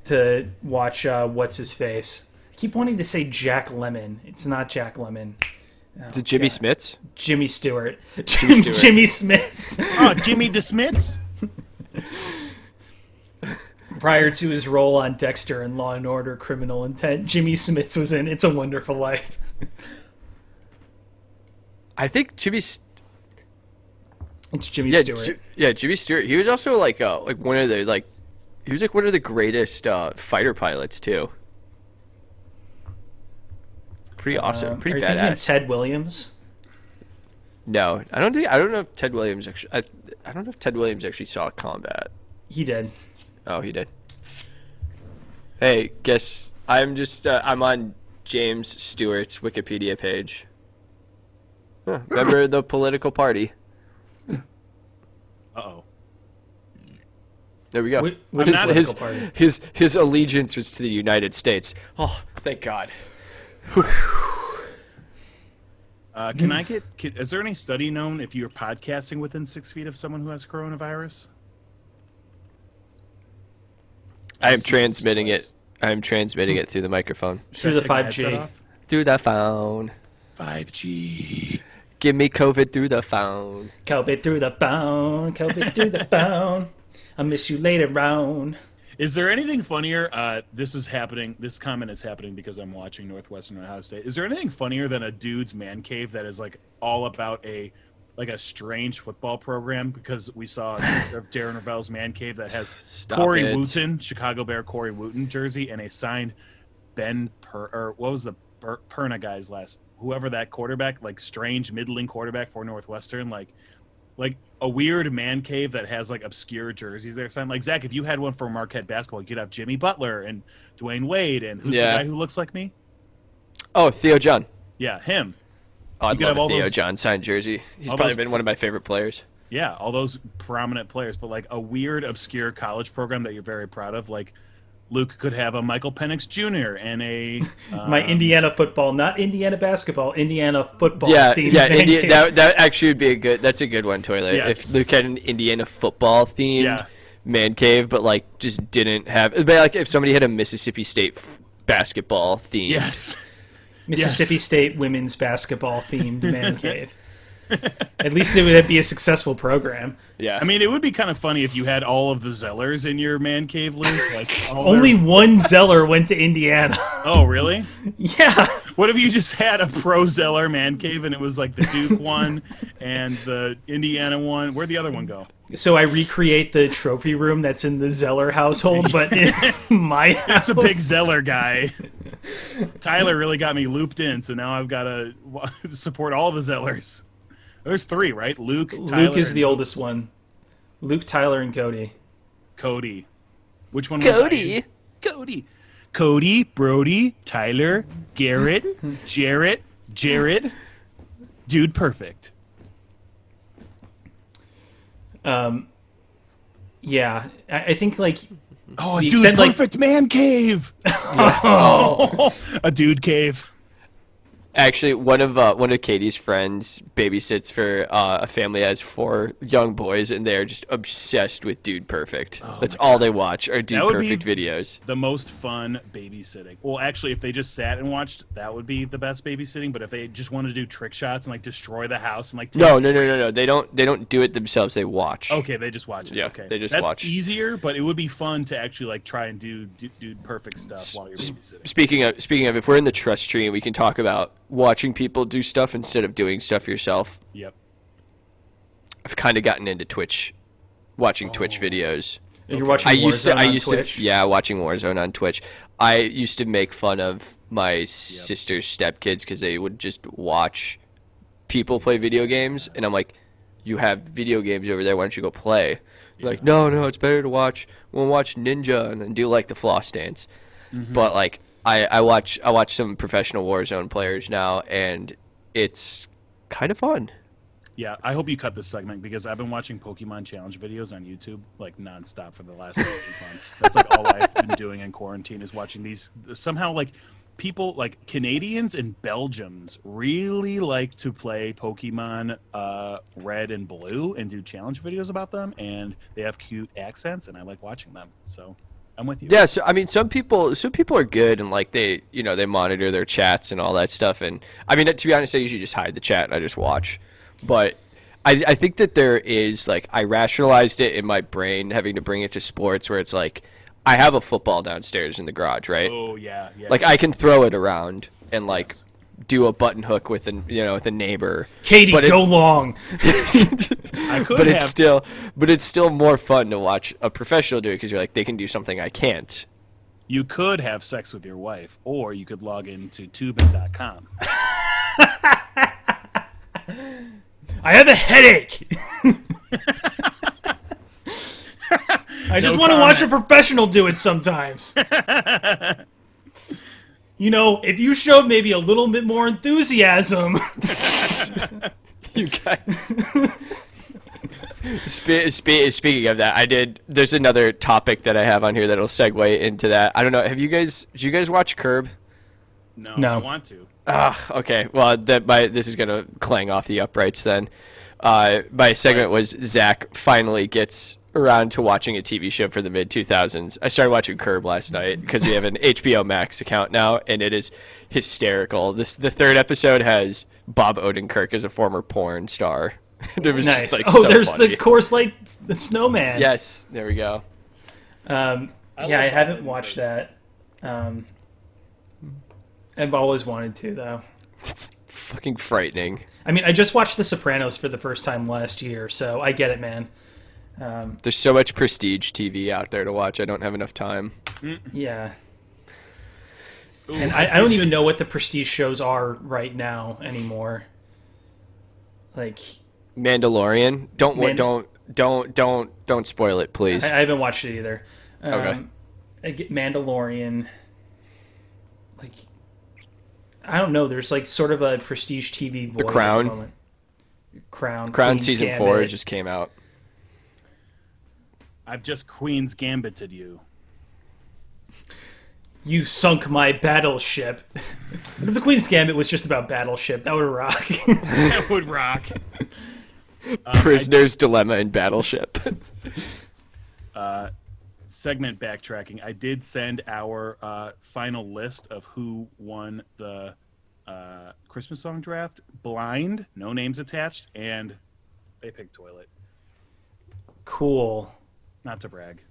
[SPEAKER 1] to watch uh, what's his face. I keep wanting to say Jack Lemon. It's not Jack Lemon.
[SPEAKER 3] Is it Jimmy
[SPEAKER 1] God.
[SPEAKER 3] Smiths?
[SPEAKER 1] Jimmy Stewart. Jimmy,
[SPEAKER 3] Stewart.
[SPEAKER 1] Jimmy Smith.
[SPEAKER 2] oh, Jimmy DeSmits?
[SPEAKER 1] Prior to his role on Dexter and Law and Order: Criminal Intent, Jimmy Smith was in It's a Wonderful Life.
[SPEAKER 3] I think Jimmy. S-
[SPEAKER 1] It's Jimmy
[SPEAKER 3] Yeah,
[SPEAKER 1] Stewart.
[SPEAKER 3] Ju- yeah, Jimmy Stewart. He was also like uh, like one of the like he was like one of the greatest uh, fighter pilots too. Pretty awesome,
[SPEAKER 1] Um, are
[SPEAKER 3] pretty
[SPEAKER 1] you thinking of
[SPEAKER 3] badass.
[SPEAKER 1] Ted Williams.
[SPEAKER 3] no, I don't think I don't know if Ted Williams actually. I, I don't know if Ted Williams actually saw combat.
[SPEAKER 1] He did.
[SPEAKER 3] Oh, he did. Hey, guess I'm just uh, I'm on James Stewart's Wikipedia page. Huh, Member of the political party.
[SPEAKER 2] Uh oh.
[SPEAKER 3] There we go.
[SPEAKER 1] Wh- which
[SPEAKER 3] his,
[SPEAKER 1] political
[SPEAKER 3] his,
[SPEAKER 1] party?
[SPEAKER 3] his his allegiance was to the United States. Oh, thank God.
[SPEAKER 2] Uh,
[SPEAKER 3] Hmm.
[SPEAKER 2] can I get? Can, is there any study known if you're podcasting within six feet of someone who has coronavirus?
[SPEAKER 3] I am
[SPEAKER 2] That's
[SPEAKER 3] transmitting
[SPEAKER 2] nice.
[SPEAKER 3] it. I am transmitting it through the microphone.
[SPEAKER 2] Should
[SPEAKER 1] Through
[SPEAKER 2] I
[SPEAKER 1] the
[SPEAKER 2] take my
[SPEAKER 1] 5G.
[SPEAKER 2] headset off?
[SPEAKER 3] Through the phone.
[SPEAKER 2] 5G.
[SPEAKER 3] Give me COVID through the phone.
[SPEAKER 1] Kobe through the bone. Kobe through the bone. I miss you later on.
[SPEAKER 2] Is there anything funnier? Uh, this is happening. This comment is happening because I'm watching Northwestern Ohio State. Is there anything funnier than a dude's man cave that is like all about a like a strange football program? Because we saw a picture of Darren Ravel's man cave that has
[SPEAKER 3] Stop
[SPEAKER 2] Corey
[SPEAKER 3] it.
[SPEAKER 2] Wooten, Chicago Bear Corey Wooten jersey, and a signed Ben per or what was the per- Perna guy's last whoever that quarterback like strange middling quarterback for Northwestern like like a weird man cave that has like obscure jerseys there signed. Like Zach, if you had one for Marquette basketball, you could have Jimmy Butler and Dwayne Wade and who's
[SPEAKER 3] Yeah.
[SPEAKER 2] the guy who looks like me?
[SPEAKER 3] Oh, Theo John.
[SPEAKER 2] Yeah, him.
[SPEAKER 3] Oh, I'd
[SPEAKER 2] could
[SPEAKER 3] love
[SPEAKER 2] have
[SPEAKER 3] a
[SPEAKER 2] all
[SPEAKER 3] Theo
[SPEAKER 2] those-
[SPEAKER 3] John signed jersey. He's
[SPEAKER 2] all
[SPEAKER 3] probably
[SPEAKER 2] those-
[SPEAKER 3] been one of my favorite players.
[SPEAKER 2] Yeah, all those prominent players, but like a weird obscure college program that you're very proud of, like. Luke could have a Michael Penix Jr. and a
[SPEAKER 1] My
[SPEAKER 2] um,
[SPEAKER 1] Indiana football, not Indiana basketball, Indiana football.
[SPEAKER 3] Yeah,
[SPEAKER 1] themed
[SPEAKER 3] yeah.
[SPEAKER 1] man
[SPEAKER 3] Indi-
[SPEAKER 1] cave.
[SPEAKER 3] that that actually would be a good. That's a good one, Toilet.
[SPEAKER 2] Yes.
[SPEAKER 3] If Luke had an Indiana football themed
[SPEAKER 2] Yeah.
[SPEAKER 3] man cave, but like just didn't have. But like if somebody had a Mississippi State f- basketball theme.
[SPEAKER 2] Yes.
[SPEAKER 1] Mississippi
[SPEAKER 2] Yes.
[SPEAKER 1] State women's basketball themed man cave. At least it would be a successful program.
[SPEAKER 3] Yeah.
[SPEAKER 2] I mean, it would be kind of funny if you had all of the Zellers in your man cave, Luke. Like, all
[SPEAKER 1] Only
[SPEAKER 2] their-
[SPEAKER 1] one Zeller went to Indiana.
[SPEAKER 2] Oh, really?
[SPEAKER 1] yeah,
[SPEAKER 2] What if you just had a pro Zeller man cave and it was like the Duke one and the Indiana one? Where'd the other one go?
[SPEAKER 1] so I recreate the trophy room that's in the Zeller household, but in my house.
[SPEAKER 2] It's a big Zeller guy. Tyler really got me looped in, so now I've got to support all the Zellers. There's three, right? Luke, Tyler,
[SPEAKER 1] Luke is
[SPEAKER 2] and
[SPEAKER 1] the oldest one. Luke, Tyler, and Cody.
[SPEAKER 2] Cody. Which one? Was I in?
[SPEAKER 3] Cody.
[SPEAKER 2] Cody. Cody, Brody, Tyler, Garrett, Jarrett, Jared, Dude Perfect.
[SPEAKER 1] Yeah, I, I think like
[SPEAKER 2] Oh, a
[SPEAKER 1] The extent,
[SPEAKER 2] Dude
[SPEAKER 1] like-
[SPEAKER 2] Oh. Perfect man cave. a dude cave.
[SPEAKER 3] Actually, one of uh, one of Katie's friends babysits for uh, a family that has four young boys, and they are just obsessed with Dude Perfect. That's all they watch are Dude
[SPEAKER 2] Oh That would be-
[SPEAKER 3] Perfect videos.
[SPEAKER 2] The most fun babysitting. Well, actually, if they just sat and watched, that would be the best babysitting. But if they just want to do trick shots and like destroy the house and like take-
[SPEAKER 3] No, no, no, no, no. They don't. They don't do it themselves. They watch.
[SPEAKER 2] okay, they just watch it.
[SPEAKER 3] Yeah,
[SPEAKER 2] okay,
[SPEAKER 3] they just
[SPEAKER 2] That's
[SPEAKER 3] watch.
[SPEAKER 2] easier, but it would be fun to actually like try and do do, do perfect stuff while you're babysitting.
[SPEAKER 3] Speaking of speaking of, if we're in the trust tree, we can talk about watching people do stuff instead of doing stuff yourself.
[SPEAKER 2] Yep.
[SPEAKER 3] I've kind of gotten into Twitch, watching Twitch
[SPEAKER 2] Oh.
[SPEAKER 3] videos.
[SPEAKER 1] You're watching
[SPEAKER 3] I used to.
[SPEAKER 1] Warzone
[SPEAKER 3] I
[SPEAKER 1] on
[SPEAKER 3] used
[SPEAKER 1] Twitch.
[SPEAKER 3] to. Yeah, watching Warzone on Twitch. I used to make fun of my sister's stepkids because they would just watch people play video games, and I'm like, "You have video games over there. Why don't you go play?" They're Like, no, no, it's better to watch. We'll watch Ninja and then do like the floss dance.
[SPEAKER 1] Mm-hmm.
[SPEAKER 3] But like, I I watch I watch some professional Warzone players now, and it's kind of fun.
[SPEAKER 2] Yeah, I hope you cut this segment because I've been watching Pokemon challenge videos on YouTube like nonstop for the last eight months. That's like all I've been doing in quarantine is watching these. Somehow, like people like Canadians and Belgians really like to play Pokemon uh, Red and Blue and do challenge videos about them, and they have cute accents, and I like watching them. So I'm with you.
[SPEAKER 3] Yeah, so I mean, some people, some people are good and like they, you know, they monitor their chats and all that stuff. And I mean, to be honest, I usually just hide the chat and I just watch. But I, I think that there is like I rationalized it in my brain, having to bring it to sports, where it's like I have a football downstairs in the garage, right?
[SPEAKER 2] Oh yeah, yeah.
[SPEAKER 3] Like I can throw it around and like
[SPEAKER 2] Yes.
[SPEAKER 3] do a button hook with an, you know, with a neighbor.
[SPEAKER 1] Katie,
[SPEAKER 3] but
[SPEAKER 1] go
[SPEAKER 3] it's-
[SPEAKER 1] long.
[SPEAKER 2] I could
[SPEAKER 3] But
[SPEAKER 2] have.
[SPEAKER 3] it's still, but it's still more fun to watch a professional do it because you're like they can do something I can't.
[SPEAKER 2] you could have sex with your wife, or you could log into Tubin.com.
[SPEAKER 1] I have a headache. I just want to watch a professional do it sometimes. you know, if you showed maybe a little bit more enthusiasm,
[SPEAKER 3] you guys. spe- spe- speaking of that, I did. There's another topic that I have on here that'll segue into that. I don't know. Have you guys? Did you guys watch Curb?
[SPEAKER 2] No,
[SPEAKER 1] No.
[SPEAKER 2] I want to.
[SPEAKER 3] Ah, okay. Well, that my this is gonna clang off the uprights then. Uh, my segment was
[SPEAKER 2] Nice.
[SPEAKER 3] Zach finally gets around to watching a TV show for the mid 2000s. I started watching Curb last night because we have an HBO Max account now, and it is hysterical. This the third episode has Bob Odenkirk as a former porn star. And it was
[SPEAKER 1] nice.
[SPEAKER 3] just like
[SPEAKER 1] oh,
[SPEAKER 3] so
[SPEAKER 1] there's
[SPEAKER 3] funny.
[SPEAKER 1] the Course Light s- the Snowman.
[SPEAKER 3] Yes, there we go.
[SPEAKER 1] Um, yeah, I haven't watched that. Um, I've always wanted to though.
[SPEAKER 3] It's fucking frightening.
[SPEAKER 1] I mean, I just watched The Sopranos for the first time last year, so I get it, man. Um,
[SPEAKER 3] There's so much prestige TV out there to watch. I don't have enough time.
[SPEAKER 1] yeah.
[SPEAKER 2] Ooh,
[SPEAKER 1] And I, I don't even know what the prestige shows are right now anymore. Like,
[SPEAKER 3] Mandalorian. Don't wa
[SPEAKER 1] Man-
[SPEAKER 3] don't don't don't don't spoil it, please.
[SPEAKER 1] I, I haven't watched it either. Um,
[SPEAKER 3] Okay.
[SPEAKER 1] I get Mandalorian. Like, I don't know. There's like sort of a prestige TV void. at The
[SPEAKER 3] Crown?
[SPEAKER 1] moment. Crown.
[SPEAKER 3] Crown
[SPEAKER 1] Queen's
[SPEAKER 3] season
[SPEAKER 1] Gambit.
[SPEAKER 3] four just came out.
[SPEAKER 2] I've just Queen's Gambited you.
[SPEAKER 1] You sunk my battleship. what if the Queen's Gambit was just about battleship? That would rock.
[SPEAKER 2] That would rock. Uh,
[SPEAKER 3] Prisoner's Dilemma and Battleship.
[SPEAKER 2] Segment backtracking. I did send our uh, final list of who won the uh, Christmas song draft. Blind, no names attached, and they picked Toilet.
[SPEAKER 1] cool.
[SPEAKER 2] Not to brag.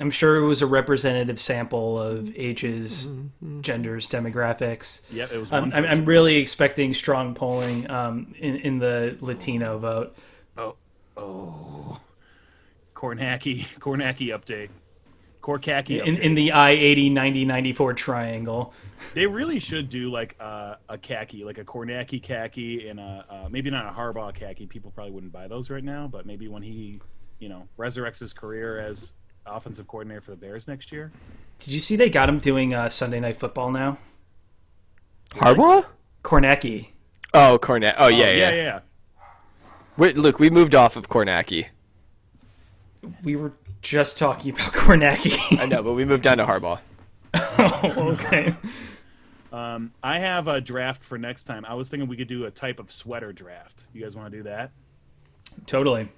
[SPEAKER 1] I'm sure it was a representative sample of ages, genders, demographics.
[SPEAKER 2] Yep, it was.
[SPEAKER 1] Um,
[SPEAKER 2] one
[SPEAKER 1] I'm, I'm
[SPEAKER 2] person.
[SPEAKER 1] really expecting strong polling um, in, in the Latino vote.
[SPEAKER 2] Cornhacky, Cornhacky update. Corkaki.
[SPEAKER 1] In,
[SPEAKER 2] update.
[SPEAKER 1] in the I 80 90 94 triangle.
[SPEAKER 2] They really should do like uh, a khaki, like a Cornacki khaki, and a uh, maybe not a Harbaugh khaki. People probably wouldn't buy those right now, but maybe when he, you know, resurrects his career as offensive coordinator for the Bears next year.
[SPEAKER 1] Did you see they got him doing uh, Sunday Night Football now?
[SPEAKER 3] Harbaugh?
[SPEAKER 1] Cornacki.
[SPEAKER 3] Oh, Cornet. Oh, yeah, yeah.
[SPEAKER 2] yeah,
[SPEAKER 3] Wait, look, we moved off of Cornacki.
[SPEAKER 1] We were just talking about Cornacki.
[SPEAKER 3] I know, but we moved down to Harbaugh.
[SPEAKER 1] oh, okay.
[SPEAKER 2] Um, I have a draft for next time. I was thinking we could do a type of sweater draft. You guys want to do that?
[SPEAKER 1] Totally.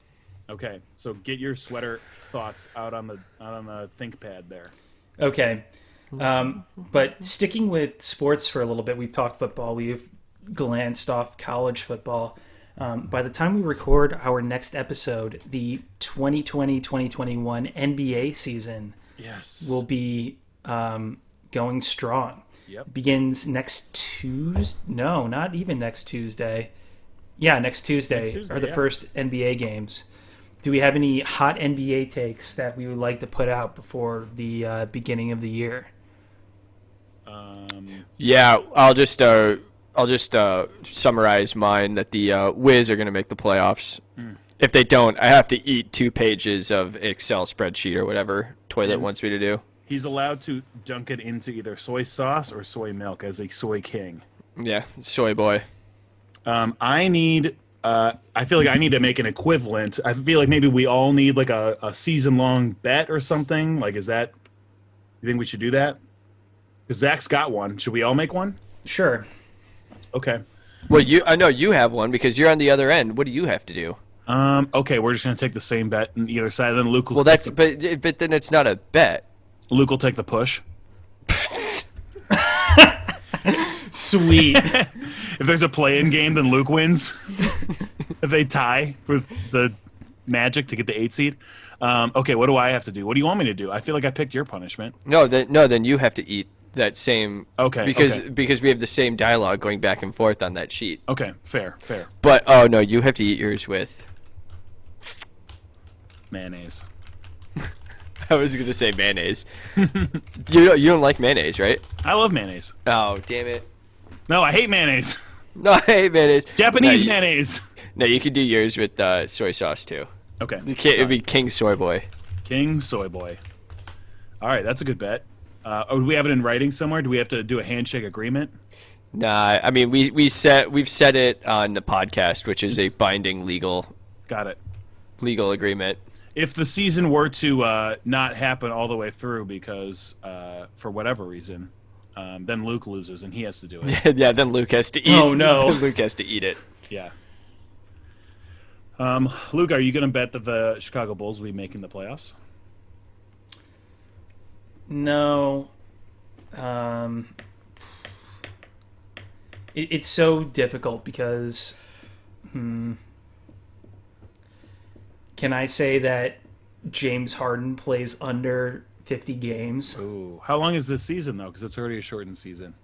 [SPEAKER 2] Okay, so get your sweater thoughts out on the out on the ThinkPad there.
[SPEAKER 1] Okay. Um, but sticking with sports for a little bit, we've talked football, we've glanced off college football. Um, by the time we record our next episode, the 2020 2021 NBA season
[SPEAKER 2] Yes.
[SPEAKER 1] will be um, going strong.
[SPEAKER 2] Yep.
[SPEAKER 1] Begins next Tuesday. No, not even next Tuesday. Yeah, next Tuesday,
[SPEAKER 2] Next Tuesday,
[SPEAKER 1] are the
[SPEAKER 2] yeah.
[SPEAKER 1] first NBA games. Do we have any hot NBA takes that we would like to put out before the uh, beginning of the year?
[SPEAKER 2] um,
[SPEAKER 3] Yeah, I'll just uh, I'll just uh, summarize mine that the uh, Wiz are going to make the playoffs.
[SPEAKER 2] Mm.
[SPEAKER 3] If they don't, I have to eat two pages of Excel spreadsheet or whatever
[SPEAKER 2] Mm.
[SPEAKER 3] Toilet wants me to do.
[SPEAKER 2] he's allowed to dunk it into either soy sauce or soy milk as a soy king.
[SPEAKER 3] Yeah, soy boy.
[SPEAKER 2] Um, I need. Uh, I feel like I need to make an equivalent. I feel like maybe we all need like a, a season long bet or something. Like, is that? You think we should do that? Because Zach's got one. Should we all make one?
[SPEAKER 1] Sure.
[SPEAKER 2] Okay.
[SPEAKER 3] Well, you I know you have one because you're on the other end. What do you have to do?
[SPEAKER 2] Um, okay, we're just gonna take the same bet on either side. Then Luke will
[SPEAKER 3] Well, that's but but then it's not a bet.
[SPEAKER 2] Luke will take the push.
[SPEAKER 1] Sweet.
[SPEAKER 2] If there's a play-in game, then Luke wins. if they tie with the Magic to get the eight seed. Um, okay, what do I have to do? What do you want me to do? I feel like I picked your punishment.
[SPEAKER 3] No, then no, then you have to eat that same.
[SPEAKER 2] Okay,
[SPEAKER 3] Because
[SPEAKER 2] okay.
[SPEAKER 3] because we have the same dialogue going back and forth on that sheet.
[SPEAKER 2] Okay, fair, fair.
[SPEAKER 3] But oh no, you have to eat yours with.
[SPEAKER 2] Mayonnaise.
[SPEAKER 3] I was gonna say mayonnaise. you don't- you don't like mayonnaise, right?
[SPEAKER 2] I love mayonnaise.
[SPEAKER 3] Oh damn it!
[SPEAKER 2] No, I hate mayonnaise.
[SPEAKER 3] No, I hate mayonnaise.
[SPEAKER 2] Japanese
[SPEAKER 3] no, you-
[SPEAKER 2] mayonnaise.
[SPEAKER 3] No, you can do yours with uh, soy sauce too.
[SPEAKER 2] Okay.
[SPEAKER 3] You can't, it'd be King Soy Boy.
[SPEAKER 2] King Soy Boy. All right, that's a good bet. Uh, oh, do we have it in writing somewhere? Do we have to do a handshake agreement?
[SPEAKER 3] Nah, I mean we we set we've set it on the podcast, which is a binding legal
[SPEAKER 2] Got it.
[SPEAKER 3] legal agreement.
[SPEAKER 2] If the season were to uh, not happen all the way through because uh, for whatever reason, um, then Luke loses and he has to do it.
[SPEAKER 3] yeah, then Luke has to eat.
[SPEAKER 1] Oh, no.
[SPEAKER 3] Luke has to eat it.
[SPEAKER 2] yeah. Um, Luke, are you going to bet that the Chicago Bulls will be making the playoffs?
[SPEAKER 1] No. Um, it, it's so difficult because. Hmm, can I say that James Harden plays under 50 games?
[SPEAKER 2] Ooh, how long is this season though? Because it's already a shortened season.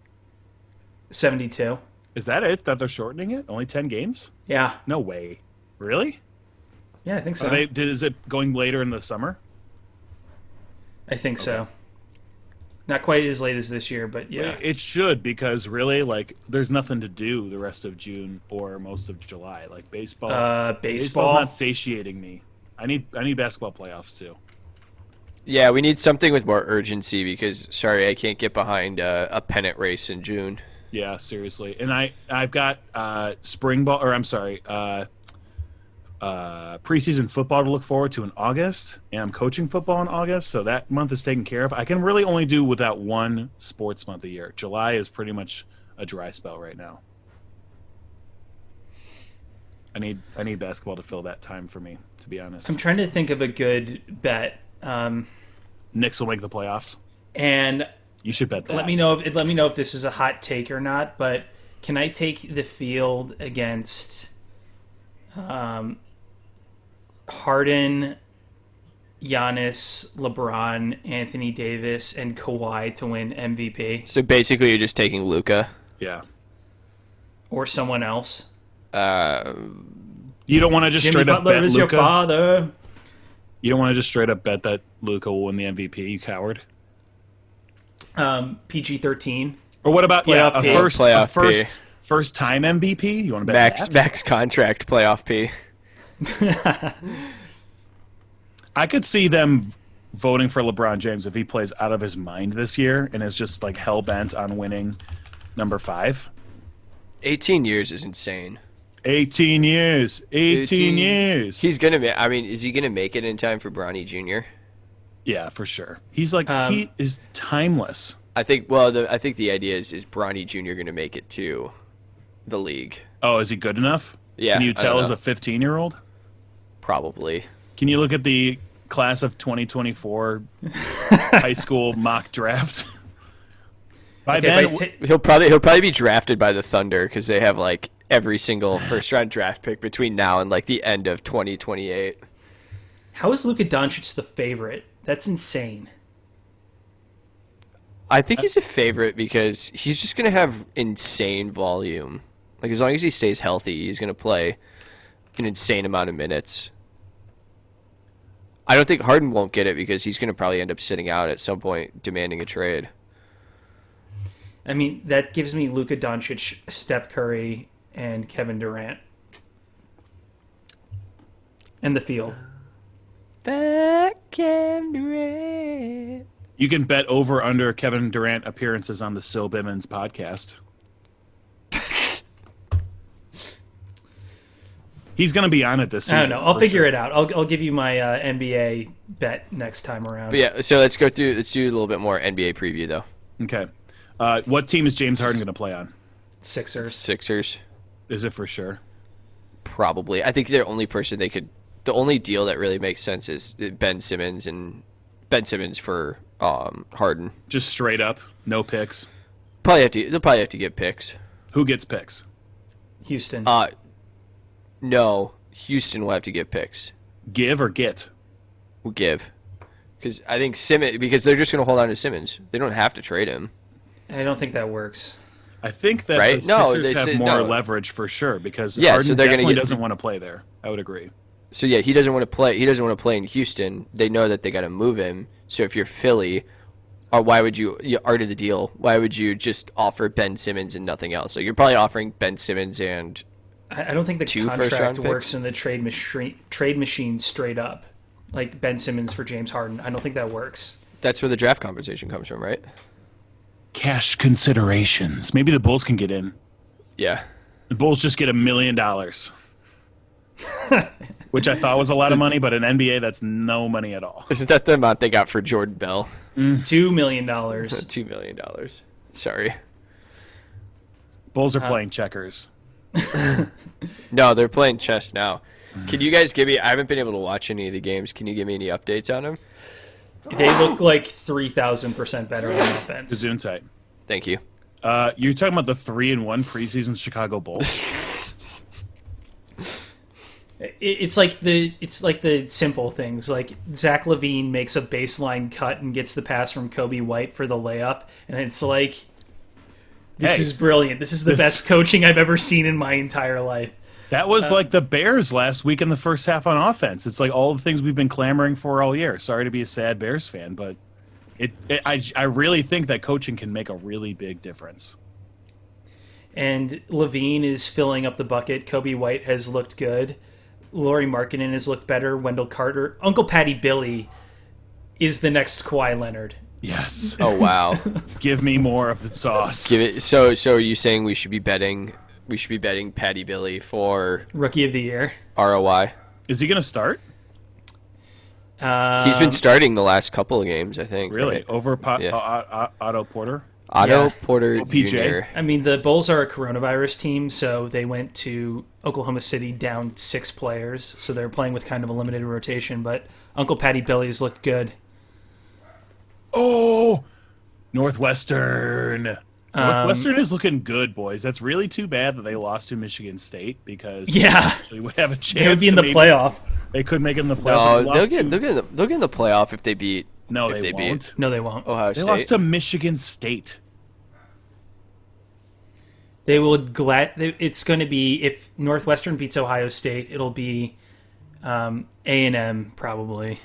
[SPEAKER 1] 72.
[SPEAKER 2] Is that it? That they're shortening it? Only ten games?
[SPEAKER 1] Yeah.
[SPEAKER 2] No way. Really?
[SPEAKER 1] Yeah, I think so.
[SPEAKER 2] Are they, did- is it going later in the summer?
[SPEAKER 1] I think so. Not quite as late as this year, but yeah.
[SPEAKER 2] It should because really, like, there's nothing to do the rest of June or most of July. Like baseball,
[SPEAKER 1] Uh,
[SPEAKER 2] baseball's
[SPEAKER 1] baseball.
[SPEAKER 2] not satiating me. I need I need basketball playoffs too.
[SPEAKER 3] Yeah, we need something with more urgency because sorry, I can't get behind uh, a pennant race in June.
[SPEAKER 2] Yeah, seriously. And I I've got uh, spring ball or I'm sorry, uh, uh, preseason football to look forward to in August, and I'm coaching football in August, so that month is taken care of. I can really only do without one sports month a year. July is pretty much a dry spell right now. I need I need basketball to fill that time for me, to be honest.
[SPEAKER 1] I'm trying to think of a good bet. Um,
[SPEAKER 2] Knicks will make the playoffs.
[SPEAKER 1] and
[SPEAKER 2] You should bet that.
[SPEAKER 1] Let me know if let me know if this is a hot take or not. But can I take the field against um, Harden, Giannis, LeBron, Anthony Davis, and Kawhi to win MVP
[SPEAKER 3] So basically, you're just taking Luca.
[SPEAKER 2] Yeah.
[SPEAKER 1] or someone else?
[SPEAKER 3] Uh,
[SPEAKER 2] You don't want to just
[SPEAKER 1] Jimmy
[SPEAKER 2] straight up
[SPEAKER 1] Butler
[SPEAKER 2] bet
[SPEAKER 1] is
[SPEAKER 2] Luka.
[SPEAKER 1] your father.
[SPEAKER 2] You don't want to just straight up bet that Luca will win the MVP. You coward.
[SPEAKER 1] Um, PG thirteen.
[SPEAKER 2] Or what about yeah,
[SPEAKER 1] Playoff
[SPEAKER 2] a
[SPEAKER 1] P.
[SPEAKER 2] first,
[SPEAKER 3] Playoff
[SPEAKER 2] a first,
[SPEAKER 3] P.
[SPEAKER 2] first time MVP? You want to bet
[SPEAKER 3] max
[SPEAKER 2] that?
[SPEAKER 3] max contract playoff P.
[SPEAKER 2] I could see them voting for LeBron James if he plays out of his mind this year and is just like hell bent on winning number five.
[SPEAKER 3] 18 years is insane.
[SPEAKER 2] 18 years, 18,
[SPEAKER 3] 18
[SPEAKER 2] years.
[SPEAKER 3] He's gonna. Ma- I mean, is he gonna make it in time for Bronny Jr.?
[SPEAKER 2] yeah, for sure. He's like
[SPEAKER 1] Um,
[SPEAKER 2] he is timeless.
[SPEAKER 3] I think. Well, the, I think the idea is is Bronny Junior going to make it to the league?
[SPEAKER 2] Oh, is he good enough?
[SPEAKER 3] Yeah,
[SPEAKER 2] Can
[SPEAKER 3] I
[SPEAKER 2] you
[SPEAKER 3] don't
[SPEAKER 2] tell as
[SPEAKER 3] know.
[SPEAKER 2] a 15 year old?
[SPEAKER 3] Probably.
[SPEAKER 2] Can you look at the class of 2024 high school mock draft? By
[SPEAKER 1] Okay,
[SPEAKER 2] then,
[SPEAKER 1] but ta-
[SPEAKER 3] He'll probably he'll probably be drafted by the Thunder because they have like every single first round draft pick between now and like the end of 2028.
[SPEAKER 1] how is Luka Doncic the favorite? That's insane.
[SPEAKER 3] I think he's a favorite because he's just gonna have insane volume. Like as long as he stays healthy, he's gonna play an insane amount of minutes. I don't think Harden won't get it because he's gonna probably end up sitting out at some point demanding a trade.
[SPEAKER 1] I mean, that gives me Luka Doncic, Steph Curry, and Kevin Durant, and the field.
[SPEAKER 2] you can bet over under Kevin Durant appearances on the Sil Bimmons podcast. He's going to be on it this season.
[SPEAKER 1] I don't know. I'll
[SPEAKER 2] for
[SPEAKER 1] figure
[SPEAKER 2] sure.
[SPEAKER 1] it out. I'll, I'll give you my uh, NBA bet next time around.
[SPEAKER 3] But yeah, so let's go through let's do a little bit more NBA preview though.
[SPEAKER 2] Okay. Uh, what team is James Harden going to play on?
[SPEAKER 1] Sixers.
[SPEAKER 3] Sixers.
[SPEAKER 2] Is it for sure?
[SPEAKER 3] Probably. I think the only person they could, the only deal that really makes sense is Ben Simmons and Ben Simmons for um, Harden.
[SPEAKER 2] Just straight up, no picks.
[SPEAKER 3] Probably have to. They'll probably have to get picks.
[SPEAKER 2] Who gets picks?
[SPEAKER 1] Houston.
[SPEAKER 3] Uh, no, Houston will have to get picks.
[SPEAKER 2] Give or get?
[SPEAKER 3] We'll give because I think Simmons because they're just going to hold on to Simmons. They don't have to trade him.
[SPEAKER 1] I don't think that works.
[SPEAKER 2] I think that
[SPEAKER 3] Right?
[SPEAKER 2] the
[SPEAKER 3] No,
[SPEAKER 2] Sixers
[SPEAKER 3] they
[SPEAKER 2] have
[SPEAKER 3] said-
[SPEAKER 2] more
[SPEAKER 3] no.
[SPEAKER 2] leverage for sure because
[SPEAKER 3] Yeah, so
[SPEAKER 2] Harden
[SPEAKER 3] they're gonna
[SPEAKER 2] definitely
[SPEAKER 3] get-
[SPEAKER 2] doesn't want to play there. I would agree.
[SPEAKER 3] So yeah, he doesn't want to play. He doesn't want to play in Houston. They know that they got to move him. So if you're Philly, or why would you you art of the deal? Why would you just offer Ben Simmons and nothing else? Like you're probably offering Ben Simmons and
[SPEAKER 1] I, I don't think the
[SPEAKER 3] Two
[SPEAKER 1] contract
[SPEAKER 3] first-round
[SPEAKER 1] works
[SPEAKER 3] picks?
[SPEAKER 1] in the trade machine. Trade machine straight up, like Ben Simmons for James Harden. I don't think that works.
[SPEAKER 3] That's where the draft compensation comes from, right?
[SPEAKER 2] Cash considerations. Maybe the Bulls can get in.
[SPEAKER 3] Yeah.
[SPEAKER 2] The Bulls just get a million dollars, which I thought was a lot of money, but in NBA, that's no money at all.
[SPEAKER 3] Isn't that the amount they got for Jordan Bell?
[SPEAKER 1] Two million dollars.
[SPEAKER 3] Two million dollars. Sorry.
[SPEAKER 2] Bulls are playing checkers.
[SPEAKER 3] No, they're playing chess now.
[SPEAKER 2] Mm.
[SPEAKER 3] Can you guys give me? I haven't been able to watch any of the games. Can you give me any updates on them?
[SPEAKER 1] They look like three thousand percent better on offense.
[SPEAKER 2] Zoom tight.
[SPEAKER 3] Thank you.
[SPEAKER 2] Uh, you're talking about the three and one preseason Chicago Bulls.
[SPEAKER 1] It- It's like the it's like the simple things. Like Zach Levine makes a baseline cut and gets the pass from Kobe White for the layup, and it's like. This
[SPEAKER 2] Hey.
[SPEAKER 1] is brilliant. This is the
[SPEAKER 2] This-
[SPEAKER 1] best coaching I've ever seen in my entire life.
[SPEAKER 2] That
[SPEAKER 3] Uh.
[SPEAKER 2] was like the Bears last week in the first half on offense. It's like all the things we've been clamoring for all year. Sorry to be a sad Bears fan, but it, it I I really think that coaching can make a really big difference.
[SPEAKER 1] and Levine is filling up the bucket. Kobe White has looked good. Laurie Markkinen has looked better. Wendell Carter, Uncle Patty Billy, is the next Kawhi Leonard.
[SPEAKER 2] Yes,
[SPEAKER 3] Oh wow.
[SPEAKER 2] give me more of the sauce.
[SPEAKER 3] Give it. So so are you saying we should be betting? We should be betting Patty Billy for
[SPEAKER 1] Rookie of the Year.
[SPEAKER 3] ROI.
[SPEAKER 2] Is he gonna start?
[SPEAKER 1] Um,
[SPEAKER 3] He's been starting the last couple of games, I think.
[SPEAKER 2] Really?
[SPEAKER 3] right?
[SPEAKER 2] Over po-
[SPEAKER 3] Yeah.
[SPEAKER 2] uh, uh, Otto Porter?
[SPEAKER 3] Otto
[SPEAKER 1] Yeah.
[SPEAKER 3] Porter
[SPEAKER 2] OPJ.
[SPEAKER 3] Jr.
[SPEAKER 1] I mean, the Bulls are a coronavirus team, so they went to Oklahoma City down six players, so they're playing with kind of a limited rotation. But Uncle Patty Billy has looked good.
[SPEAKER 2] Oh, Northwestern. Northwestern
[SPEAKER 1] Um,
[SPEAKER 2] is looking good, boys. That's really too bad that they lost to Michigan State because
[SPEAKER 1] Yeah,
[SPEAKER 2] we would have a chance.
[SPEAKER 1] they would be in
[SPEAKER 2] to
[SPEAKER 1] the
[SPEAKER 2] maybe-
[SPEAKER 1] playoff.
[SPEAKER 2] They could make it in the playoff.
[SPEAKER 3] Oh,
[SPEAKER 2] They lost
[SPEAKER 3] they'll get
[SPEAKER 2] to-
[SPEAKER 3] they'll get in the, they'll get in the playoff if they beat
[SPEAKER 2] no,
[SPEAKER 3] if
[SPEAKER 2] they,
[SPEAKER 3] they beat
[SPEAKER 2] won't.
[SPEAKER 1] No, they won't.
[SPEAKER 3] Ohio
[SPEAKER 2] They
[SPEAKER 3] State.
[SPEAKER 2] lost to Michigan State.
[SPEAKER 1] They will glad. It's going to be if Northwestern beats Ohio State, it'll be um, A and M probably.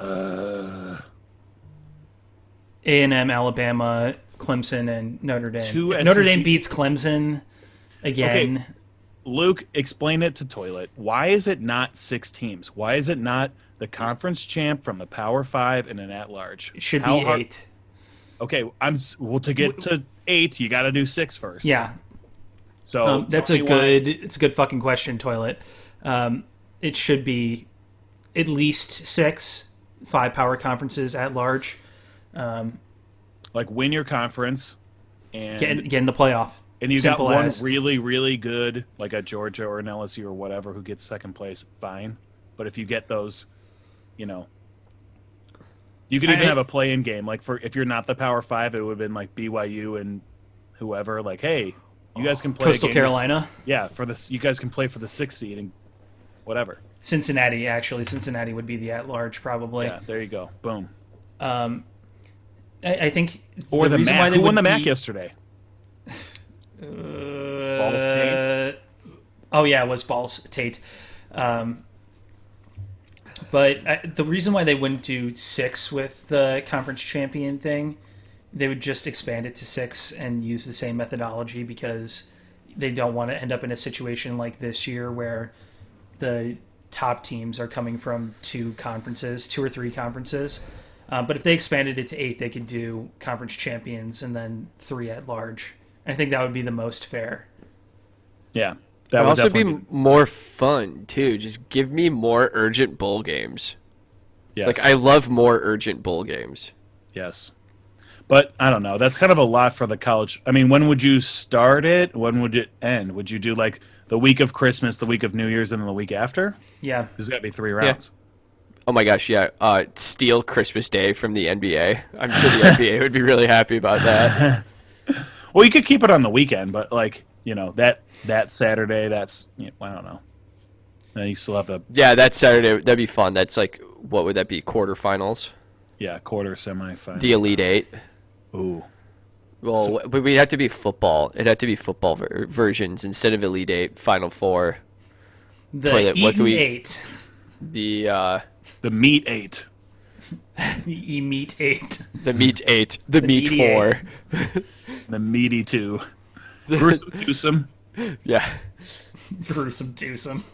[SPEAKER 2] Uh.
[SPEAKER 1] A and M, Alabama, Clemson, and Notre Dame.
[SPEAKER 2] Two
[SPEAKER 1] If Notre
[SPEAKER 2] SEC
[SPEAKER 1] Dame beats Clemson again.
[SPEAKER 2] Okay. Luke, explain it to Toilet. Why is it not six teams? Why is it not the conference champ from the Power Five and an at-large?
[SPEAKER 1] It should
[SPEAKER 2] How
[SPEAKER 1] be
[SPEAKER 2] hard-
[SPEAKER 1] eight.
[SPEAKER 2] Okay, I'm s- well to get to eight. You got to do six first.
[SPEAKER 1] Yeah,
[SPEAKER 2] So
[SPEAKER 1] um, that's
[SPEAKER 2] tell
[SPEAKER 1] a
[SPEAKER 2] me why-
[SPEAKER 1] good. It's a good fucking question. Toilet. Um, it should be at least six, five power conferences at large.
[SPEAKER 2] like win your conference and
[SPEAKER 1] Get in, get in the playoff.
[SPEAKER 2] and you got
[SPEAKER 1] Simple
[SPEAKER 2] one
[SPEAKER 1] as.
[SPEAKER 2] really, really good, like a Georgia or an LSU or whatever, who gets second place, fine. But if you get those, you know, you could even
[SPEAKER 1] I-
[SPEAKER 2] have a play-in game. Like for if you're not the Power Five, it would have been like BYU and whoever. Like, hey, you guys can play a
[SPEAKER 1] Coastal
[SPEAKER 2] game this-
[SPEAKER 1] Carolina.
[SPEAKER 2] yeah, for this, you guys can play for the sixth seed and whatever.
[SPEAKER 1] Cincinnati, actually. Cincinnati would be the at large, probably.
[SPEAKER 2] Yeah, there you go. Boom.
[SPEAKER 1] I, I think.
[SPEAKER 2] Or the,
[SPEAKER 1] reason why
[SPEAKER 2] MAC.
[SPEAKER 1] they
[SPEAKER 2] Who won the
[SPEAKER 1] would
[SPEAKER 2] MAC
[SPEAKER 1] be-
[SPEAKER 2] yesterday? Balls
[SPEAKER 1] Uh, oh yeah, it was balls Tate. Um, but I, the reason why they wouldn't do six with the conference champion thing, they would just expand it to six and use the same methodology because they don't want to end up in a situation like this year where the top teams are coming from two conferences, two or three conferences. Uh, but if they expanded it to eight, they could do conference champions and then three at large. I think that would be the most fair.
[SPEAKER 2] Yeah,
[SPEAKER 3] That
[SPEAKER 2] that
[SPEAKER 3] would
[SPEAKER 2] was
[SPEAKER 3] also be
[SPEAKER 2] definitely
[SPEAKER 3] more fun too. Just give me more urgent bowl games.
[SPEAKER 2] good.
[SPEAKER 3] Like
[SPEAKER 2] Yes.
[SPEAKER 3] I love more urgent bowl games.
[SPEAKER 2] Yes. But I don't know. That's kind of a lot for the college. I mean, when would you start it? When would it end? Would you do like the week of Christmas, the week of New Year's, and then the week after?
[SPEAKER 1] Yeah.
[SPEAKER 2] There's got to be three rounds.
[SPEAKER 3] Oh my gosh, yeah. Uh, steal Christmas Day from the NBA. I'm sure the NBA would be really happy about that.
[SPEAKER 2] Well, you could keep it on the weekend, but like you know that that Saturday, that's you know, I don't know. And you still have the
[SPEAKER 3] Yeah, that Saturday that'd be fun. That's like what would that be? Quarterfinals,
[SPEAKER 2] yeah quarter semifinal.
[SPEAKER 3] the Elite Eight.
[SPEAKER 2] Ooh,
[SPEAKER 3] Well, but we'd have to be football. It'd have to be football ver- versions instead of Elite Eight, Final Four.
[SPEAKER 1] The
[SPEAKER 3] Toilet, what
[SPEAKER 1] Eaton
[SPEAKER 3] can we-
[SPEAKER 1] eight.
[SPEAKER 3] The uh,
[SPEAKER 2] the meat eight.
[SPEAKER 1] The E meat eight.
[SPEAKER 3] the meat eight, the, meat
[SPEAKER 1] meaty eight.
[SPEAKER 3] four.
[SPEAKER 2] The meaty two. Bruce Newsome.
[SPEAKER 3] Yeah.
[SPEAKER 1] Gruesome twosome.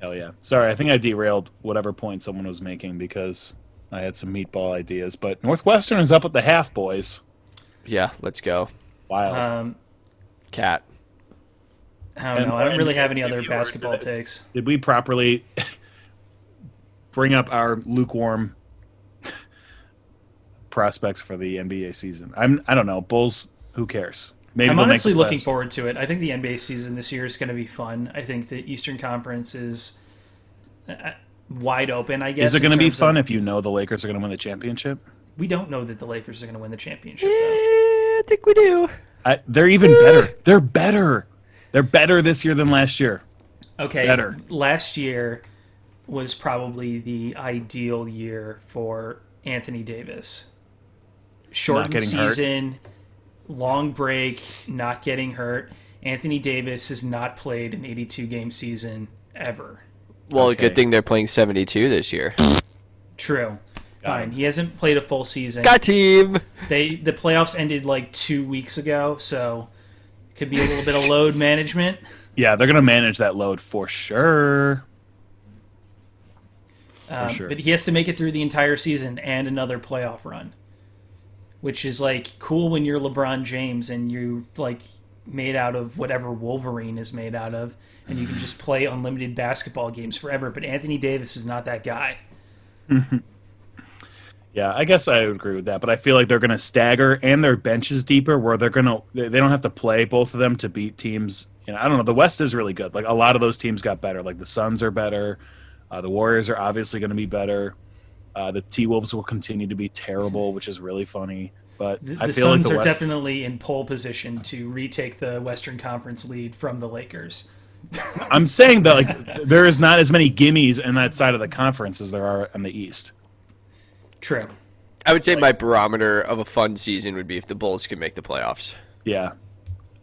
[SPEAKER 2] Hell yeah. Sorry, I think I derailed whatever point someone was making because I had some meatball ideas. But Northwestern is up with the half boys.
[SPEAKER 3] Yeah, let's go.
[SPEAKER 2] Wild.
[SPEAKER 1] Um,
[SPEAKER 3] Cat.
[SPEAKER 1] I don't
[SPEAKER 2] And-
[SPEAKER 1] know. I don't
[SPEAKER 2] and
[SPEAKER 1] really have any
[SPEAKER 2] if
[SPEAKER 1] other
[SPEAKER 2] you were
[SPEAKER 1] basketball
[SPEAKER 2] to-
[SPEAKER 1] takes.
[SPEAKER 2] Did we properly bring up our lukewarm prospects for the NBA season? I'm I don't know. Bulls, who cares? Maybe
[SPEAKER 1] I'm
[SPEAKER 2] they'll make
[SPEAKER 1] honestly
[SPEAKER 2] the
[SPEAKER 1] looking
[SPEAKER 2] playoffs.
[SPEAKER 1] forward to it. I think the NBA season this year is going to be fun. I think the Eastern Conference is uh, wide open. I guess.
[SPEAKER 2] Is it
[SPEAKER 1] in
[SPEAKER 2] going to be
[SPEAKER 1] terms of-
[SPEAKER 2] fun if you know the Lakers are going to win the championship?
[SPEAKER 1] we don't know that the Lakers are going to win the championship.
[SPEAKER 3] Eh,
[SPEAKER 1] Though.
[SPEAKER 3] I think we do.
[SPEAKER 2] I, they're even better. They're better. They're better this year than last year.
[SPEAKER 1] Okay.
[SPEAKER 2] Better.
[SPEAKER 1] Last year was probably the ideal year for Anthony Davis. Shortened
[SPEAKER 2] getting hurt.
[SPEAKER 1] season, long break, not getting hurt. Anthony Davis has not played an 82 game season ever.
[SPEAKER 3] Well,
[SPEAKER 2] Okay.
[SPEAKER 3] good thing they're playing 72 this year.
[SPEAKER 1] True. Fine.
[SPEAKER 2] him.
[SPEAKER 1] He hasn't played a full season.
[SPEAKER 3] Got team.
[SPEAKER 1] They the playoffs ended like 2 weeks ago, so could be a little bit of load management.
[SPEAKER 2] Yeah, they're going to manage that load for sure.
[SPEAKER 1] Um,
[SPEAKER 2] sure.
[SPEAKER 1] But he has to make it through the entire season and another playoff run, which is like cool when you're LeBron James and you're like made out of whatever Wolverine is made out of, and you can just play unlimited basketball games forever. But Anthony Davis is not that guy.
[SPEAKER 2] Yeah, I guess I would agree with that, but I feel like they're going to stagger and their bench is deeper, where they're going to they they don't have to play both of them to beat teams. You know, I don't know. The West is really good. Like a lot of those teams got better. Like the Suns are better. Uh, the Warriors are obviously going to be better. Uh, the T Wolves will continue to be terrible, which is really funny. But
[SPEAKER 1] The,
[SPEAKER 2] I
[SPEAKER 1] the
[SPEAKER 2] feel
[SPEAKER 1] Suns
[SPEAKER 2] like the
[SPEAKER 1] are
[SPEAKER 2] West.
[SPEAKER 1] definitely in pole position to retake the Western Conference lead from the Lakers.
[SPEAKER 2] I'm saying that like there is not as many gimmies in that side of the conference as there are in the East.
[SPEAKER 1] True.
[SPEAKER 3] I would say my barometer of a fun season would be if the Bulls could make the playoffs.
[SPEAKER 2] Yeah.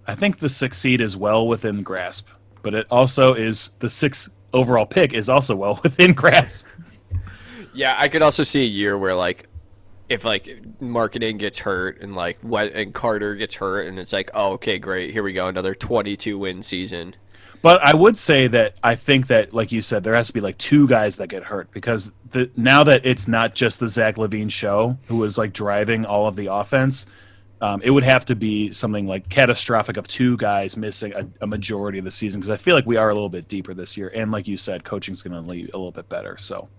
[SPEAKER 2] I think the sixth seed is well within grasp, but it also is the sixth overall pick is also well within grasp.
[SPEAKER 3] Yeah, I could also see a year where like if like marketing gets hurt and like what and Carter gets hurt and it's like, "Oh, okay, great. Here we go, another 22 win season."
[SPEAKER 2] But I would say that I think that, like you said, there has to be like two guys that get hurt because the, now that it's not just the Zach Levine show who is like driving all of the offense, um, it would have to be something like catastrophic of two guys missing a, a majority of the season because I feel like we are a little bit deeper this year, and like you said, coaching's going to leave a little bit better. So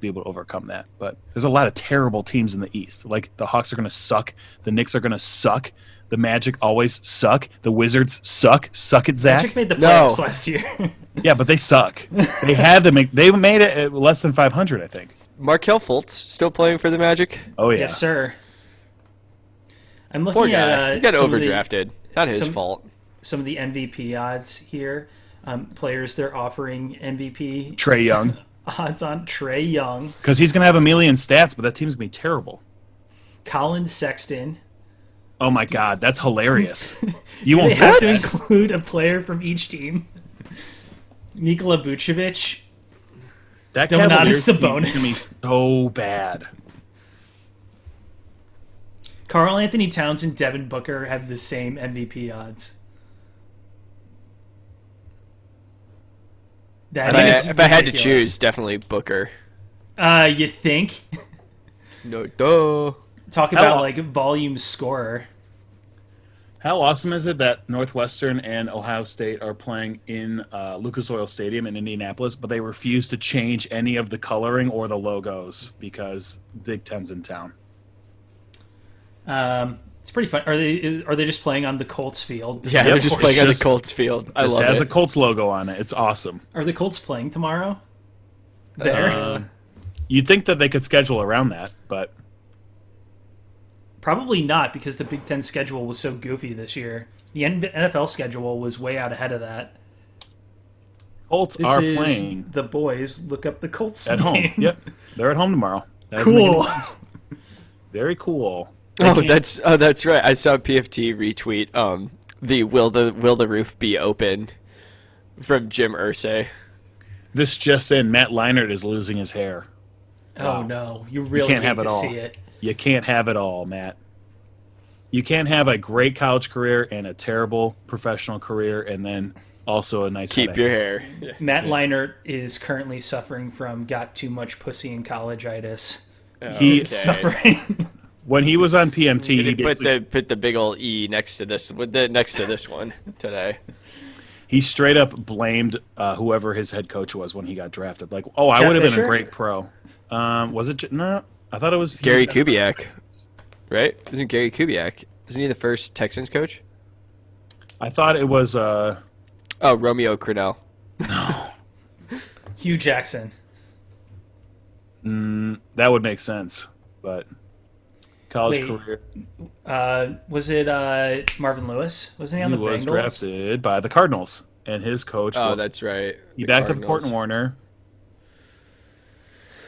[SPEAKER 2] be able to overcome that. But there's a lot of terrible teams in the East. Like the Hawks are going to suck. The Knicks are going to suck. The Magic always suck. The Wizards suck. Suck it, Zach.
[SPEAKER 1] Magic made the playoffs last year.
[SPEAKER 2] Yeah, but they suck. they had to make. They made it at less than 500, I think.
[SPEAKER 3] Markel Fultz still playing for the Magic.
[SPEAKER 2] Oh yeah.
[SPEAKER 1] Yes, sir. I'm looking
[SPEAKER 3] Poor
[SPEAKER 1] at
[SPEAKER 3] guy.
[SPEAKER 1] uh,
[SPEAKER 3] he got
[SPEAKER 1] some of the-
[SPEAKER 3] overdrafted. Not his
[SPEAKER 1] some-
[SPEAKER 3] fault.
[SPEAKER 1] some of the MVP odds here. Um, players they're offering MVP
[SPEAKER 2] Trey Young,
[SPEAKER 1] odds on Trey Young,
[SPEAKER 2] because he's going to have a million stats, but that team's going to be terrible.
[SPEAKER 1] Colin Sexton.
[SPEAKER 2] Oh my god, that's hilarious. You
[SPEAKER 1] They
[SPEAKER 2] won't
[SPEAKER 1] have
[SPEAKER 2] bet
[SPEAKER 1] to
[SPEAKER 2] that?
[SPEAKER 1] include a player from each team. Nikola Vucevic.
[SPEAKER 2] That
[SPEAKER 1] Domantas
[SPEAKER 2] Cavaliers team is gonna be
[SPEAKER 1] Sabonis.
[SPEAKER 2] so bad.
[SPEAKER 1] Carl Anthony Towns and Devin Booker have the same MVP odds. That
[SPEAKER 3] If I,
[SPEAKER 1] is
[SPEAKER 3] if I had to
[SPEAKER 1] ridiculous.
[SPEAKER 3] choose, definitely Booker.
[SPEAKER 1] uh, you think?
[SPEAKER 3] No, duh.
[SPEAKER 1] Talk about
[SPEAKER 2] Hello.
[SPEAKER 1] like volume scorer.
[SPEAKER 2] How awesome is it that Northwestern and Ohio State are playing in uh, Lucas Oil Stadium in Indianapolis, but they refuse to change any of the coloring or the logos because Big Ten's in town.
[SPEAKER 1] Um, it's pretty fun. Are they is- are they just playing on the Colts field?
[SPEAKER 3] Yeah, they're
[SPEAKER 2] Yep.
[SPEAKER 3] just playing on the
[SPEAKER 2] Just-
[SPEAKER 3] Colts field. I
[SPEAKER 2] This
[SPEAKER 3] love
[SPEAKER 2] has
[SPEAKER 3] it.
[SPEAKER 2] a Colts logo on it. It's awesome.
[SPEAKER 1] Are the Colts playing tomorrow? There,
[SPEAKER 2] Uh, You'd think that they could schedule around that, but
[SPEAKER 1] probably not because the Big Ten schedule was so goofy this year. The N- NFL schedule was way out ahead of that.
[SPEAKER 2] Colts
[SPEAKER 1] This
[SPEAKER 2] are
[SPEAKER 1] is
[SPEAKER 2] playing
[SPEAKER 1] the boys. Look up the Colts
[SPEAKER 2] at home.
[SPEAKER 1] name.
[SPEAKER 2] yep, they're at home tomorrow. That doesn't make any
[SPEAKER 1] Cool.
[SPEAKER 2] Very cool.
[SPEAKER 3] Oh, that's oh, that's right. I saw PFT retweet um the will the will the roof be open from Jim Ursay.
[SPEAKER 2] This just in: Matt Leinart is losing his hair.
[SPEAKER 1] Oh no, you really
[SPEAKER 2] can't
[SPEAKER 1] need
[SPEAKER 2] have it
[SPEAKER 1] to
[SPEAKER 2] all.
[SPEAKER 1] see it.
[SPEAKER 2] You can't have it all, Matt. You can't have a great college career and a terrible professional career, and then also a nice
[SPEAKER 3] Keep
[SPEAKER 2] headache.
[SPEAKER 3] your hair. Yeah.
[SPEAKER 1] Matt Leinart is currently suffering from got too much pussy in collegeitis.
[SPEAKER 2] He-
[SPEAKER 3] Okay.
[SPEAKER 1] Suffering.
[SPEAKER 2] When he was on PMT,
[SPEAKER 3] They
[SPEAKER 2] he,
[SPEAKER 3] put
[SPEAKER 2] basically,
[SPEAKER 3] the put the big old E next to this with the next to this one today.
[SPEAKER 2] he straight up blamed uh, whoever his head coach was when he got drafted. Like, oh, I
[SPEAKER 1] Jeff
[SPEAKER 2] would have been
[SPEAKER 1] Fisher?
[SPEAKER 2] a great pro. Um, was it? J- No, I thought it was he
[SPEAKER 3] Gary
[SPEAKER 2] was-
[SPEAKER 3] Kubiak, right? Isn't Gary Kubiak? Isn't he the first Texans coach?
[SPEAKER 2] I thought it was. Uh,
[SPEAKER 3] Oh, Romeo Crennel.
[SPEAKER 1] Hugh Jackson.
[SPEAKER 2] that would make sense, but college
[SPEAKER 1] Wait,
[SPEAKER 2] career.
[SPEAKER 1] Uh, was it uh, Marvin Lewis? Wasn't he on
[SPEAKER 2] He
[SPEAKER 1] the
[SPEAKER 2] was
[SPEAKER 1] Bengals?
[SPEAKER 2] drafted by the Cardinals, and his coach.
[SPEAKER 3] Oh,
[SPEAKER 2] was-
[SPEAKER 3] that's right.
[SPEAKER 2] He
[SPEAKER 3] The
[SPEAKER 2] backed up
[SPEAKER 3] Cardinals.
[SPEAKER 2] Horton Warner.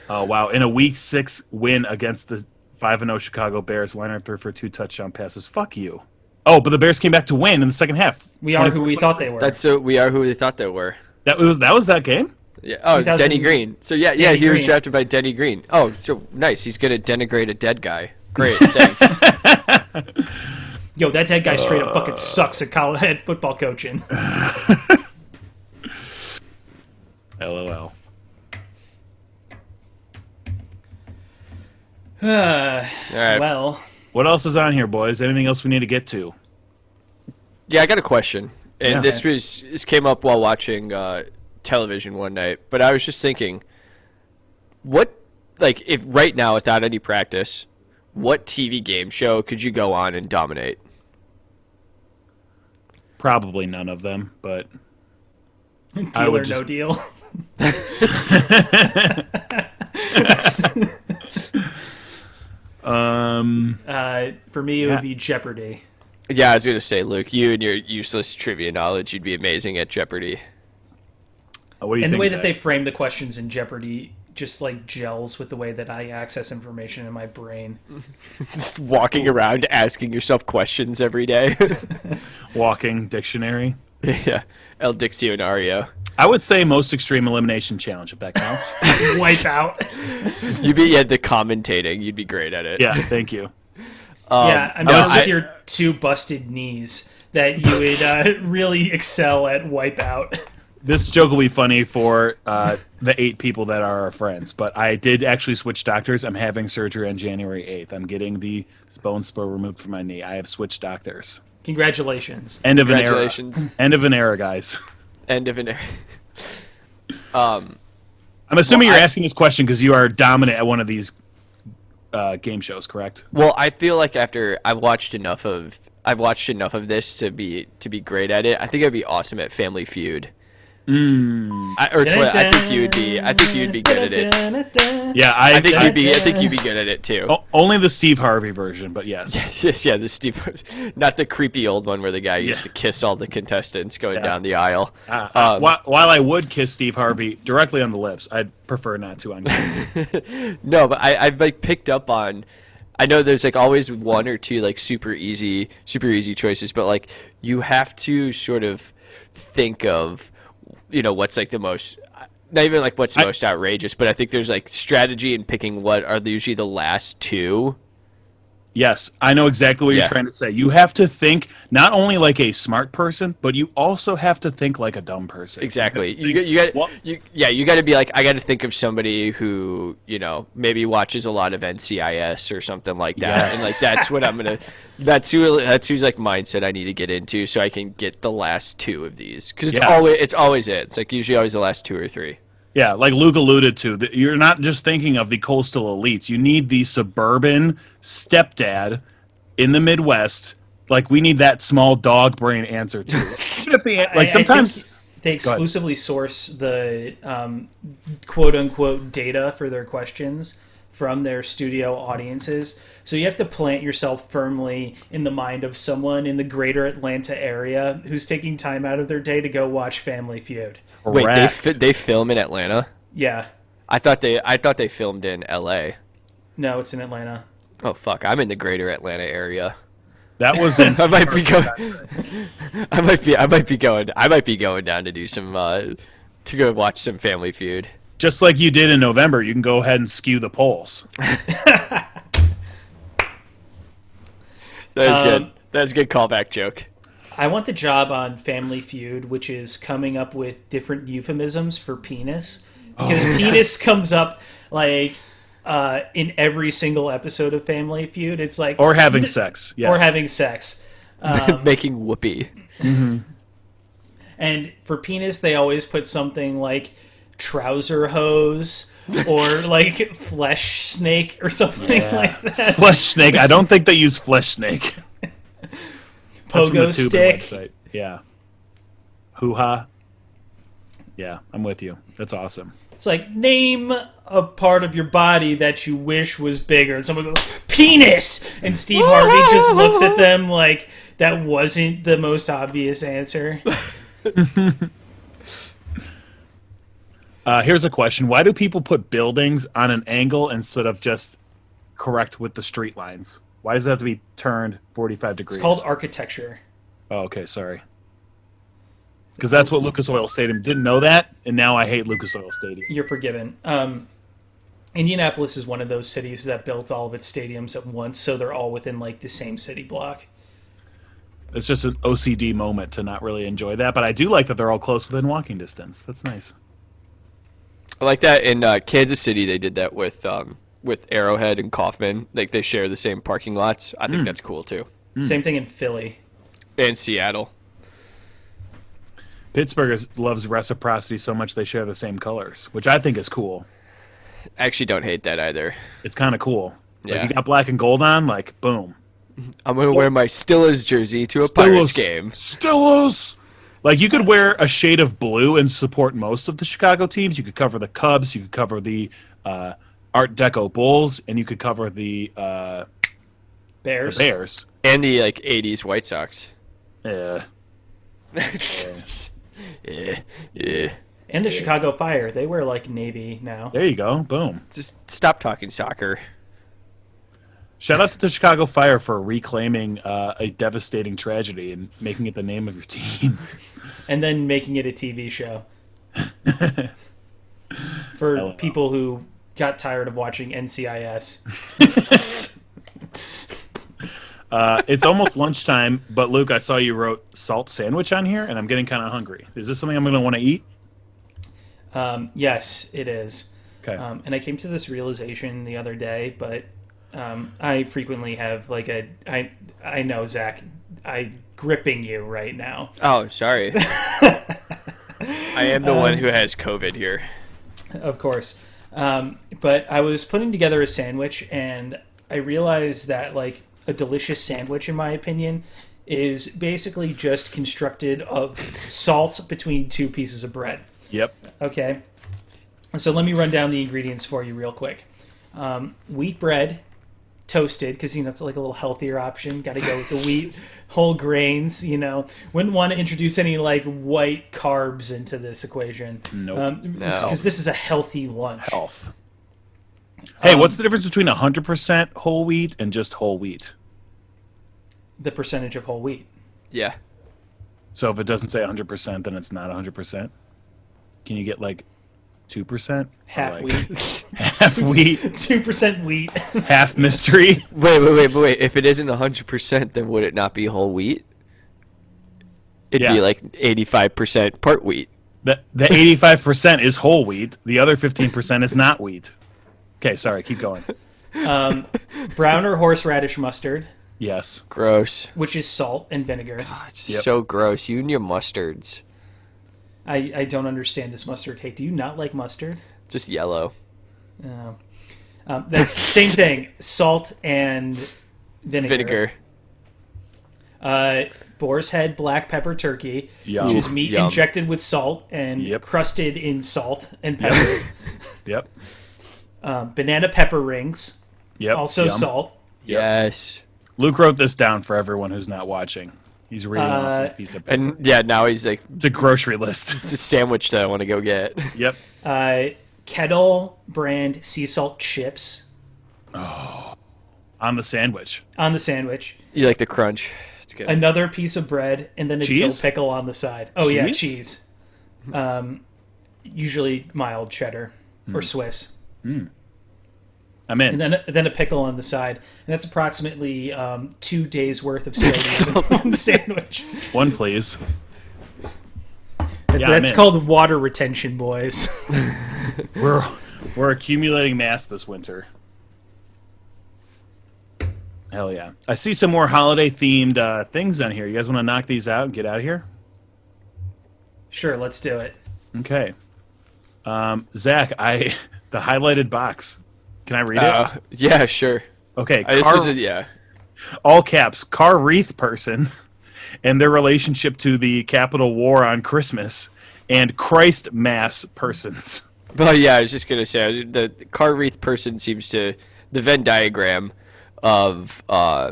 [SPEAKER 2] Oh wow! In a Week Six win against the five and zero Chicago Bears, Leonard threw for two touchdown passes. Fuck you! Oh, but the Bears came back to win in the second half.
[SPEAKER 1] We are who we thought they were.
[SPEAKER 3] That's so we are who we thought they were.
[SPEAKER 2] That was that was that game.
[SPEAKER 3] Yeah. Oh,
[SPEAKER 1] 2000
[SPEAKER 3] Denny Green. So yeah, yeah,
[SPEAKER 1] Denny
[SPEAKER 3] he was
[SPEAKER 1] Green.
[SPEAKER 3] drafted by Denny Green. Oh, so nice. He's gonna denigrate a dead guy. Great, thanks.
[SPEAKER 1] Yo, that dead guy straight up
[SPEAKER 2] Uh,
[SPEAKER 1] fucking sucks at college at football coaching.
[SPEAKER 2] LOL.
[SPEAKER 1] Uh,
[SPEAKER 3] All right.
[SPEAKER 1] well,
[SPEAKER 2] What else is on here, boys? Anything else we need to get to?
[SPEAKER 3] Yeah, I got a question, and
[SPEAKER 2] Yeah.
[SPEAKER 3] this was this came up while watching uh, television one night. But I was just thinking, what like if right now without any practice, what TV game show could you go on and dominate?
[SPEAKER 2] Probably none of them, but I
[SPEAKER 1] deal
[SPEAKER 2] would
[SPEAKER 1] or no
[SPEAKER 2] just-
[SPEAKER 1] deal.
[SPEAKER 2] um,
[SPEAKER 1] Uh, for me, it
[SPEAKER 2] Yeah.
[SPEAKER 1] would be Jeopardy.
[SPEAKER 3] Yeah, I was gonna say, Luke, you and your useless trivia knowledge, you'd be amazing at Jeopardy.
[SPEAKER 2] what do you
[SPEAKER 1] And the
[SPEAKER 2] think?
[SPEAKER 1] way that
[SPEAKER 2] Zach?
[SPEAKER 1] they frame the questions in Jeopardy just like gels with the way that I access information in my brain.
[SPEAKER 3] Just walking around asking yourself questions every day.
[SPEAKER 2] walking dictionary.
[SPEAKER 3] yeah, El Diccionario.
[SPEAKER 2] I would say most extreme elimination challenge if that counts.
[SPEAKER 1] Wipe out.
[SPEAKER 3] You'd be yeah the commentating. You'd be great at it.
[SPEAKER 2] yeah, thank you. Um,
[SPEAKER 1] yeah, I'm
[SPEAKER 3] no,
[SPEAKER 1] just with
[SPEAKER 3] I-
[SPEAKER 1] your two busted knees that you would uh, really excel at wipe out.
[SPEAKER 2] this joke will be funny for uh, the eight people that are our friends. But I did actually switch doctors. I'm having surgery on January 8th. I'm getting the bone spur removed from my knee. I have switched doctors.
[SPEAKER 1] Congratulations.
[SPEAKER 2] End of an era.
[SPEAKER 3] Congratulations.
[SPEAKER 2] End of an era, guys.
[SPEAKER 3] End of an era. um,
[SPEAKER 2] I'm assuming
[SPEAKER 3] Well,
[SPEAKER 2] you're
[SPEAKER 3] I-
[SPEAKER 2] asking this question because you are dominant at one of these uh, game shows, correct?
[SPEAKER 3] Well, I feel like after I've watched enough of I've watched enough of this to be to be great at it. I think I'd be awesome at Family Feud.
[SPEAKER 2] Hmm.
[SPEAKER 3] Mm. I, or Toy- I think you would be. I think you'd be good at it.
[SPEAKER 2] Yeah, I,
[SPEAKER 3] I think you'd be. I think you'd be good at it too.
[SPEAKER 2] o- only the Steve Harvey version, but yes.
[SPEAKER 3] Yes, yeah, the Steve, not the creepy old one where the guy used
[SPEAKER 2] Yeah.
[SPEAKER 3] to kiss all the contestants going
[SPEAKER 2] Yeah.
[SPEAKER 3] down the aisle.
[SPEAKER 2] Uh,
[SPEAKER 3] Um,
[SPEAKER 2] while, while I would kiss Steve Harvey directly on the lips, I'd prefer not to on camera.
[SPEAKER 3] No, but I, I've like picked up on. I know there's like always one or two like super easy, super easy choices, but like you have to sort of think of, you know, what's like the most, not even like what's the
[SPEAKER 2] I-
[SPEAKER 3] most outrageous, but I think there's like strategy in picking what are usually the last two.
[SPEAKER 2] Yes, I know exactly what
[SPEAKER 3] Yeah.
[SPEAKER 2] you're trying to say. You have to think not only like a smart person, but you also have to think like a dumb person.
[SPEAKER 3] Exactly. You, got- you got
[SPEAKER 2] What-
[SPEAKER 3] you, yeah, you got to be like I got to think of somebody who, you know, maybe watches a lot of NCIS or something like that. And
[SPEAKER 2] Yes.
[SPEAKER 3] like that's what I'm going to that's who that's who's like mindset I need to get into so I can get the last two of these cuz it's
[SPEAKER 2] Yeah.
[SPEAKER 3] always it's always it. It's like usually always the last two or three.
[SPEAKER 2] Yeah, like Luke alluded to, that you're not just thinking of the coastal elites. You need the suburban stepdad in the Midwest. Like we need that small dog brain answer to. it. Even if the an-
[SPEAKER 1] I- I
[SPEAKER 2] like
[SPEAKER 1] think
[SPEAKER 2] sometimes,
[SPEAKER 1] they
[SPEAKER 2] Go ahead.
[SPEAKER 1] exclusively source the um, quote unquote data for their questions from their studio audiences. So you have to plant yourself firmly in the mind of someone in the greater Atlanta area who's taking time out of their day to go watch Family Feud.
[SPEAKER 3] Wait, they
[SPEAKER 2] Correct.
[SPEAKER 3] fi- they film in Atlanta?
[SPEAKER 1] Yeah.
[SPEAKER 3] I thought they I thought they filmed in LA.
[SPEAKER 1] No, it's in Atlanta.
[SPEAKER 3] Oh fuck, I'm in the greater Atlanta area.
[SPEAKER 2] that was in
[SPEAKER 3] I might be going. I might be. I might be going. I might be going down to do some. Uh, to go watch some Family Feud.
[SPEAKER 2] just like you did in November. You can go ahead and skew the polls.
[SPEAKER 3] That is good.
[SPEAKER 1] Um,
[SPEAKER 3] That is a good callback joke.
[SPEAKER 1] I want the job on Family Feud, which is coming up with different euphemisms for penis,
[SPEAKER 2] Oh,
[SPEAKER 1] because penis comes up like uh, in every single episode of Family Feud. It's like
[SPEAKER 2] Or having sex. Yes.
[SPEAKER 1] or having sex,
[SPEAKER 3] Making whoopee.
[SPEAKER 1] and for penis they always put something like trouser hose or like flesh snake or something like that.
[SPEAKER 2] flesh snake. I don't think they use flesh snake. That's from the
[SPEAKER 1] Pogo
[SPEAKER 2] Tubi
[SPEAKER 1] stick.
[SPEAKER 2] website. Yeah. Hoo ha. Yeah, I'm with you. That's awesome.
[SPEAKER 1] It's like name a part of your body that you wish was bigger, and someone goes penis, and Steve Harvey just looks at them like that wasn't the most obvious answer.
[SPEAKER 2] Uh, here's a question: Why do people put buildings on an angle instead of just correct with the street lines? Why does it have to be turned 45 degrees?
[SPEAKER 1] It's called architecture.
[SPEAKER 2] oh, okay, sorry. Because that's what Lucas Oil Stadium didn't know that, and now I hate Lucas Oil Stadium.
[SPEAKER 1] You're forgiven. Um, Indianapolis is one of those cities that built all of its stadiums at once, so they're all within like the same city block.
[SPEAKER 2] It's just an OCD moment to not really enjoy that, but I do like that they're all close within walking distance. That's nice.
[SPEAKER 3] I like that in uh, Kansas City. They did that with um, with Arrowhead and Kaufman. Like they share the same parking lots. I think that's cool too.
[SPEAKER 1] Same thing in Philly.
[SPEAKER 3] And Seattle.
[SPEAKER 2] Pittsburgh is, loves reciprocity so much they share the same colors, which I think is cool.
[SPEAKER 3] I actually don't hate that either.
[SPEAKER 2] It's kind of cool.
[SPEAKER 3] Yeah.
[SPEAKER 2] Like you got black and gold on, like boom.
[SPEAKER 3] I'm gonna wear my Stillas jersey to a Pirates game.
[SPEAKER 2] Stillos. Like you could wear a shade of blue and support most of the Chicago teams. You could cover the Cubs. You could cover the uh, Art Deco Bulls, and you could cover the uh,
[SPEAKER 1] Bears.
[SPEAKER 2] Bears.
[SPEAKER 3] And the like '80s White Sox.
[SPEAKER 2] Yeah.
[SPEAKER 3] yeah, yeah.
[SPEAKER 1] And the Chicago Fire. They wear like navy now.
[SPEAKER 2] There you go. Boom.
[SPEAKER 3] Just stop talking soccer.
[SPEAKER 2] Shout out to the Chicago Fire for reclaiming uh, a devastating tragedy and making it the name of your team.
[SPEAKER 1] and then making it a TV show for
[SPEAKER 2] LOL.
[SPEAKER 1] people who got tired of watching NCIS.
[SPEAKER 2] Uh, it's almost lunchtime, but Luke, I saw you wrote salt sandwich on here, and I'm getting kind of hungry. Is this something I'm going to want to eat?
[SPEAKER 1] Um, yes, it is.
[SPEAKER 2] Okay.
[SPEAKER 1] Um, and I came to this realization the other day, but um, I frequently have like a I I know Zach, I gripping you right now.
[SPEAKER 3] Um, Oh, sorry. I am the one who has COVID here.
[SPEAKER 1] of course. Um, but I was putting together a sandwich, and I realized that like a delicious sandwich, in my opinion, is basically just constructed of salt between two pieces of bread.
[SPEAKER 2] Yep.
[SPEAKER 1] Okay. So let me run down the ingredients for you real quick. Um, wheat bread, toasted, because you know it's like a little healthier option. Got to go with the wheat, whole grains. You know, wouldn't want to introduce any like white carbs into this equation.
[SPEAKER 2] Nope.
[SPEAKER 3] No.
[SPEAKER 1] Because this is a healthy lunch.
[SPEAKER 2] Health.
[SPEAKER 1] Um,
[SPEAKER 2] Hey, what's the difference between 100% whole wheat and just whole wheat?
[SPEAKER 1] The percentage of whole wheat.
[SPEAKER 3] Yeah.
[SPEAKER 2] So if it doesn't say 100%, then it's not 100%. Can you get like 2%? Or,
[SPEAKER 1] Half
[SPEAKER 2] like,
[SPEAKER 1] wheat,
[SPEAKER 2] Half wheat,
[SPEAKER 1] two percent wheat.
[SPEAKER 2] half mystery.
[SPEAKER 3] Wait, wait, wait, but wait. If it isn't 100%, then would it not be whole wheat? It'd
[SPEAKER 2] Yeah.
[SPEAKER 3] be like 85% part wheat.
[SPEAKER 2] The, the 85% is whole wheat, the other 15% is not wheat. Okay, sorry, keep going.
[SPEAKER 1] Brown or horseradish mustard,
[SPEAKER 2] Yes.
[SPEAKER 3] Gross.
[SPEAKER 1] which is salt and vinegar.
[SPEAKER 2] Yep.
[SPEAKER 3] So gross. You and your mustards.
[SPEAKER 1] I, I don't understand this mustard hate. Do you not like mustard?
[SPEAKER 3] Just yellow.
[SPEAKER 1] No. Um, that's same thing. Salt and vinegar.
[SPEAKER 3] Vinegar.
[SPEAKER 1] Uh, boar's head, black pepper turkey,
[SPEAKER 2] Yum.
[SPEAKER 1] which is meat
[SPEAKER 3] Yum.
[SPEAKER 1] injected with salt and
[SPEAKER 2] Yep.
[SPEAKER 1] crusted in salt and pepper.
[SPEAKER 2] Yep.
[SPEAKER 1] um, banana pepper rings,
[SPEAKER 2] Yep.
[SPEAKER 1] also
[SPEAKER 2] Yum.
[SPEAKER 1] salt.
[SPEAKER 3] Yes.
[SPEAKER 2] Luke wrote this down for everyone who's not watching. He's reading off
[SPEAKER 1] Uh,
[SPEAKER 2] a piece of paper.
[SPEAKER 3] And yeah, now he's like,
[SPEAKER 2] It's a grocery list.
[SPEAKER 3] it's a sandwich that I want to go get.
[SPEAKER 2] yep.
[SPEAKER 1] Uh, kettle brand sea salt chips
[SPEAKER 2] On the sandwich.
[SPEAKER 1] on the sandwich.
[SPEAKER 3] You like the crunch. It's good.
[SPEAKER 1] Another piece of bread and then a
[SPEAKER 2] Cheese?
[SPEAKER 1] dill pickle on the side. Oh yeah,
[SPEAKER 2] Cheese?
[SPEAKER 1] cheese. Um, usually mild cheddar or
[SPEAKER 2] Hmm.
[SPEAKER 1] Swiss.
[SPEAKER 2] I'm in.
[SPEAKER 1] and then then a pickle on the side, and that's approximately um, two days worth of sodium
[SPEAKER 3] Salt.
[SPEAKER 1] in one sandwich.
[SPEAKER 2] One, please. Yeah, I'm
[SPEAKER 1] that's
[SPEAKER 2] in.
[SPEAKER 1] called water retention, boys.
[SPEAKER 2] We're we're accumulating mass this winter. Hell yeah! I see some more holiday themed uh, things on here. You guys want to knock these out and get out of here?
[SPEAKER 1] sure, let's do it.
[SPEAKER 2] Okay. Um, Zach, I the highlighted box. Can I read
[SPEAKER 3] Uh, yeah, sure.
[SPEAKER 2] it? Okay.
[SPEAKER 3] I, this
[SPEAKER 2] car-
[SPEAKER 3] is a, yeah.
[SPEAKER 2] all caps, car wreath person and their relationship to the Capitol War on Christmas and Christ Mass persons.
[SPEAKER 3] Well, yeah, I was just gonna say the, the car wreath person seems to the Venn diagram of uh,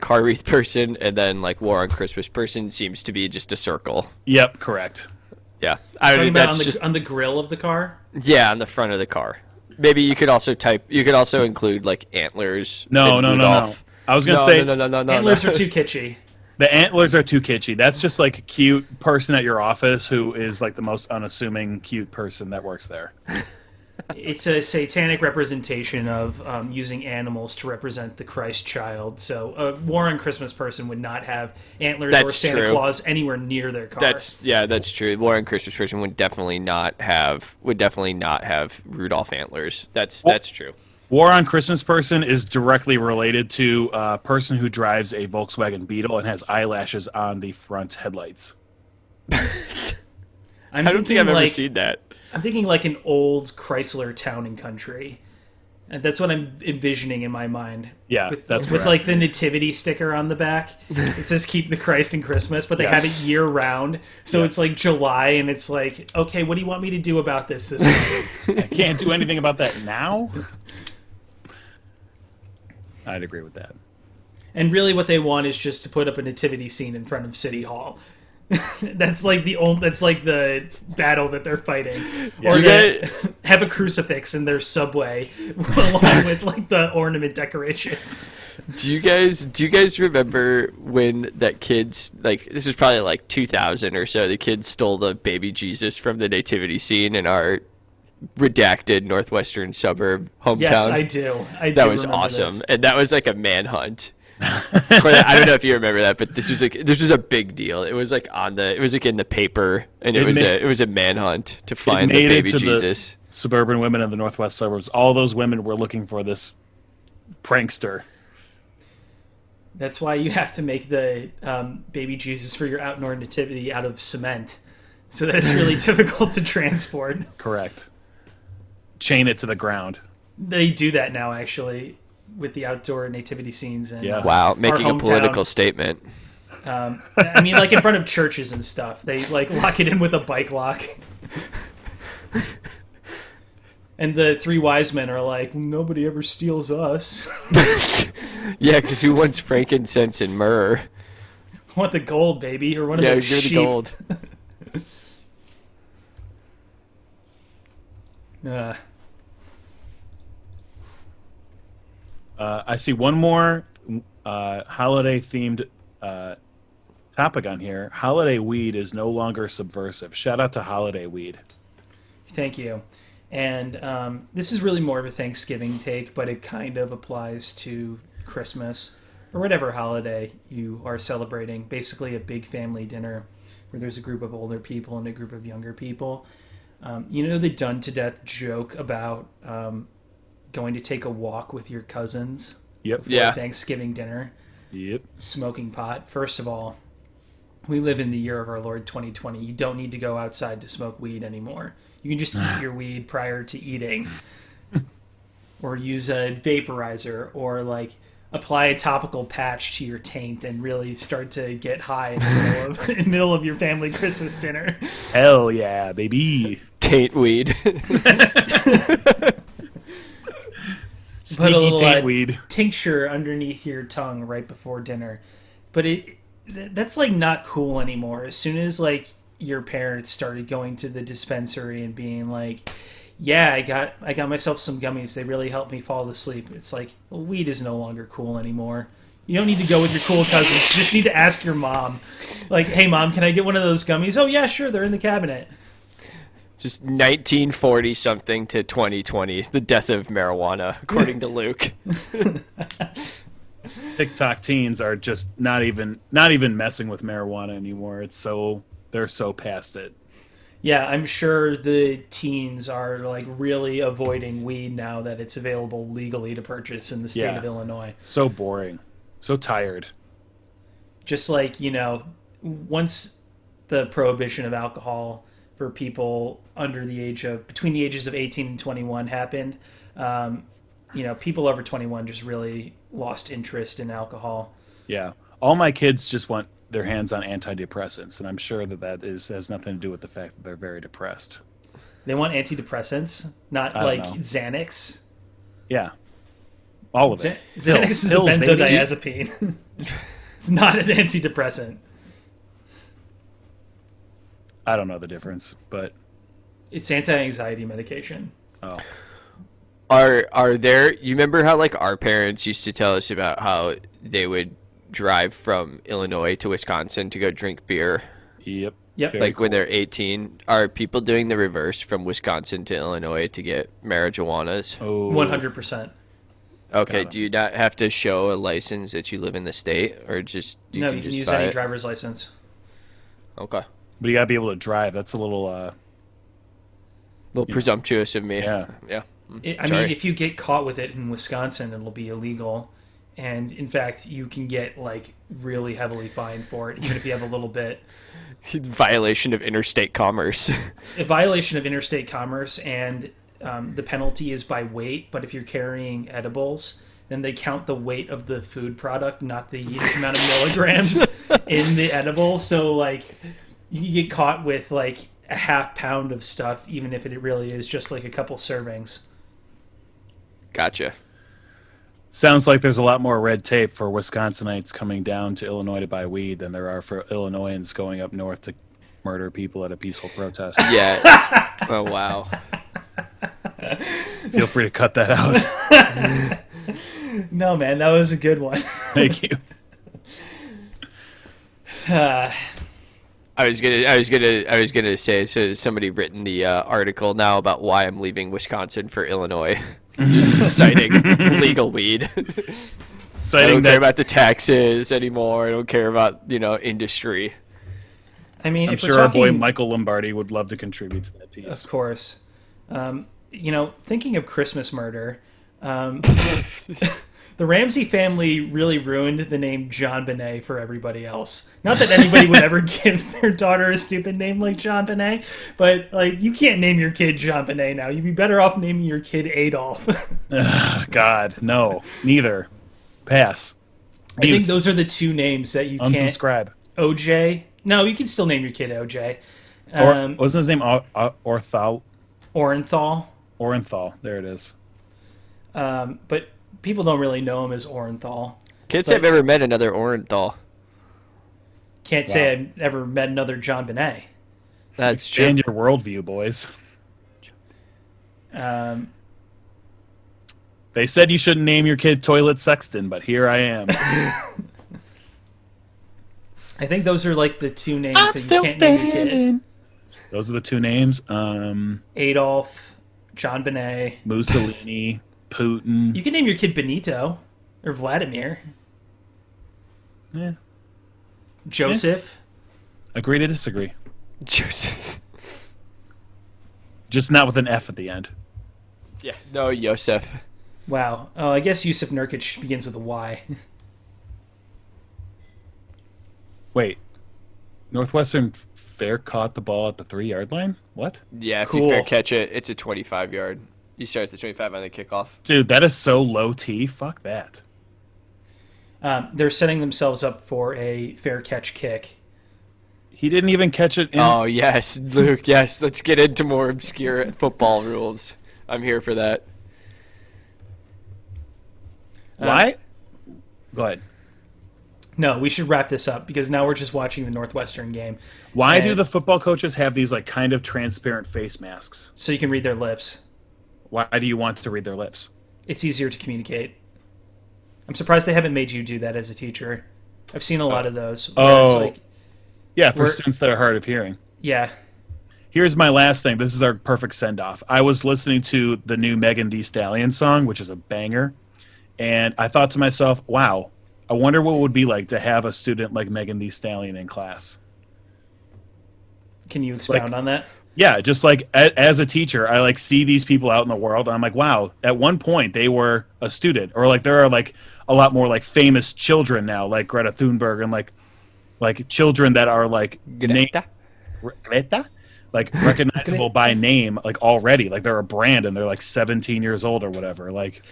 [SPEAKER 3] car wreath person and then like war on Christmas person seems to be just a circle.
[SPEAKER 2] Yep, correct.
[SPEAKER 3] Yeah, I
[SPEAKER 1] Talking
[SPEAKER 3] mean
[SPEAKER 1] about
[SPEAKER 3] that's
[SPEAKER 1] on the
[SPEAKER 3] just
[SPEAKER 1] on the grill of the car.
[SPEAKER 3] yeah on the front of the car. Maybe you could also type. You could also include like antlers.
[SPEAKER 2] No,
[SPEAKER 3] and
[SPEAKER 2] no, no, no.
[SPEAKER 3] Rudolph.
[SPEAKER 2] I was gonna
[SPEAKER 3] No,
[SPEAKER 2] say
[SPEAKER 3] no, no, no, no,
[SPEAKER 1] Antlers
[SPEAKER 3] no.
[SPEAKER 1] are too kitschy.
[SPEAKER 2] the antlers are too kitschy. That's just like a cute person at your office who is like the most unassuming cute person that works there.
[SPEAKER 1] It's a satanic representation of um, using animals to represent the Christ child. So a Warren Christmas person would not have antlers or
[SPEAKER 3] That's
[SPEAKER 1] Santa
[SPEAKER 3] true.
[SPEAKER 1] Claus anywhere near their car.
[SPEAKER 3] That's yeah, that's true. War on Christmas person would definitely not have would definitely not have Rudolph antlers. That's that's true.
[SPEAKER 2] War on Christmas person is directly related to a person who drives a Volkswagen Beetle and has eyelashes on the front headlights.
[SPEAKER 1] I'm
[SPEAKER 3] I don't think I've
[SPEAKER 1] thinking,
[SPEAKER 3] ever
[SPEAKER 1] like,
[SPEAKER 3] seen that.
[SPEAKER 1] I'm thinking like an old Chrysler town and country. And that's what I'm envisioning in my mind.
[SPEAKER 2] Yeah,
[SPEAKER 1] with,
[SPEAKER 2] that's
[SPEAKER 1] with
[SPEAKER 2] correct.
[SPEAKER 1] like the nativity sticker on the back. It says "Keep the Christ in Christmas," but they have
[SPEAKER 2] Yes.
[SPEAKER 1] it year round. So it's like July, and it's like, okay, what do you want me to do about this? This month?
[SPEAKER 2] Can't do anything about that now. I'd agree with that.
[SPEAKER 1] and really, what they want is just to put up a nativity scene in front of City Hall. that's like the old. That's like the battle that they're fighting. Or
[SPEAKER 3] Do
[SPEAKER 1] they
[SPEAKER 3] they-
[SPEAKER 1] have a crucifix in their subway along with like the ornament decorations.
[SPEAKER 3] Do you guys do you guys remember when that kid's like this is probably like 2000 or so the kid stole the baby Jesus from the nativity scene in our redacted northwestern suburb hometown?
[SPEAKER 1] Yes, I do. I do
[SPEAKER 3] that was
[SPEAKER 1] remember
[SPEAKER 3] awesome.
[SPEAKER 1] this.
[SPEAKER 3] And that was like a manhunt. I don't know if you remember that, but this was like this was a big deal. It was like on the it was like in the paper and it,
[SPEAKER 2] It
[SPEAKER 3] was
[SPEAKER 2] ma-
[SPEAKER 3] a it was a manhunt to find the
[SPEAKER 2] made it
[SPEAKER 3] baby
[SPEAKER 2] to the-
[SPEAKER 3] Jesus.
[SPEAKER 2] Suburban women in the northwest suburbs. All those women were looking for this prankster.
[SPEAKER 1] That's why you have to make the um, baby Jesus for your outdoor nativity out of cement, so that it's really difficult to transport.
[SPEAKER 2] Correct. chain it to the ground.
[SPEAKER 1] They do that now, actually, with the outdoor nativity scenes. And,
[SPEAKER 2] Yeah.
[SPEAKER 3] Wow, making a
[SPEAKER 1] hometown.
[SPEAKER 3] political statement.
[SPEAKER 1] um, I mean, like in front of churches and stuff, they like lock it in with a bike lock. And the three wise men are like, nobody ever steals us.
[SPEAKER 3] Yeah, because who wants frankincense and myrrh?
[SPEAKER 1] I want the gold, baby, or one of
[SPEAKER 3] Yeah,
[SPEAKER 1] those
[SPEAKER 3] give me the
[SPEAKER 1] sheep.
[SPEAKER 3] gold.
[SPEAKER 1] Uh,
[SPEAKER 2] Uh, I see one more uh, holiday themed uh, topic on here. Holiday weed is no longer subversive. Shout out to holiday weed.
[SPEAKER 1] Thank you. And um, this is really more of a Thanksgiving take, but it kind of applies to Christmas or whatever holiday you are celebrating. Basically, a big family dinner where there's a group of older people and a group of younger people. Um, you know the done to death joke about um, going to take a walk with your cousins
[SPEAKER 2] Yep.
[SPEAKER 1] for
[SPEAKER 3] Yeah.
[SPEAKER 1] Thanksgiving dinner,
[SPEAKER 2] Yep.
[SPEAKER 1] smoking pot. First of all, we live in the year of our Lord 2020. You don't need to go outside to smoke weed anymore. You can just eat your weed prior to eating, or use a vaporizer, or like apply a topical patch to your taint and really start to get high in the middle of, in the middle of your family Christmas dinner.
[SPEAKER 2] Hell yeah, baby.
[SPEAKER 3] Taint weed.
[SPEAKER 2] Sneaky
[SPEAKER 1] little,
[SPEAKER 2] taint
[SPEAKER 1] uh,
[SPEAKER 2] weed.
[SPEAKER 1] tincture underneath your tongue right before dinner. But it th- that's like not cool anymore. As soon as like your parents started going to the dispensary and being like, "Yeah, I got I got myself some gummies. They really helped me fall asleep." It's like well, weed is no longer cool anymore. You don't need to go with your cool cousins. You just need to ask your mom. Like, "Hey mom, can I get one of those gummies?" "Oh yeah, sure. They're in the cabinet."
[SPEAKER 3] Just 1940 something to 2020, the death of marijuana, according to Luke.
[SPEAKER 2] TikTok teens are just not even not even messing with marijuana anymore. It's so they're so past it.
[SPEAKER 1] Yeah, I'm sure the teens are like really avoiding weed now that it's available legally to purchase in the state
[SPEAKER 2] Yeah.
[SPEAKER 1] of Illinois.
[SPEAKER 2] So boring. So tired.
[SPEAKER 1] Just like, you know, once the prohibition of alcohol for people under the age of between the ages of 18 and 21 happened, um, you know, people over 21 just really lost interest in alcohol.
[SPEAKER 2] Yeah. All my kids just want their hands on antidepressants, and I'm sure that that is has nothing to do with the fact that they're very depressed.
[SPEAKER 1] They want antidepressants, not
[SPEAKER 2] I don't
[SPEAKER 1] like
[SPEAKER 2] know.
[SPEAKER 1] Xanax.
[SPEAKER 2] Yeah. All of
[SPEAKER 1] Xan-
[SPEAKER 2] it.
[SPEAKER 1] Xanax
[SPEAKER 2] Pills,
[SPEAKER 1] is a
[SPEAKER 2] pills, baby.
[SPEAKER 1] benzodiazepine. it's not an antidepressant.
[SPEAKER 2] I don't know the difference, but
[SPEAKER 1] It's anti-anxiety medication.
[SPEAKER 2] oh,
[SPEAKER 3] Are are there? You remember how like our parents used to tell us about how they would drive from Illinois to Wisconsin to go drink beer,
[SPEAKER 2] yep.
[SPEAKER 1] Yep.
[SPEAKER 2] Very
[SPEAKER 3] like when they're 18. Are people doing the reverse from Wisconsin to Illinois to get marijuanas?
[SPEAKER 2] Oh,
[SPEAKER 1] One hundred percent.
[SPEAKER 2] Got
[SPEAKER 3] Okay,
[SPEAKER 2] it.
[SPEAKER 3] do you not have to show a license that you live in the state, or just you
[SPEAKER 1] No,
[SPEAKER 3] can
[SPEAKER 1] you can
[SPEAKER 3] just
[SPEAKER 1] use
[SPEAKER 3] buy
[SPEAKER 1] any
[SPEAKER 3] it?
[SPEAKER 1] driver's license.
[SPEAKER 3] Okay,
[SPEAKER 2] Oh, But you gotta be able to drive. That's a little. uh
[SPEAKER 3] little presumptuous of me.
[SPEAKER 2] Yeah.
[SPEAKER 3] yeah.
[SPEAKER 1] It, I mean,
[SPEAKER 3] Mm-hmm. Sorry.
[SPEAKER 1] if you get caught with it in Wisconsin, it'll be illegal, and in fact, you can get like really heavily fined for it, even if you have a little bit.
[SPEAKER 3] Violation of interstate commerce.
[SPEAKER 1] A violation of interstate commerce, and um, the penalty is by weight. But if you're carrying edibles, then they count the weight of the food product, not the amount of milligrams in the edible. So like, you can get caught with like a half pound of stuff, even if it really is just like a couple servings.
[SPEAKER 3] gotcha.
[SPEAKER 2] Sounds like there's a lot more red tape for Wisconsinites coming down to Illinois to buy weed than there are for Illinoisans going up north to murder people at a peaceful protest.
[SPEAKER 3] Yeah. oh wow.
[SPEAKER 2] Feel free to cut that out.
[SPEAKER 1] No, man, that was a good one.
[SPEAKER 2] Thank you.
[SPEAKER 1] Uh,
[SPEAKER 3] I was gonna, I was gonna, I was gonna say. So somebody written the uh, article now about why I'm leaving Wisconsin for Illinois, just citing legal weed. I
[SPEAKER 2] Citing
[SPEAKER 3] don't care
[SPEAKER 2] that,
[SPEAKER 3] about the taxes anymore. I don't care about you know industry.
[SPEAKER 1] I mean,
[SPEAKER 2] I'm
[SPEAKER 1] if
[SPEAKER 2] sure
[SPEAKER 1] we're
[SPEAKER 2] our boy
[SPEAKER 1] talking,
[SPEAKER 2] Michael Lombardi would love to contribute to that
[SPEAKER 1] of
[SPEAKER 2] piece.
[SPEAKER 1] course, um, you know, thinking of Christmas murder, um, The Ramsey family really ruined the name John Bonet for everybody else. Not that anybody would ever give their daughter a stupid name like John Bonet, but like you can't name your kid John Bonet now. You'd be better off naming your kid Adolf. Oh,
[SPEAKER 2] Ugh, God, no, neither. Pass.
[SPEAKER 1] I think those are the two names that you can't.
[SPEAKER 2] Unsubscribe.
[SPEAKER 1] OJ. No, you can still name your kid OJ.
[SPEAKER 2] Or
[SPEAKER 1] Um,
[SPEAKER 2] wasn't his name Or- Or- Orthal?
[SPEAKER 1] Orenthal.
[SPEAKER 2] Orenthal. There it is.
[SPEAKER 1] Um, but people don't really know him as Orenthal. But-
[SPEAKER 3] Can't say I've ever met another Orenthal.
[SPEAKER 1] Can't say I've ever met another John Binet.
[SPEAKER 3] That's true.
[SPEAKER 2] Change your worldview, boys.
[SPEAKER 1] Um,
[SPEAKER 2] They said you shouldn't name your kid Toilet Sexton, but here I am.
[SPEAKER 1] I think those are like the two names that you can't name your kid.
[SPEAKER 2] Those are the two names. Um,
[SPEAKER 1] Adolf, John Binet.
[SPEAKER 2] Mussolini, Putin.
[SPEAKER 1] You can name your kid Benito or Vladimir,
[SPEAKER 2] Eh,
[SPEAKER 1] Joseph.
[SPEAKER 2] agree to disagree.
[SPEAKER 3] Joseph.
[SPEAKER 2] Just not with an F at the end.
[SPEAKER 3] Yeah. No, Yosef.
[SPEAKER 1] Wow. Oh, I guess Yusuf Nurkic begins with a Y.
[SPEAKER 2] Wait. Northwestern Fair caught the ball at the three yard line? What?
[SPEAKER 3] Yeah, if
[SPEAKER 1] Cool.
[SPEAKER 3] you fair catch it, it's a 25 yard. You start at the 25 on the kickoff.
[SPEAKER 2] Dude, that is so low T. Fuck that.
[SPEAKER 1] Um, they're setting themselves up for a fair catch kick.
[SPEAKER 2] He didn't even catch it in.
[SPEAKER 3] Oh, yes, Luke, yes. Let's get into more obscure football rules. I'm here for that.
[SPEAKER 2] Why? Go ahead.
[SPEAKER 1] No, we should wrap this up because now we're just watching the Northwestern game,
[SPEAKER 2] Why do
[SPEAKER 1] and-
[SPEAKER 2] the football coaches have these like kind of transparent face masks?
[SPEAKER 1] so you can read their lips.
[SPEAKER 2] Why do you want to read their lips?
[SPEAKER 1] It's easier to communicate. I'm surprised they haven't made you do that as a teacher. I've seen a lot of those. where
[SPEAKER 2] Oh.
[SPEAKER 1] it's like,
[SPEAKER 2] Yeah, for
[SPEAKER 1] We're-
[SPEAKER 2] students that are hard of hearing.
[SPEAKER 1] yeah.
[SPEAKER 2] Here's my last thing. This is our perfect send off. I was listening to the new Megan D. Stallion song, which is a banger, and I thought to myself, wow, I wonder what it would be like to have a student like Megan D. Stallion in class.
[SPEAKER 1] Can you expound on that?
[SPEAKER 2] Yeah, just like a, as a teacher, I like see these people out in the world. And I'm like, wow, at one point they were a student, or like there are like a lot more like famous children now, like Greta Thunberg and like like children that are like named- Re- Greta? Like recognizable by name, like already, like they're a brand and they're like 17 years old or whatever. Like,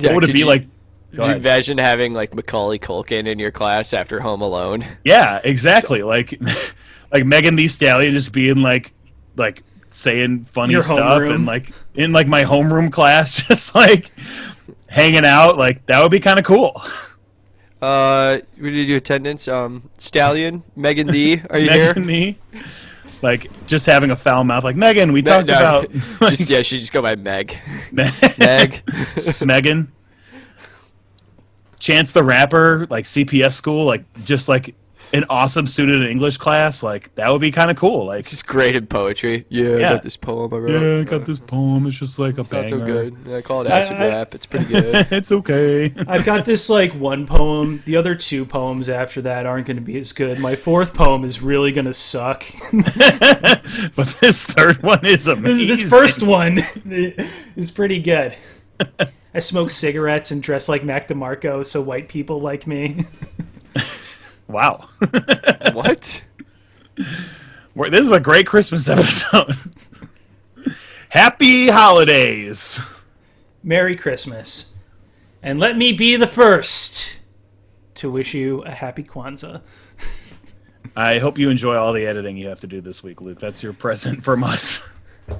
[SPEAKER 3] Yeah,
[SPEAKER 2] what would it
[SPEAKER 3] could
[SPEAKER 2] be
[SPEAKER 3] you-
[SPEAKER 2] like?
[SPEAKER 3] Could
[SPEAKER 2] Go
[SPEAKER 3] you
[SPEAKER 2] ahead.
[SPEAKER 3] imagine having like Macaulay Culkin in your class after Home Alone?
[SPEAKER 2] Yeah, exactly. like, like Megan Thee Stallion just being like, like saying funny
[SPEAKER 1] Your
[SPEAKER 2] stuff
[SPEAKER 1] homeroom.
[SPEAKER 2] and like in like my homeroom class, just like hanging out. Like that would be kind of cool.
[SPEAKER 3] Uh, we need to do attendance. Um, Stallion, Megan D, are you here?
[SPEAKER 2] Megan Thee, like just having a foul mouth. Like Megan, we talked
[SPEAKER 3] no,
[SPEAKER 2] about
[SPEAKER 3] just yeah, she just go by Meg.
[SPEAKER 2] Meg,
[SPEAKER 3] Meg.
[SPEAKER 2] Smegan, Chance the Rapper, like CPS school, like just like an awesome student in English class. Like that would be kind of cool. Like.
[SPEAKER 3] She's great in poetry. Yeah, I
[SPEAKER 2] Yeah.
[SPEAKER 3] got this poem I wrote.
[SPEAKER 2] Yeah, I got this poem. It's just like a
[SPEAKER 3] It's not so
[SPEAKER 2] banger.
[SPEAKER 3] good. I call it acid
[SPEAKER 1] I-
[SPEAKER 3] rap. It's pretty good.
[SPEAKER 2] it's okay.
[SPEAKER 1] I've got this like one poem. The other two poems after that aren't going to be as good. My fourth poem is really going to suck.
[SPEAKER 2] But this third one is amazing.
[SPEAKER 1] this first one is pretty good. I smoke cigarettes and dress like Mac DeMarco, so white people like me.
[SPEAKER 2] Wow.
[SPEAKER 3] what?
[SPEAKER 2] We're- this is a great Christmas episode. Happy holidays.
[SPEAKER 1] Merry Christmas. And let me be the first to wish you a happy Kwanzaa.
[SPEAKER 2] I hope you enjoy all the editing you have to do this week, Luke. That's your present from us.
[SPEAKER 1] All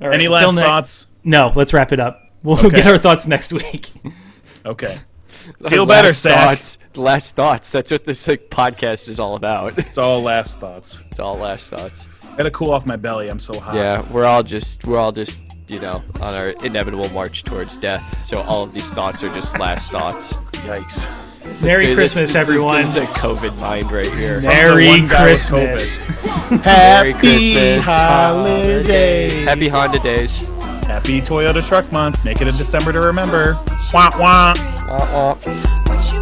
[SPEAKER 1] right,
[SPEAKER 2] Any
[SPEAKER 1] until
[SPEAKER 2] last
[SPEAKER 1] ne-
[SPEAKER 2] thoughts?
[SPEAKER 1] No, let's wrap it up. We'll get our thoughts next week.
[SPEAKER 2] Okay. Feel better,
[SPEAKER 3] last
[SPEAKER 2] Zach.
[SPEAKER 3] thoughts. Last thoughts. That's what this like, podcast is all about.
[SPEAKER 2] It's all last thoughts.
[SPEAKER 3] It's all last thoughts.
[SPEAKER 2] Gotta cool off my belly. I'm so hot.
[SPEAKER 3] Yeah, we're all just we're all just you know on our inevitable march towards death. So all of these thoughts are just last thoughts.
[SPEAKER 2] Yikes.
[SPEAKER 1] Merry
[SPEAKER 3] Dude, this-
[SPEAKER 1] Christmas,
[SPEAKER 3] this is-
[SPEAKER 1] everyone.
[SPEAKER 3] This is a COVID mind right here.
[SPEAKER 2] the
[SPEAKER 1] Merry
[SPEAKER 2] one guy with
[SPEAKER 1] Christmas.
[SPEAKER 2] Happy
[SPEAKER 3] Christmas.
[SPEAKER 2] holidays.
[SPEAKER 3] Happy Honda days.
[SPEAKER 2] Happy Toyota Truck Month. Make it a December to remember. Wah wah.
[SPEAKER 3] Uh-uh.
[SPEAKER 5] What you